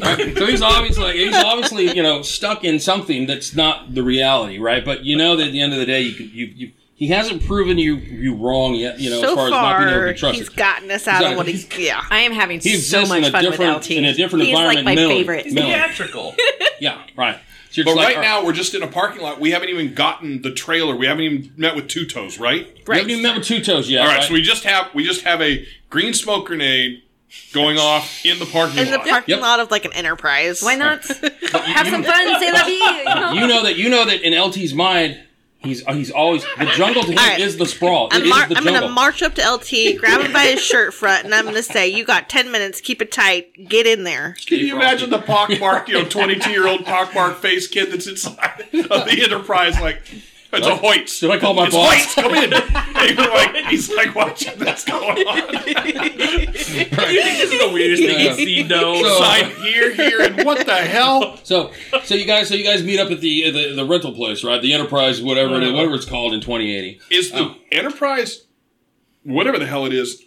Right? So he's obviously he's obviously you know stuck in something that's not the reality, right? But you know that at the end of the day, you can, you, you he hasn't proven you you wrong yet, you know, as
so
far, as not being able
far,
to trust
he's
it.
gotten us out
Exactly.
of what he's. Yeah.
I am having
he
so
exists
much
in a
fun
different
with LT.
in a different
He's
environment.
like my
mentally.
favorite.
Mentally.
Theatrical.
Yeah, right. So you're
But
just like,
right
all
now, we're just in a parking lot. We haven't even gotten the trailer. We haven't even met with Two Toes, right?
we haven't even met with two toes yet.
All right,
right?
so we just have we just have a green smoke grenade going off in the parking
In the
lot.
parking
Yep.
lot of like an enterprise.
Why not? Have some fun, say la vie. you know?
you know that you know that in LT's mind, he's uh, he's always the jungle to him
All right.
is the sprawl. It
I'm,
is
mar-
the
I'm
jungle.
gonna march up to LT, grab him by his shirt front, and I'm gonna say, "You got ten minutes. Keep it tight. Get in there."
Can you imagine the pockmarked, you know, twenty-two-year-old pockmarked face kid that's inside of the Enterprise? Like, It's a Hoyt.
Did I call my
it's
boss?
Hoyt. Come in. And you're like, he's like watching this going on.
this is the weirdest thing you've seen, though.
So-
Sign here, here, and what the hell?
So, so you guys, so you guys meet up at the uh, the, the rental place, right? The Enterprise, whatever it is, whatever it's called in 2080.
Is the Enterprise, whatever the hell it is,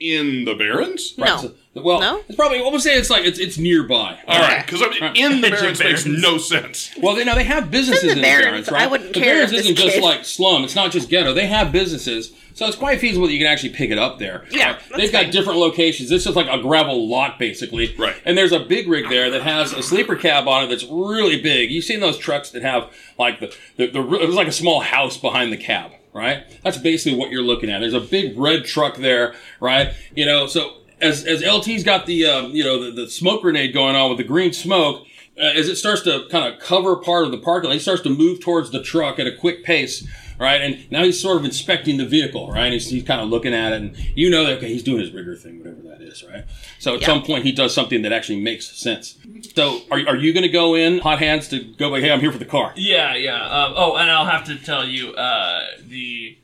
in the Barrens?
No.
So- well,
No?
it's probably I would say it's like it's it's nearby.
All right, because in the Barrens makes
Barrens.
no sense.
Well, they know they have businesses
It's
in the
in the Barrens.
Barrens, right?
I wouldn't
the
care
Barrens
if this
isn't just
kid-
like slum; it's not just ghetto. They have businesses, so it's quite feasible that you can actually pick it up there.
Yeah,
Like,
that's
they've got
fine.
different locations. This is like a gravel lot, basically.
Right.
And there's a big rig there that has a sleeper cab on it that's really big. You've seen those trucks that have like the the, the it was like a small house behind the cab, right? That's basically what you're looking at. There's a big red truck there, right? You know, so as as LT's got the um, you know the, the smoke grenade going on with the green smoke uh, as it starts to kind of cover part of the parking lot, he starts to move towards the truck at a quick pace, right? And now he's sort of inspecting the vehicle, right? He's, he's kind of looking at it, and you know that okay, he's doing his rigor thing, whatever that is, right? So at some point, he does something that actually makes sense. So are, are you going to go in hot hands to go like, hey, I'm here for the car?
Yeah, yeah. Um, oh, and I'll have to tell you, uh, the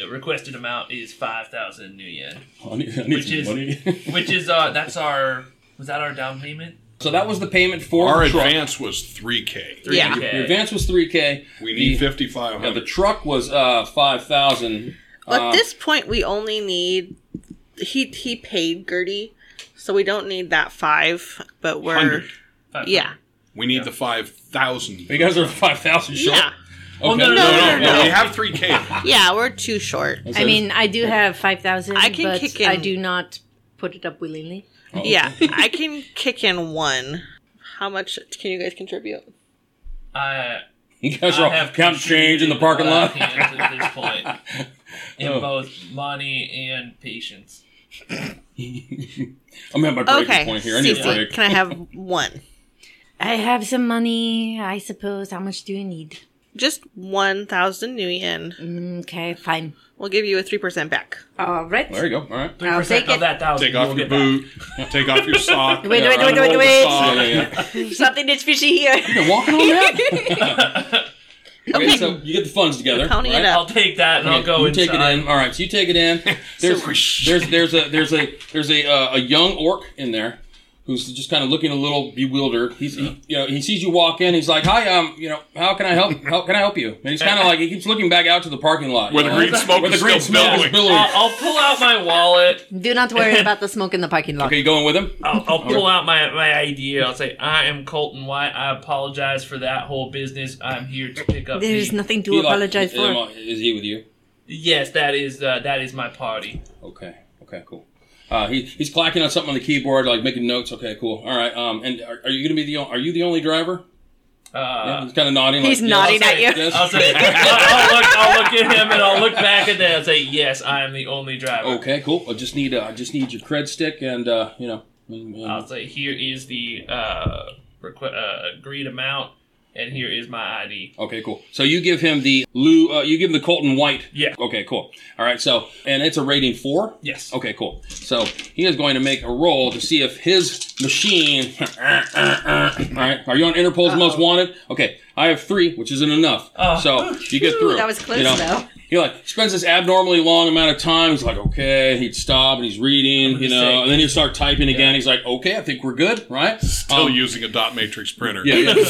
uh, requested amount is five thousand new yen,
I need, I need
which
some
is
money.
which is uh, that's our was that our down payment?
so that was the payment for
Our
the truck.
advance was 3K.
Yeah.
Okay.
Your advance was three k.
We need
the,
5500
yeah, the truck was uh, five thousand.
Well,
Uh,
at this point, we only need he he paid Gertie, so we don't need that five. But we're
Hundred.
Five-
yeah,
We need the 5,000.
You guys are five thousand short.
yeah,
Okay.
no, no, No,
No,
no,
no, we have 3K.
yeah. We're too short.
Oh,
I mean, I do have five thousand.
I can
but
kick in-
I do not put it up willingly.
Yeah, I can kick in one. How much can you guys contribute?
I, uh,
You guys
I
are all
have
count change in the parking lot.
contributed a lot of hands at this point in both money and patience.
I'm at my breaking
Okay,
point here. I need a
Cece,
break.
can I have one?
I have some money, I suppose. How much do you need?
Just one thousand new yen.
Okay, fine.
We'll give you a three percent back.
All right.
There you go. All right.
Three
I'll
percent
take
of
it.
that thousand.
Take off
we'll
your
get back.
boot. Take off your sock.
Wait,
yeah,
wait, wait,
unroll
wait,
the
wait.
sock.
Yeah, yeah.
Something that's fishy here.
You're walking on that. okay,
Okay.
so you get the funds together.
Counting
right?
it up.
I'll take that and I'll
Okay,
go
you
inside.
take it in. All right, so you take it in. There's there's there's a there's a there's a uh, a young orc in there who's just kind of looking a little bewildered. He's he, you know he sees you walk in. He's like, "Hi, um, you know, how can I help? How can I help you?" And he's kind of like he keeps looking back out to the parking lot
Where the
you know?
green smoke
where the
is
green
still
smoke
billowing.
is billowing.
Uh,
I'll, I'll pull out my wallet.
Do not worry about the smoke in the parking
uh,
lot.
Okay, you going with him?
I'll, I'll pull out my, my ID. and I'll say, I am Colton White. I apologize for that whole business. I'm here to pick up.
There's
the-
nothing to
He like-
apologize
am
for.
I- Is he with you?
Yes, that is uh, that is my party.
Okay. Okay. Cool. Uh, he, he's clacking on something on the keyboard, like making notes. Okay, cool. All right. Um, and are, are you gonna be the on- are you the only driver? Yeah,
Uh,
he's kind of nodding.
He's
like,
nodding
yes.
at you.
Yes.
I'll say, I'll, I'll look, I'll look at him and I'll look back at that and say, yes, I am the only driver.
Okay, cool. I just need uh, I just need your cred stick and uh, you know. and- and-
I'll say, here is the uh, requ- uh, agreed amount, and here is my ID.
Okay, cool. So you give him the Lou. Uh, you give him the Colton White.
Yeah.
Okay, cool. All right. So and it's a rating four.
Yes.
Okay, cool. So he is going to make a roll to see if his machine. all right. Are you on Interpol's Most Wanted? Okay. I have three, which isn't enough. so you get through.
that was close,
you know?
though.
He like spends this abnormally long amount of time. He's like, okay. He'd stop and he's reading, you know,
say-
and then he'd start typing again. He's like, okay, I think we're good, right?
Still
Um,
using a dot matrix printer.
yeah, yeah.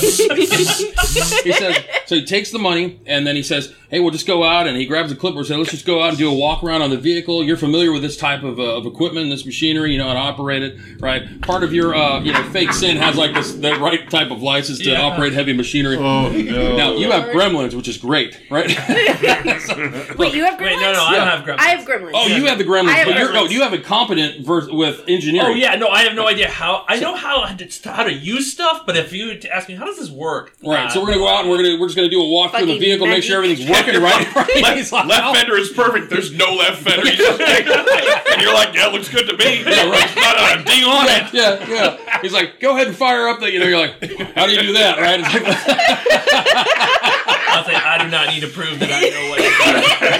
he says so he takes the money and then he says, "Hey, we'll just go out." And he grabs a clipboard and says, "Let's just go out and do a walk around on the vehicle. You're familiar with this type of, uh, of equipment, this machinery. You know how to operate it, right? Part of your uh, you know fake sin has like this the right type of license to
Yeah.
operate heavy machinery.
Oh, no.
Now you have gremlins, which is great, right?
Wait, you have gremlins?
Wait, no, no, I
Yeah.
don't have gremlins.
I have gremlins.
oh, you have the gremlins,
I have
but you're no,
gremlins.
you have a competent vers- with engineering.
Oh yeah, no, I have no idea how. I know how how to use stuff, but if you were to ask me how does this work,
Right,
uh,
so we're gonna go out and we're gonna we're just gonna do a walk through the
Fucking
vehicle, make sure
magic.
everything's working right. right? He's
Left,
like,
left
"Oh,
fender is perfect. There's no left fender. You just take it. and you're like, yeah, looks good to me. uh,
right.
Not a ding on it.
yeah, yeah. He's like, go ahead and fire up the, you know, you're like, how do you do that, right? It's like,
I'll say I do not need to prove that I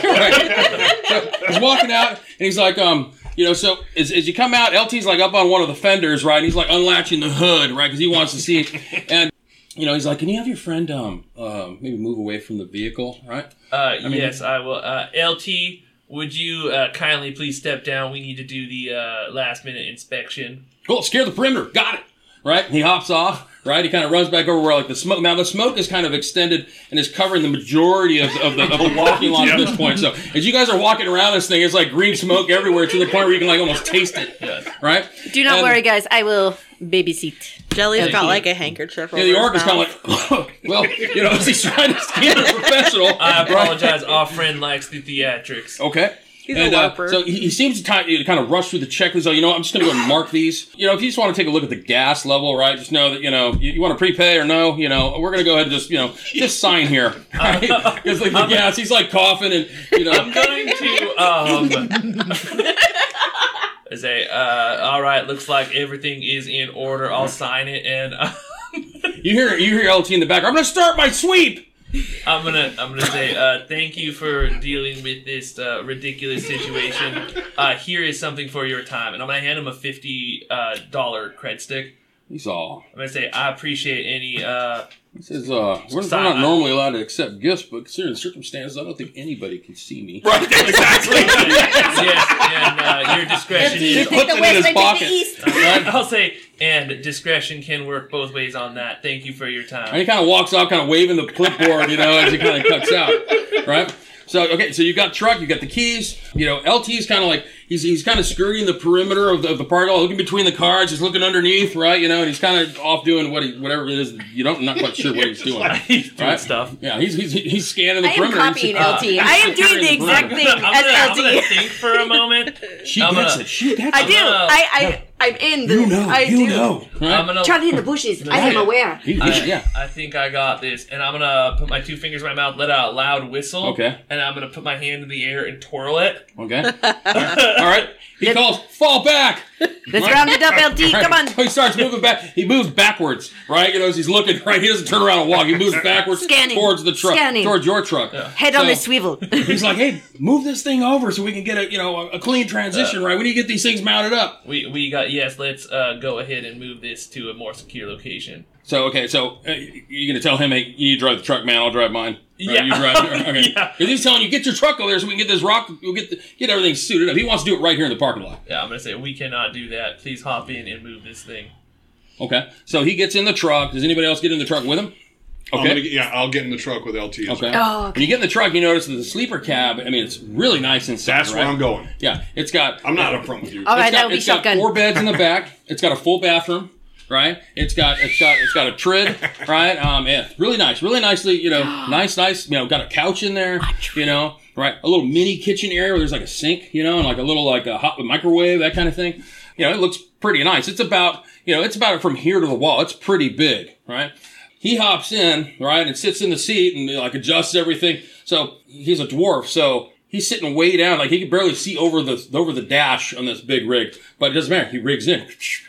know what. to do.
right. So he's walking out, and he's like, um, you know, so as, as you come out, LT's like up on one of the fenders, right? And he's like unlatching the hood, right? Because he wants to see. And you know, he's like, "Can you have your friend um, um maybe move away from the vehicle, right?"
Uh, yes, I will. Uh, LT, would you uh, kindly please step down? We need to do the uh, last minute inspection.
Cool, scare the perimeter. Got it. Right? And he hops off. Right? He kind of runs back over where like the smoke. Now the smoke is kind of extended and is covering the majority of the, of the, of the walking lot at this point. So as you guys are walking around this thing, it's like green smoke everywhere to the point where you can like almost taste it. Right?
Do not
And-
worry, guys. I will babysit.
Jelly's got like a handkerchief.
Yeah, the orc is kind of like, well, you know, as he's trying to stand a professional.
I apologize. Our friend likes the theatrics.
Okay. He's
a
and, uh,
LARPer.
so he, he seems to kind, to kind of rush through the checklist. Oh, you know, what, I'm just going to go and mark these. You know, if you just want to take a look at the gas level, right? Just know that you know you, you want to prepay or no. You know, we're going to go ahead and just you know just sign here. Right? 'Cause, like the gas, he's like coughing and you know.
I'm going to. Um, I say, uh, all right. Looks like everything is in order. I'll sign it, and uh,
You hear you hear LT in the background. I'm going to start my sweep.
I'm gonna I'm gonna say uh, thank you for dealing with this uh, ridiculous situation. Uh, here is something for your time, and I'm gonna hand him a fifty uh, dollar cred stick.
He's all.
I'm gonna say I appreciate any. Uh,
He says, uh, we're, we're not normally allowed to accept gifts, but considering the circumstances, I don't think anybody can see me.
Right, exactly.
yes, and uh, your discretion
You
is.
puts it in his pocket.
I'll say, and discretion can work both ways on that. Thank you for your
And
time.
he kind of walks off, kind of waving the clipboard, you know, as he kind of cuts out, right? So okay, so you got truck, you got the keys, you know. LT's kind of like he's he's kind of skirting the perimeter of the, of the park, all looking between the cars, he's looking underneath, right? You know, and he's kind of off doing what he whatever it is. You don't not quite sure what he's doing.
He's doing
Right.
stuff.
Yeah, he's he's, he's scanning the
I am
perimeter.
copying LT. I am doing the exact thing
I'm gonna, I'm
as
gonna
LT.
think for a moment.
She
I'm
gets
gonna-
"Oh, it. She gets
I
it.
do. I, I, I'm in the. I do.
Right?
I'm gonna.
Charlie in the bushes. I am aware.
He- he-
I,
yeah.
I think I got this, and I'm gonna put my two fingers in my mouth, let out a loud whistle.
Okay.
And I'm gonna put my hand in the air and twirl it.
Okay. All right. He
Let-
calls, fall back.
Let's round it up, LT.
Right.
Come on.
So he starts moving back. He moves backwards, right? You know, as he's looking, right? He doesn't turn around and walk. He moves backwards
Scanning.
towards the truck,
Scanning.
towards your truck.
Head on
So-
a swivel.
He's like, "Hey, move this thing over so we can get a you know a, a clean transition, right? We need to get these things mounted up."
We we got yes. Let's uh, go ahead and move this to a more secure location.
So okay, so uh, you're gonna tell him, "Hey, you need to drive the truck, man. I'll drive mine." Or
Yeah.
you drive. Okay.
Yeah.
'Cause He's telling you, "Get your truck over there so we can get this rock. We'll get the, get everything suited up." He wants to do it right here in the parking lot.
Yeah, I'm gonna say we cannot do that. Please hop in and move this thing.
Okay. So he gets in the truck. Does anybody else get in the truck with
Um,
him?
I'm gonna, get- yeah, I'll get in the truck with LT. as well.
Okay.
Oh, okay.
When you get in the truck, you notice that the sleeper cab. I mean, it's really nice inside.
That's where
right?
I'm going.
Yeah, it's got.
I'm not up front with you.
All right,
it's got-
that will be
it's got
shotgun.
four beds in the back. It's got a full bathroom, right? It's got it's got it's got a trid, right? Um, yeah, really nice, really nicely, you know, nice, nice. You know, got a couch in there, you know, right? A little mini kitchen area where there's like a sink, you know, and like a little like a hot microwave, that kind of thing. You know, it looks pretty nice. It's about you know, it's about from here to the wall. It's pretty big, right? he hops in, right, and sits in the seat and like adjusts everything. So he's a dwarf, so he's sitting way down, like he can barely see over the over the dash on this big rig. But it doesn't matter. He rigs in,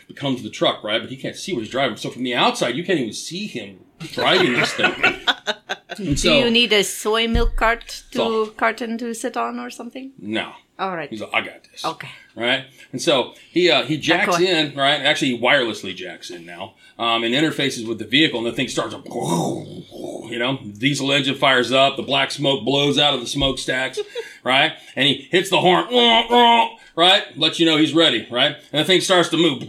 becomes the truck, right? But he can't see what he's driving. So from the outside, you can't even see him driving this thing. And
Do
so,
you need a soy milk cart
So-
to carton to sit on or something?
no,
All right.
he's like, I got this.
Okay.
right? And so he uh, he jacks
Echo.
in, right? Actually, he wirelessly jacks in now, um, and interfaces with the vehicle, and the thing starts up. You know, diesel engine fires up, the black smoke blows out of the smokestacks, right? And he hits the horn, right? Lets you know he's ready, right? And the thing starts to move,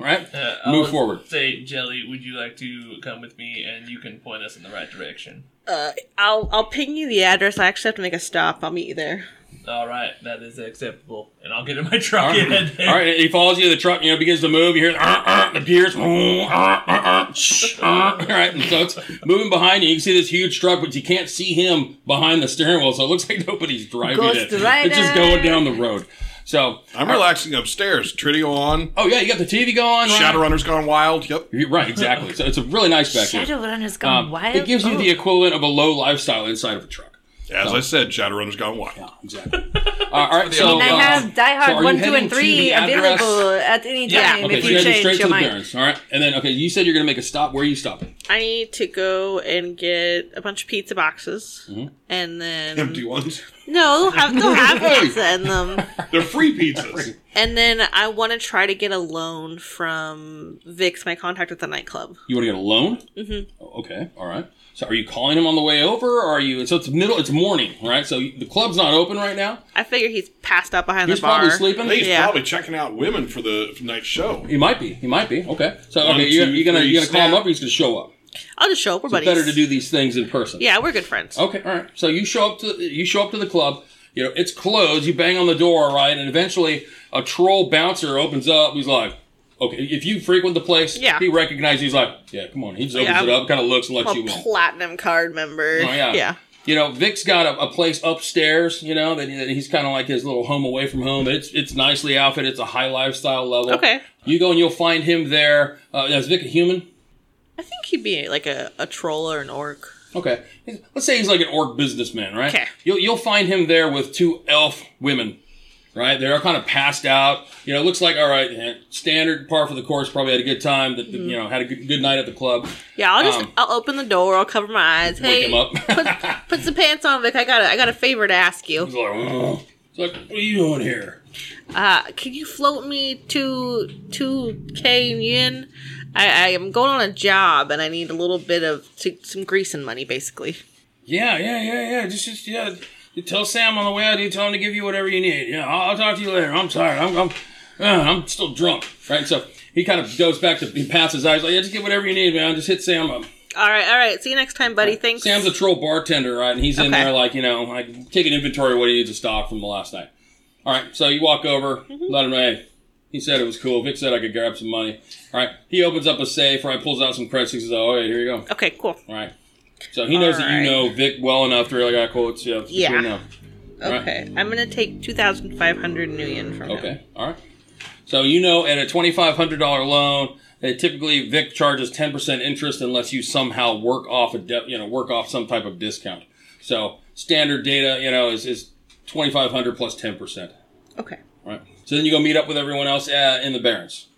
right?
Uh, I'll
Move forward.
Say, Jelly, would you like to come with me and you can point us in the right direction?
Uh, I'll I'll ping you the address. I actually have to make a stop. I'll meet you there.
All right, that is acceptable, and I'll get in my truck
All right.
and head there.
All right, he follows you. The truck, you know, begins to move. You hear "Arr, arr," the uh, gears. "Arr, arr, arr, uh, shh, arr." All right, and so it's moving behind you. You can see this huge truck, but you can't see him behind the steering wheel. So it looks like nobody's driving
Ghost
it. It's just
rider.
going down the road. So,
I'm relaxing upstairs. Tridio on.
oh yeah, you got the TV going. Right?
Shadowrunner's gone wild. Yep.
You're Right, exactly. So it's a really nice back here.
Shadowrunner's gone
Um,
wild.
it gives you
Oh.
the equivalent of a low lifestyle inside of a truck.
As I said, Shadowrunner's gone wild.
Exactly. Uh, all right, so
And I
uh,
have Die Hard
so are you
1, 2,
heading
and
to
3
the address?
available at any
Yeah.
time
Okay,
if
so
you
you're heading straight
change
to
your
the
mind.
Barrens. All right, and then okay, you said you're going to make a stop. Where are you stopping?
I need to go and get a bunch of pizza boxes,
Mm-hmm.
and then
Empty ones.
no, they'll have, they'll have
Hey.
pizza in them.
They're free pizzas.
And then I want to try to get a loan from Vix, my contact at the nightclub.
You want to get a loan?
Mhm.
Mm-hmm. Okay, all right. So, are you calling him on the way over? Or are you? So it's middle. It's morning, right? So the club's not open right now.
I figure he's passed out behind
He's
the bar.
probably sleeping.
He's
Yeah.
probably checking out women for the night show.
He might be. He might be. Okay. So
One,
okay, you're,
two,
you're gonna
three,
you're gonna call him
snap.
up. Or he's gonna show up.
I'll just show up. We're
It's
buddies.
better to do Oh, these things in person.
Yeah, we're good friends.
Okay. All right. So you show up to you show up to the club. You know it's closed. You bang on the door, right? And eventually a troll bouncer opens up. He's like, okay. If you frequent the place,
Yeah.
he recognizes. He's like, yeah, come on. He just opens
Yeah,
it up, kind of looks and lets
I'm
you
a
in.
platinum card member.
Oh, yeah.
yeah.
You know, Vic's got a, a place upstairs. You know that, that he's kind of like his little home away from home. It's it's nicely outfitted. It's a high lifestyle level.
Okay.
You go and you'll find him there. Uh, is Vic a human?
I think he'd be like a, a troll or an orc.
Okay. He's- Let's say he's like an orc businessman, right?
Okay.
You'll, you'll find him there with two elf women, right? They're kind of passed out. You know, it looks like, all right, eh, standard par for the course, probably had a good time, that, that, you know, had a good, good night at the club.
Yeah, I'll just
Um,
I'll open the door. I'll cover my eyes.
Wake
Hey,
him up.
put some pants on, Vic. I got a, I got a favor to ask you.
he's like, "Ugh." He's like, what are you doing here?
Uh, can you float me to two K yen? I, I am going on a job and I need a little bit of to, some grease and money, basically.
Yeah, yeah, yeah, yeah. Just, just, yeah. You tell Sam on the way out. You tell him to give you whatever you need. Yeah, I'll, I'll talk to you later. I'm tired. I'm, I'm, uh, I'm still drunk. Right. So he kind of goes back to he passes out. He's like, yeah, just get whatever you need, man. Just hit Sam up.
All right, all right. See you next time, buddy. Thanks.
Sam's a troll bartender, right? And he's in
Okay.
there like you know, like taking inventory of what he needs to stock from the last night. All right. So you walk over,
Mm-hmm.
let him. Hey, he said it was cool. Vic said I could grab some money. All right. He opens up a safe. Right. Pulls out some credits. He says, oh, yeah, here you go.
okay, cool.
All right. So he knows
All
that you
right.
know Vic well enough to really got quotes. Yeah. between
Yeah.
them. right.
Okay, I'm gonna take two thousand five hundred new yen from him.
Okay. All right. So you know, at a twenty five hundred dollar loan, uh, typically Vic charges ten percent interest unless you somehow work off a de- you know work off some type of discount. So standard data, you know, is is twenty five hundred plus ten percent.
Okay.
Right. So then you go meet up with everyone else uh, in the Barrens.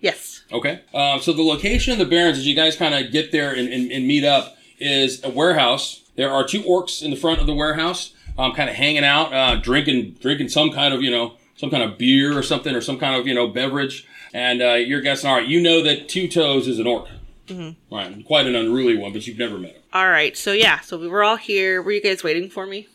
Yes.
Okay. Um, so the location of the Barrens, as you guys kind of get there and, and, and meet up, is a warehouse. There are two orcs in the front of the warehouse, um, kind of hanging out, uh, drinking drinking some kind of you know some kind of beer or something or some kind of you know beverage. And uh, you're guessing, all right, you know that Two Toes is an orc,
Mm-hmm.
right? Quite an unruly one, but you've never met him.
All right. So yeah. So we were all here. Were you guys waiting for me?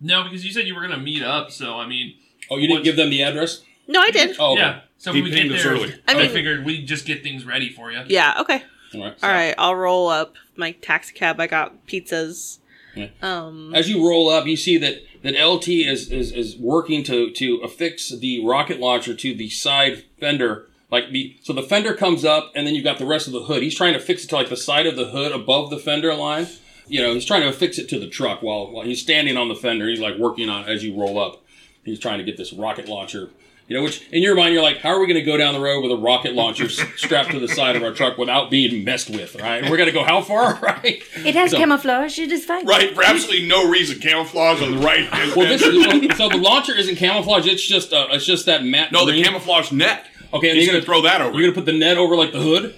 No, because you said you were gonna meet up. So I mean,
Oh, you didn't
What?
give them the address?
No, I did.
Oh, okay.
yeah. So
He
when we
pinged
get
us
there,
early.
I
I,
mean-
figured we'd just get things ready for you.
Yeah. Okay.
All right.
All right. I'll roll up my taxi cab. I got pizzas.
Yeah.
Um.
As you roll up, you see that that LT is is, is working to to affix the rocket launcher to the side fender. Like the so the fender comes up, and then you've got the rest of the hood. He's trying to fix it to like the side of the hood above the fender line. You know, he's trying to fix it to the truck while while he's standing on the fender. He's like working on it as you roll up. He's trying to get this rocket launcher. You know, which in your mind you're like, how are we going to go down the road with a rocket launcher s- strapped to the side of our truck without being messed with? Right? We're going to go how far? Right?
It has
So-
camouflage. It is fine.
Right, for absolutely no reason. Camouflage on the right.
Well, this is, so the launcher isn't camouflage. It's just uh, it's just that matte.
no, oh, the
green.
camouflage net.
Okay, and
he's
you're
gonna
gonna-
throw that over.
You're gonna put the net over like the hood.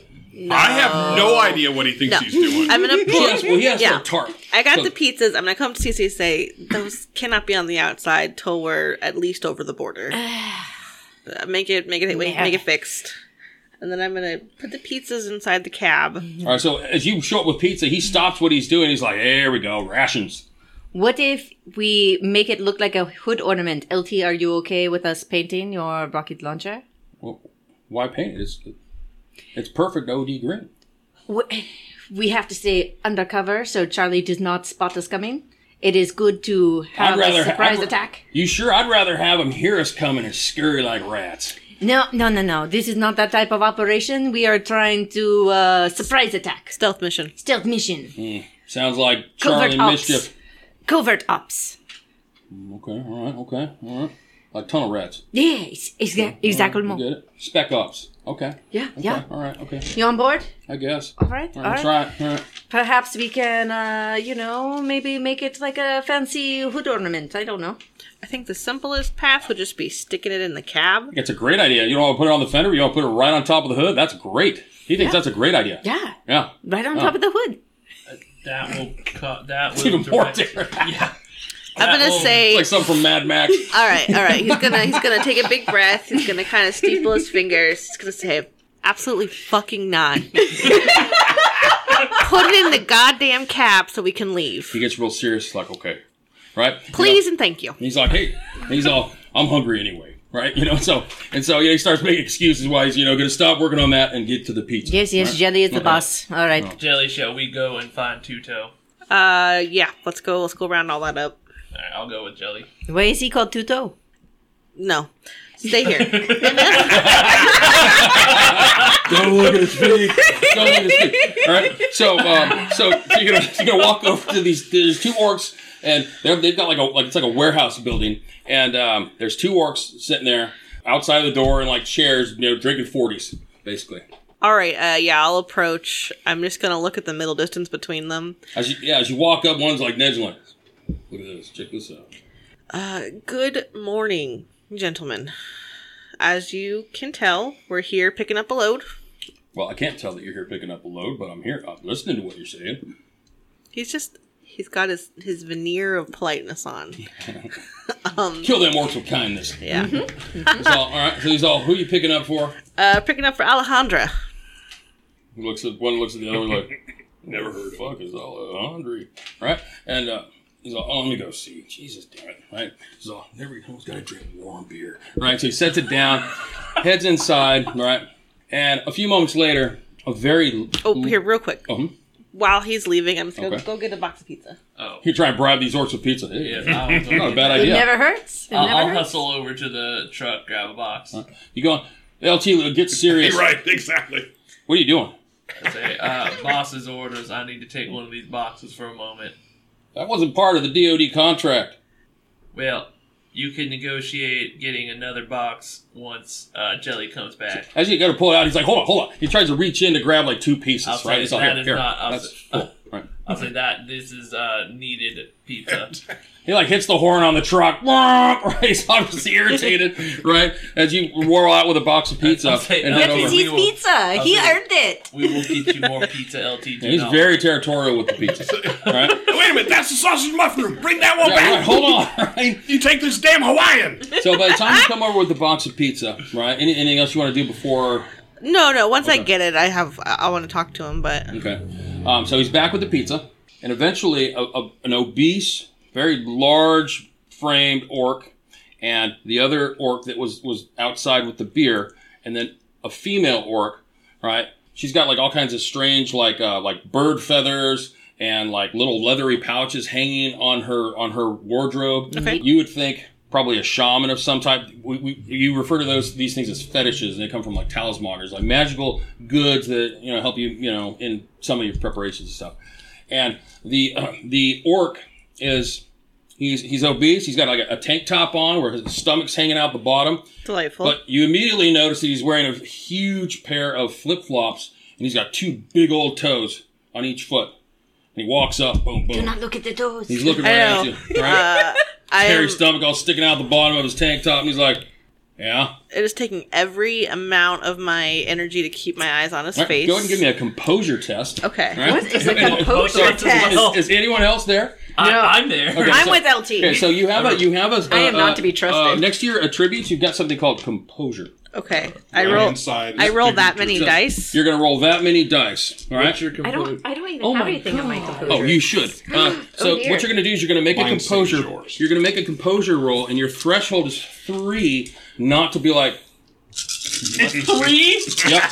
I have no idea what he thinks
No.
he's doing.
I'm gonna
He
pull.
has, well, he has
Yeah.
a tarp.
I got
So-
the pizzas. I'm gonna come to CC and say those cannot be on the outside till we're at least over the border. Uh, make it, make it, wait,
Yeah.
make it fixed. And then I'm gonna put the pizzas inside the cab.
All right, so as you show up with pizza, he stops what he's doing. He's like, "There we go, rations."
What if we make it look like a hood ornament? LT, are you okay with us painting your rocket launcher?
Well, why paint it? It's it's perfect OD green.
W- We have to stay undercover so Charlie does not spot us coming. It is good to have a
rather ha-
Oh, surprise
I'd ra-
attack.
You sure? I'd rather have him hear us coming and scurry like rats.
No, no, no, no. This is not that type of operation. We are trying to uh, surprise attack,
Stealth mission.
stealth mission,
Sounds like
Covert
Charlie
ops.
mischief.
covert ops.
Okay, all right, okay, all right. Like tunnel rats.
Yes, exa- exactly.
You get it? Spec ops. Okay.
Yeah,
Mm, Okay,
yeah.
All right. Okay.
You on board?
I guess.
All right,
All
all
right.
right.
Try it. All right.
Perhaps we can, uh, you know, maybe make it like a fancy hood ornament. I don't know.
I think the simplest path would just be sticking it in the cab.
It's a great idea. You don't want to put it on the fender. You want to put it right on top of the hood. That's great. He thinks that's a great idea.
Yeah,
Yeah.
right on
Oh.
top of the hood.
That will cut. That
It's
will
even more
direct-
different.
Yeah.
I'm gonna say.
It's oh, like something from Mad Max.
all right, all right. He's gonna he's gonna take a big breath. He's gonna kind of steeple his fingers. He's gonna say, "Absolutely fucking not." Put it in the goddamn cab so we can leave,
He gets real serious, like, okay, right? You know,
please and thank you.
and he's like, hey, and he's all, I'm hungry anyway, right? You know, so, and so, yeah, he starts making excuses why he's, you know, going to stop working on that and get to the pizza.
Yes, yes,
right?
Jelly is the boss. All right.
Jelly, shall we go and find Tuto?
Uh, yeah. Let's go. Let's go round all that up.
All right, I'll go with Jelly.
Why is he called Tuto?
No, stay here.
Don't look at his feet. Don't look at his feet. All right. So, um, so, so you're gonna you're gonna walk over to these. There's two orcs, and they're, they've got like a like it's like a warehouse building, and um, there's two orcs sitting there outside of the door in like chairs, you know, drinking forties, basically.
all right. Uh, yeah. I'll approach. I'm just gonna look at the middle distance between them.
As you yeah, as you walk up, one's like Ned's like, look at this, check this out.
Uh, good morning, gentlemen. As you can tell, we're here picking up a load.
Well, I can't tell that you're here picking up a load, but I'm here. I'm listening to what you're saying.
He's just he's got his his veneer of politeness on.
Kill them orcs with kindness.
Yeah.
Mm-hmm.
He's all, all right. So he's all, who you picking up for?
Uh picking up for Alejandra.
He looks at one, looks at the other, like never heard. Fuck is all hungry, right? And uh, he's like, "Oh, let me go see." Jesus damn it, right? He's all, "Every home's got to drink warm beer, right?" So he sets it down, heads inside, right? And a few moments later, a very
Oh, here real quick.
Uh-huh.
While he's leaving, I'm just gonna
Okay.
go get a box of pizza.
he try and bribe these orcs with pizza. Hey,
Oh, I'll,
not a bad
It
idea.
never hurts. It never
I'll
hurts.
hustle over to the truck, grab a box.
you go, LT, get serious.
right, exactly.
What are you doing?
I say, uh, boss's orders. I need to take one of these boxes for a moment.
That wasn't part of the DoD contract.
Well, you can negotiate getting another box once uh, Jelly comes back.
As you got to pull it out, he's like, "Hold on, hold on." He tries to reach in to grab like two pieces,
I'll say
right? He's all,
that
"Here,
is
here."
not- I'll
That's
say-
cool, right?
I'll say that this is uh, needed pizza.
He like hits the horn on the truck. Right, he's obviously irritated, right? As you roll out with a box of pizza,
I'll say-
and
I'll
head
say-
over.
Because
we
he's
will-
pizza. He
Okay.
earned it.
we will get you more pizza, LT. do
Yeah, he's
not-
very territorial with the pizza, right?
Oh, Wait a minute, that's the sausage mushroom. Bring that one
Yeah,
back.
right, hold on, right?
You take this damn Hawaiian.
So by the time you come over with the box of pizza, right? Any, anything else you want to do before?
No, no, once I get it, I have I, I wanna talk to him, but
Okay, um, so he's back with the pizza, and eventually a, a, an obese, very large framed orc, and the other orc that was was outside with the beer, and then a female orc, right? She's got like all kinds of strange like uh, like bird feathers and like little leathery pouches hanging on her on her wardrobe. Mm-hmm.
Okay.
You would think probably a shaman of some type. We, we, you refer to those these things as fetishes, and they come from like talismongers, like magical goods that you know help you you know in some of your preparations and stuff. And the uh, the orc is he's he's obese. He's got like a, a tank top on where his stomach's hanging out the bottom.
delightful.
But you immediately notice that he's wearing a huge pair of flip flops, and he's got two big old toes on each foot. And he walks up, boom, boom.
look at the toes.
He's looking right
I
at
know.
you, right?
uh, I am
Hairy stomach all sticking out the bottom of his tank top, and he's like, "Yeah."
it is taking every amount of my energy to keep my eyes on his
All right,
face.
go ahead and give me a composure test.
Okay.
All right?
What is a
And-
composure
so,
test?
Is, is anyone else there?
I, I'm there.
Okay,
I'm
so-
with LT.
Okay, so you have a you have a.
I am
uh,
not
uh,
to be trusted.
Uh, next to your attributes, you've got something called composure.
Okay. I roll
Inside
I
is
roll
bigger
that
than
many
yourself.
dice.
You're gonna roll that many dice. All right.
What's your compo-
I don't. I don't even
Oh
have
my
anything on my composure.
Oh, you should. Uh, so
Oh, dear.
what you're going to do is you're going to make a
Mine says
composure.
yours.
You're going to make a composure roll, and your threshold is three. Not to be like,
Three?
yep,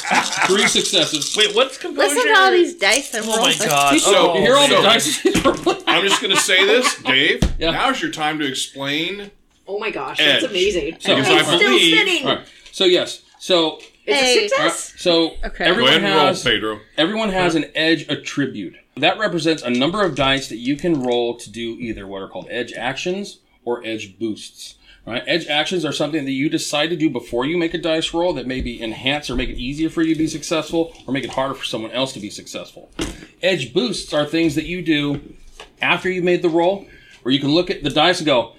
three successes.
Wait, what's composure?
Listen to all these dice I'm
Oh my
rolling.
god.
So
oh,
here are all the
man.
dice. he's rolling.
I'm just gonna say this, Dave.
Yeah.
Now's your time to explain.
Oh my gosh,
Edge.
that's amazing.
So-
it's
Because I
still
believe-
sitting.
All right. So yes. So
It's
Hey.
a
all right,
success.
so
Okay.
Go
everyone
ahead and roll,
has
Pedro.
everyone has an edge attribute. That represents a number of dice that you can roll to do either what are called edge actions or edge boosts. All Right? Edge actions are something that you decide to do before you make a dice roll that maybe enhance or make it easier for you to be successful or make it harder for someone else to be successful. Edge boosts are things that you do after you've made the roll where you can look at the dice and go,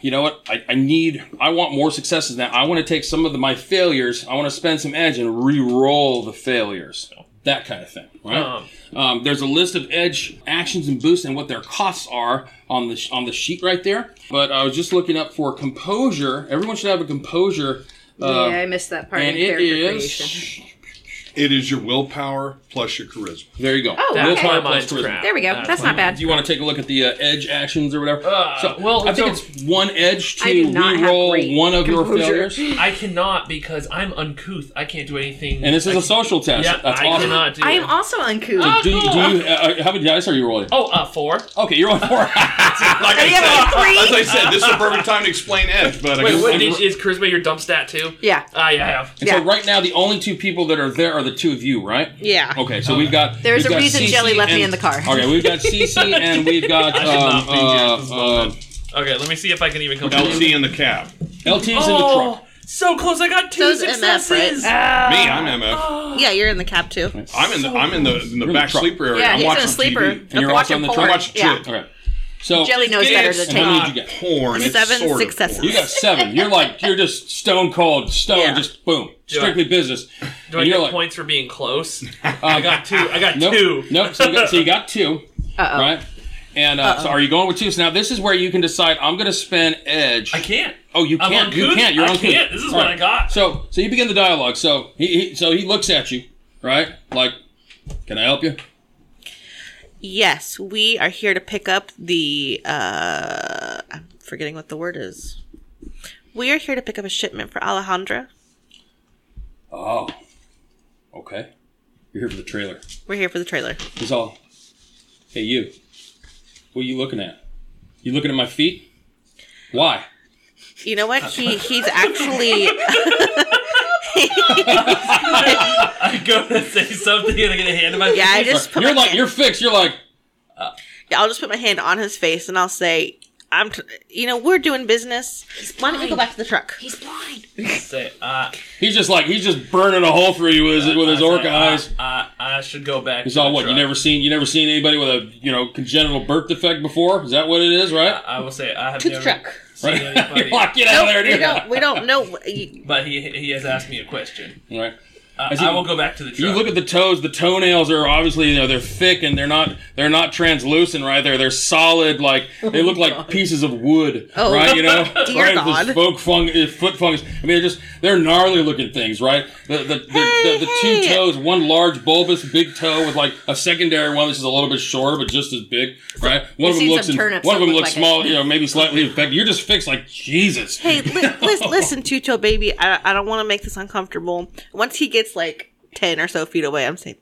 you know what? I, I need, I want more successes now. I want to take some of the, my failures. I want to spend some edge and re roll the failures. that kind of thing, right?
Um,
Um, there's a list of edge actions and boosts and what their costs are on the on the sheet right there. But I was just looking up for composure. Everyone should have a composure, uh,
yeah, I missed that part.
and
in
it
character creation.
is.
It is your willpower plus your charisma.
There you go.
Oh,
Willpower
okay.
That's why
plus
mine's
charisma.
crap.
There we go.
That's
That's, not bad.
Do you want to take a look at the uh, edge actions or whatever?
Uh, well,
I think
so-
it's one edge to
I do not have
re-roll
great
one of your
composure.
failures,
I cannot because I'm uncouth. I can't do anything.
and this is
I
a social test.
Yeah,
That's
I
awesome.
cannot do.
I am
it.
also uncouth.
Do you, do you, uh, how many dice are you rolling?
Oh, uh, four.
Okay, you're on four. like I
you have
said,
a three?
as I said, this is the perfect time.
to explain Edge, but I
Wait,
guess-
what, is, is charisma your dump stat too?
Yeah.
Ah, yeah, I have.
And So
Yeah.
right now, the only two people that are there are the two of you, right?
Yeah.
Okay, so we've got.
There's
we've
a
got
reason
CC
Jelly left me
and-
in the car.
Okay, we've got CC and we've got
I should not be here at
um,
this
uh, uh,
moment. Okay, let me see if I can even come. up with-
LT in the cab.
LT's in the
Oh,
truck.
so close! I got two
Those MF,
successes.
right?
Me, I'm MF.
Yeah, you're in the cab too.
I'm in the I'm in the in the
the
back
truck.
sleeper area.
Yeah,
I'm
he's in
watching
a sleeper.
TV.
They're
you're also
watching
on the
porn.
truck?
Watch
yeah.
shit.
Okay, so
Jelly knows better than
It's
to
how many
take.
did you get?
Porn. It's
Seven
sort of
successes.
porn.
You got seven. You're like you're just stone cold, stone,
Yeah.
just boom,
Do I-
strictly business.
Do I
And
get
you're like, Uh,
points for being close? I got two. I got
Nope.
two.
Nope. So you got, so you got two.
Uh-oh.
Right. And uh, so are you going with two? So now this is where you can decide. I'm going to spend edge.
I can't.
Oh, you
I'm
can't. You
uncouth?
can't. You're
I
uncouth.
can't. This is what I got.
So so you begin the dialogue. So he, he so he looks at you, right? Like, can I help you?
Yes, we are here to pick up the. uh I'm forgetting what the word is. We are here to pick up a shipment for Alejandra.
Oh. Okay. You're here for the trailer.
We're here for the trailer.
He's all. Hey you. What are you looking at? You looking at my feet? Why?
You know what? He he's actually
I go to say something and I get a hand in my.
yeah. I just put
You're
my
like
hand-
you're fixed. You're like
yeah, I'll just put my hand on his face and I'll say, "I'm." T- you know, we're doing business. Why don't we go back to the truck?
He's blind.
Say, uh,
he's just like he's just burning a hole through you with his, with his
I say,
orca
uh,
eyes.
I, I should go back.
It's
to
all
the
what you
truck.
never seen. You never seen anybody with a you know congenital birth defect before. Is that what it is, right?
I will say I have
To the
never
truck.
seen
You're
anybody.
like, get out
No,
of there,
we
dude.
don't. We don't know. You-
But he he has asked me a question.
Right.
Uh,
see-
I will go back to the truck.
You look at the toes. The toenails are obviously you know they're thick and they're not they're not translucent right there. They're solid like
Oh
they look like pieces of wood.
Oh,
right, you know,
dear
right? This
God.
folk fung- uh, foot fungus. I mean, they're just they're gnarly looking things, right? The the, the,
Hey,
the, the two
hey.
toes, one large bulbous big toe with like a secondary one, which is a little bit shorter but just as big, right? One of them
seen
looks
some
in,
turnips
one of
that
them
look
looks
like it.
small, you know, maybe slightly infected. You're just fixed like Jesus.
hey, li- listen, listen, Tuto baby. I, I don't want to make this uncomfortable. Once he gets like ten or so feet away, I'm saying,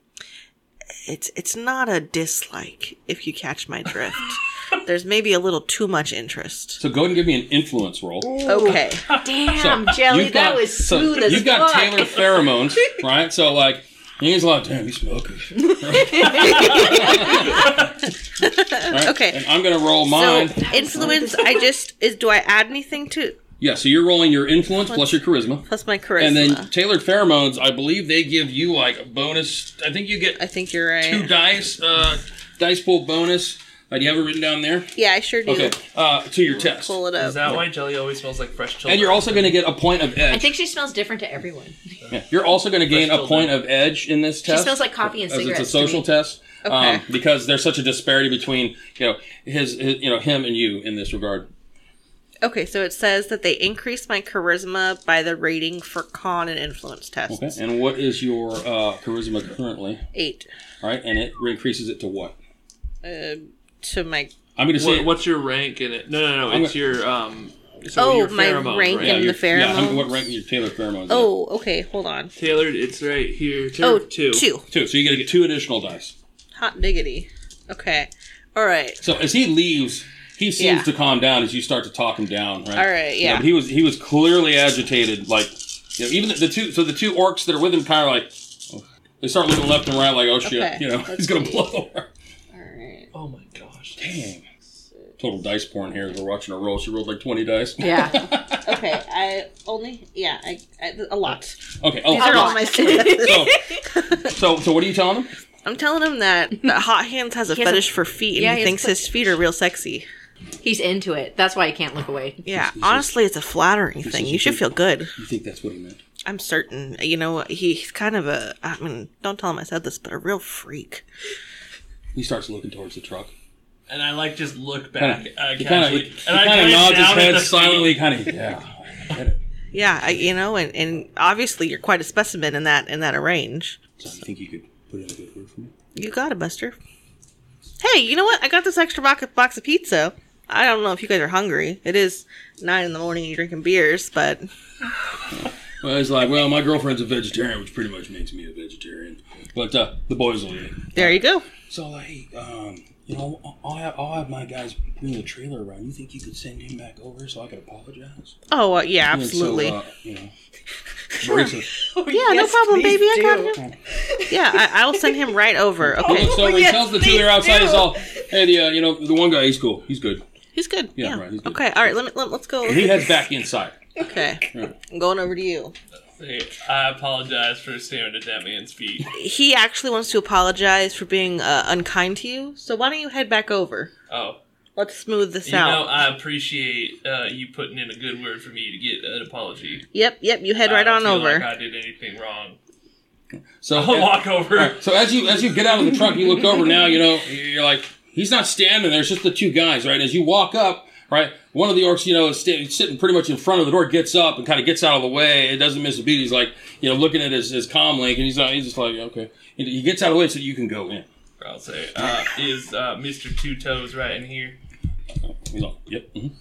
it's it's not a dislike. If you catch my drift, there's maybe a little too much interest.
So go ahead and give me an influence roll.
Okay.
Damn, Jelly,
You've
that
got-
was
so
smooth as
You've got
fuck.
tailored pheromones, right? So like, he's like, damn, you smell good. Right?
Okay.
And I'm gonna roll
So
mine.
influence, I just is. Do I add anything to
yeah. So you're rolling your influence plus your charisma.
plus my charisma?
And then tailored pheromones, I believe they give you like a bonus. I think you
I
get
think you're right.
two dice, uh, dice pool bonus. Uh, do you have it written down there?
yeah, I sure do.
Okay, uh, to your test,
Pull it
Is
up.
that why jelly always smells like fresh children?
and you're also going to get a point of edge.
I think she smells different to everyone.
Yeah. You're also going to gain a
still
point of edge in this
She
test.
smells like coffee and
as
cigarettes.
it's a
to me.
social test um,
Okay.
because there's such a disparity between you know his, his you know him and you in this regard.
Okay, so it says that they increase my charisma by the rating for con and influence tests.
Okay. And what is your uh, charisma currently?
Eight
All right, and it increases it to what?
to my
I'm going to say
What, what's your rank in it? No, no, no.
I'm
It's
gonna-
your um.
Oh,
So your
my
pheromone,
rank
yeah,
Right?
in
your-
the
Yeah, I'm-
pheromones?
what rank your Taylor pheromones? in?
oh okay hold on
Tailored. It's right here.
oh
Tailored
two
two.
two
Two. So you get two additional dice.
hot diggity okay all right
So as he leaves, he seems
Yeah.
to calm down as you start to talk him down. Right.
All right,
You know,
yeah.
but he was he was clearly agitated. Like you know, even the, the two. So the two orcs that are with him kind of like oh, they start looking left and right, like oh shit,
Okay,
you know,
let's
he's going to
see.
blow over.
all right
Oh my gosh.
Damn. Total dice porn here. as We're watching her roll. She rolled like 20 dice.
Yeah.
okay i only yeah I, I a lot
Okay. Oh,
These are all my successes.
so, so, so what are you telling them?
i'm telling him that, that hot hands has a
He has a-
fetish for feet and
Yeah,
he
he has
thinks
foot-
his feet are real sexy
He's into it. That's why he can't look away.
yeah honestly it's a flattering thing you should feel good
You think that's what he meant?
I'm certain. You know, he's kind of a. I mean, don't tell him I said this, but a real freak.
He starts looking towards the truck.
And I like just look back. uh,
He kind of
casually.
he
And I
kind of
kinda
nods his
down at
head
the
silently.
feet.
Kind of yeah. I get it.
Yeah, I, you know, and, and obviously you're quite a specimen in that in that range.
So you think you could put in a good word for me?
You got it, Buster. Hey, you know what? I got this extra box of, box of pizza. I don't know if you guys are hungry. It is nine in the morning and you're drinking beers, but
Well, he's like, well, my girlfriend's a vegetarian, which pretty much makes me a vegetarian. But uh, the boys will eat. it.
there you go.
So like, hey, um, you know, I'll- I'll have, I'll have my guys bring the trailer around. You think you could send him back over so I could apologize?
Oh, uh, yeah,
And so,
absolutely.
uh, you know, Marisa
yeah, no
Yes,
problem,
please
baby. I got
do.
it. Yeah, I, I'll send him right over. Okay,
looks over. he
yes,
tells the two
please
they're outside.
do.
He's all, hey, the, uh, you know, the one guy, he's cool. He's good.
he's good.
Yeah,
Yeah,
right, he's good.
okay. All right, let me let, let's go.
He heads back inside.
Okay,
Right.
I'm going over to you.
Hey, I apologize for staring at that man's feet.
He actually wants to apologize for being uh, unkind to you. So why don't you head back over?
Oh,
Let's smooth this
you
out.
know, I appreciate uh, you putting in a good word for me to get an apology.
yep, yep. You head
I
right
don't
on
feel
over.
Like I did anything wrong.
So
I'll
Oh,
walk over.
So as you as you get out of the truck, you look over now. You know, you're like, he's not standing there. It's just the two guys, right? As you walk up, right, one of the orcs, you know, is sta- sitting pretty much in front of the door, gets up and kind of gets out of the way. It doesn't miss a beat. He's like, you know, looking at his, his comm link, and he's not. He's just like, okay. And he gets out of the way so you can go in.
I'll say, uh, is uh, Mister Two Toes right in here?
He's like, yep. mhm.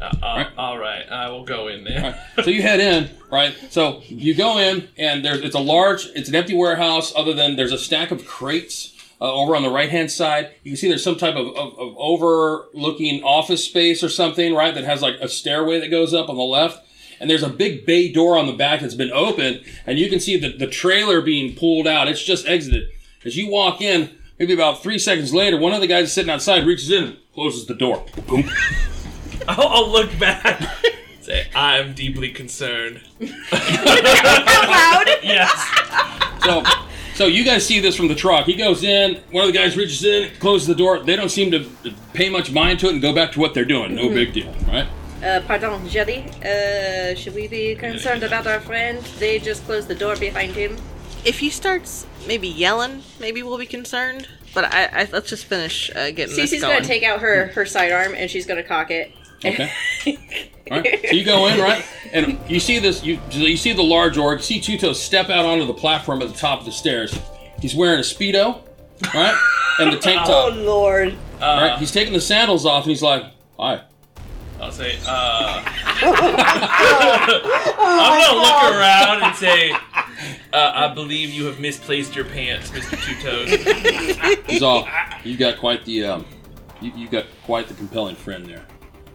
Uh, uh,
Right.
All right, I will go in
Right.
there.
so you head in, right? So you go in, and there's it's a large, it's an empty warehouse. Other than there's a stack of crates uh, over on the right hand side. You can see there's some type of, of, of overlooking office space or something, right? That has like a stairway that goes up on the left. And there's a big bay door on the back that's been opened, and you can see the, the trailer being pulled out. It's just exited. As you walk in, maybe about three seconds later, one of the guys sitting outside reaches in, and closes the door. Boom.
I'll, I'll look back. say, I'm deeply concerned. Yes.
So, so you guys see this from the truck. He goes in. One of the guys reaches in, closes the door. They don't seem to pay much mind to it and go back to what they're doing. No big deal, right?
Uh, pardon, Jerry. Uh, should we be concerned about our friend? They just closed the door behind him.
If he starts maybe yelling, maybe we'll be concerned. But I, I let's just finish uh, getting
Cece's
this
gonna
going.
take out her her sidearm and she's gonna cock it.
Okay. All right. So you go in, right? And you see this. You so you see the large orc. You see Tuto step out onto the platform at the top of the stairs. He's wearing a speedo, right? And the tank top.
Lord.
Uh,
Right. He's taking the sandals off, and he's like, "Hi."
I'll say, uh. I'm gonna look around and say, uh, I believe you have misplaced your pants, Mr. Two Toes.
He's all, you've got quite the, um, you, you've got quite the compelling friend there.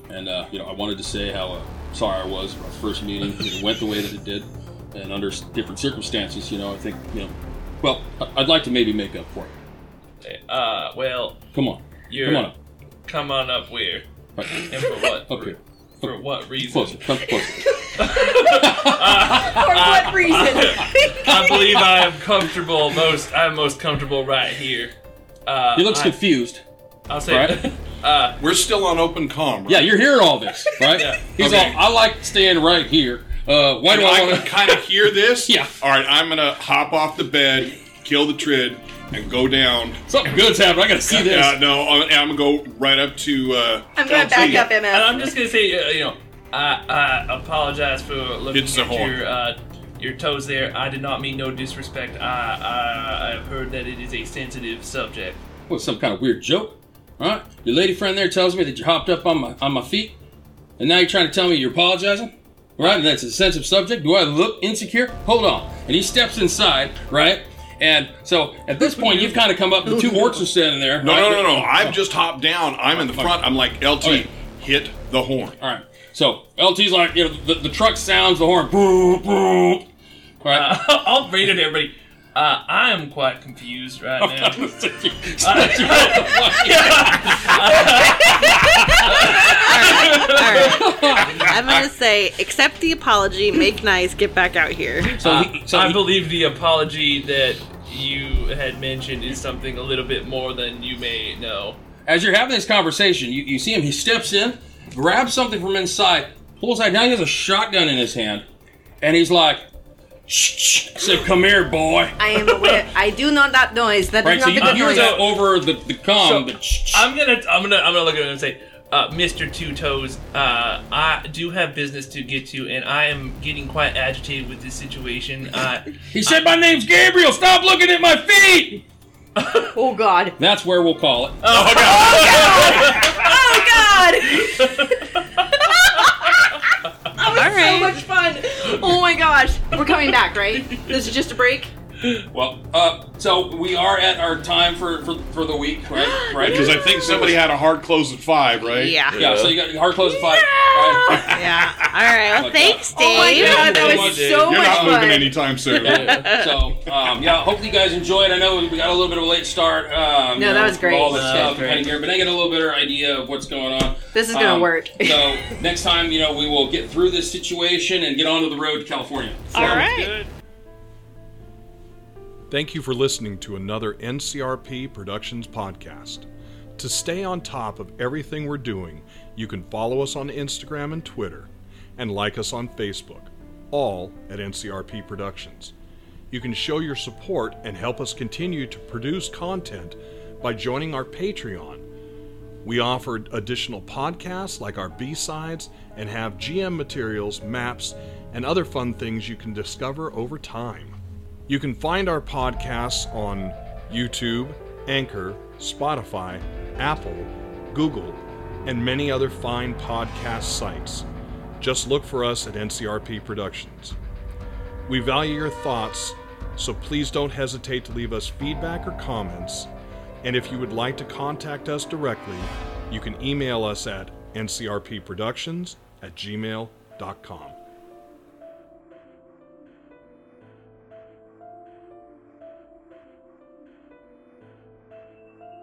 And, uh, you know, I wanted to say how uh, sorry I was for our first meeting. It went the way that it did. And under s- different circumstances, you know, I think, you know, well, I- I'd like to maybe make up for it.
Uh, well,
Come on.
you're.
Come on up.
Come on up where?
Right.
And for what?
Up here.
For what reason?
Closer. Come closer.
For what reason?
I believe I am comfortable most. I'm most comfortable right here. Uh,
He looks
I,
confused.
I'll say,
right?
uh,
We're still on open comm. Right?
Yeah, you're hearing all this, right?
Yeah.
He's
Okay.
all, I like staying right here. Uh, why
I,
do
know, I
I want
can
to...
kind of hear this.
Yeah.
All right, I'm gonna hop off the bed, kill the trid, and go down.
Something good's happening. I got to see this.
Yeah, no, I'm, I'm gonna go right up to. Uh,
I'm gonna
LT.
back up MF.
and I'm just gonna say, uh, you know, I, I apologize for looking
It's a
at
horn.
your uh, your toes there. I did not mean no disrespect. I, I I've heard that it is a sensitive subject.
Well, some kind of weird joke, right? Your lady friend there tells me that you hopped up on my on my feet, and now you're trying to tell me you're apologizing, right? And that's a sensitive subject. Do I look insecure? Hold on. And he steps inside, right? And so at this point, you've kind of come up. The two orcs are standing there.
No,
right?
no, no, no. I've just hopped down. I'm in the front. I'm like LT.
Okay.
Hit the horn.
All right. So LT's like, you know, the, the truck sounds the horn. Boom, boom. Right.
I'll read it, everybody. Uh, I am quite confused right now.
All right. I'm gonna say accept the apology, make nice, get back out here.
Oh,
so
Uh,
he, so
I
he-
believe the apology that you had mentioned is something a little bit more than you may know.
as you're having this conversation, you, you see him. He steps in, grabs something from inside, pulls that down. He has a shotgun in his hand, and he's like, Shh, shh. Said, "Come here, boy."
I am aware. I do know that noise. That is
Right, so
not
you
the good
hear
noise.
that over the the com.
So-
but shh, shh.
I'm gonna I'm gonna I'm gonna look at him and say, uh, Mr. Two Toes, uh, I do have business to get to, and I am getting quite agitated with this situation. Uh,
He said, "My name's Gabriel. Stop looking at my feet."
Oh God!
That's where we'll call it.
oh god!
Oh God!
All right.
So much fun! Oh my gosh! We're coming back, right? This is just a break.
Well, uh, so we are at our time for for, for the week, right? Right?
Because I think somebody had a hard close at five, right?
Yeah.
Yeah. So you got hard close at five. Right?
Yeah. All right.
Oh,
Well, thanks, Dave.
Oh my God!
Thank
That
you
was
very
so
You're
much
not
fun.
moving anytime soon.
so um, yeah, hopefully you guys enjoyed. I know we got a little bit of a late start. Um, you
No, that
know,
was great.
All the
That
stuff
was great.
hanging here, but I get a little better idea of what's going on.
This is gonna
Um,
work.
so next time, you know, we will get through this situation and get onto the road to California.
All right.
Thank you for listening to another NCRP Productions podcast. To stay on top of everything we're doing, you can follow us on Instagram and Twitter, and like us on Facebook, all at NCRP Productions. You can show your support and help us continue to produce content by joining our Patreon. We offer additional podcasts like our B sides and have GM materials, maps, and other fun things you can discover over time. You can find our podcasts on YouTube, Anchor, Spotify, Apple, Google, and many other fine podcast sites. Just look for us at NCRP Productions. We value your thoughts, so please don't hesitate to leave us feedback or comments. And if you would like to contact us directly, you can email us at ncrpproductions at gmail.com.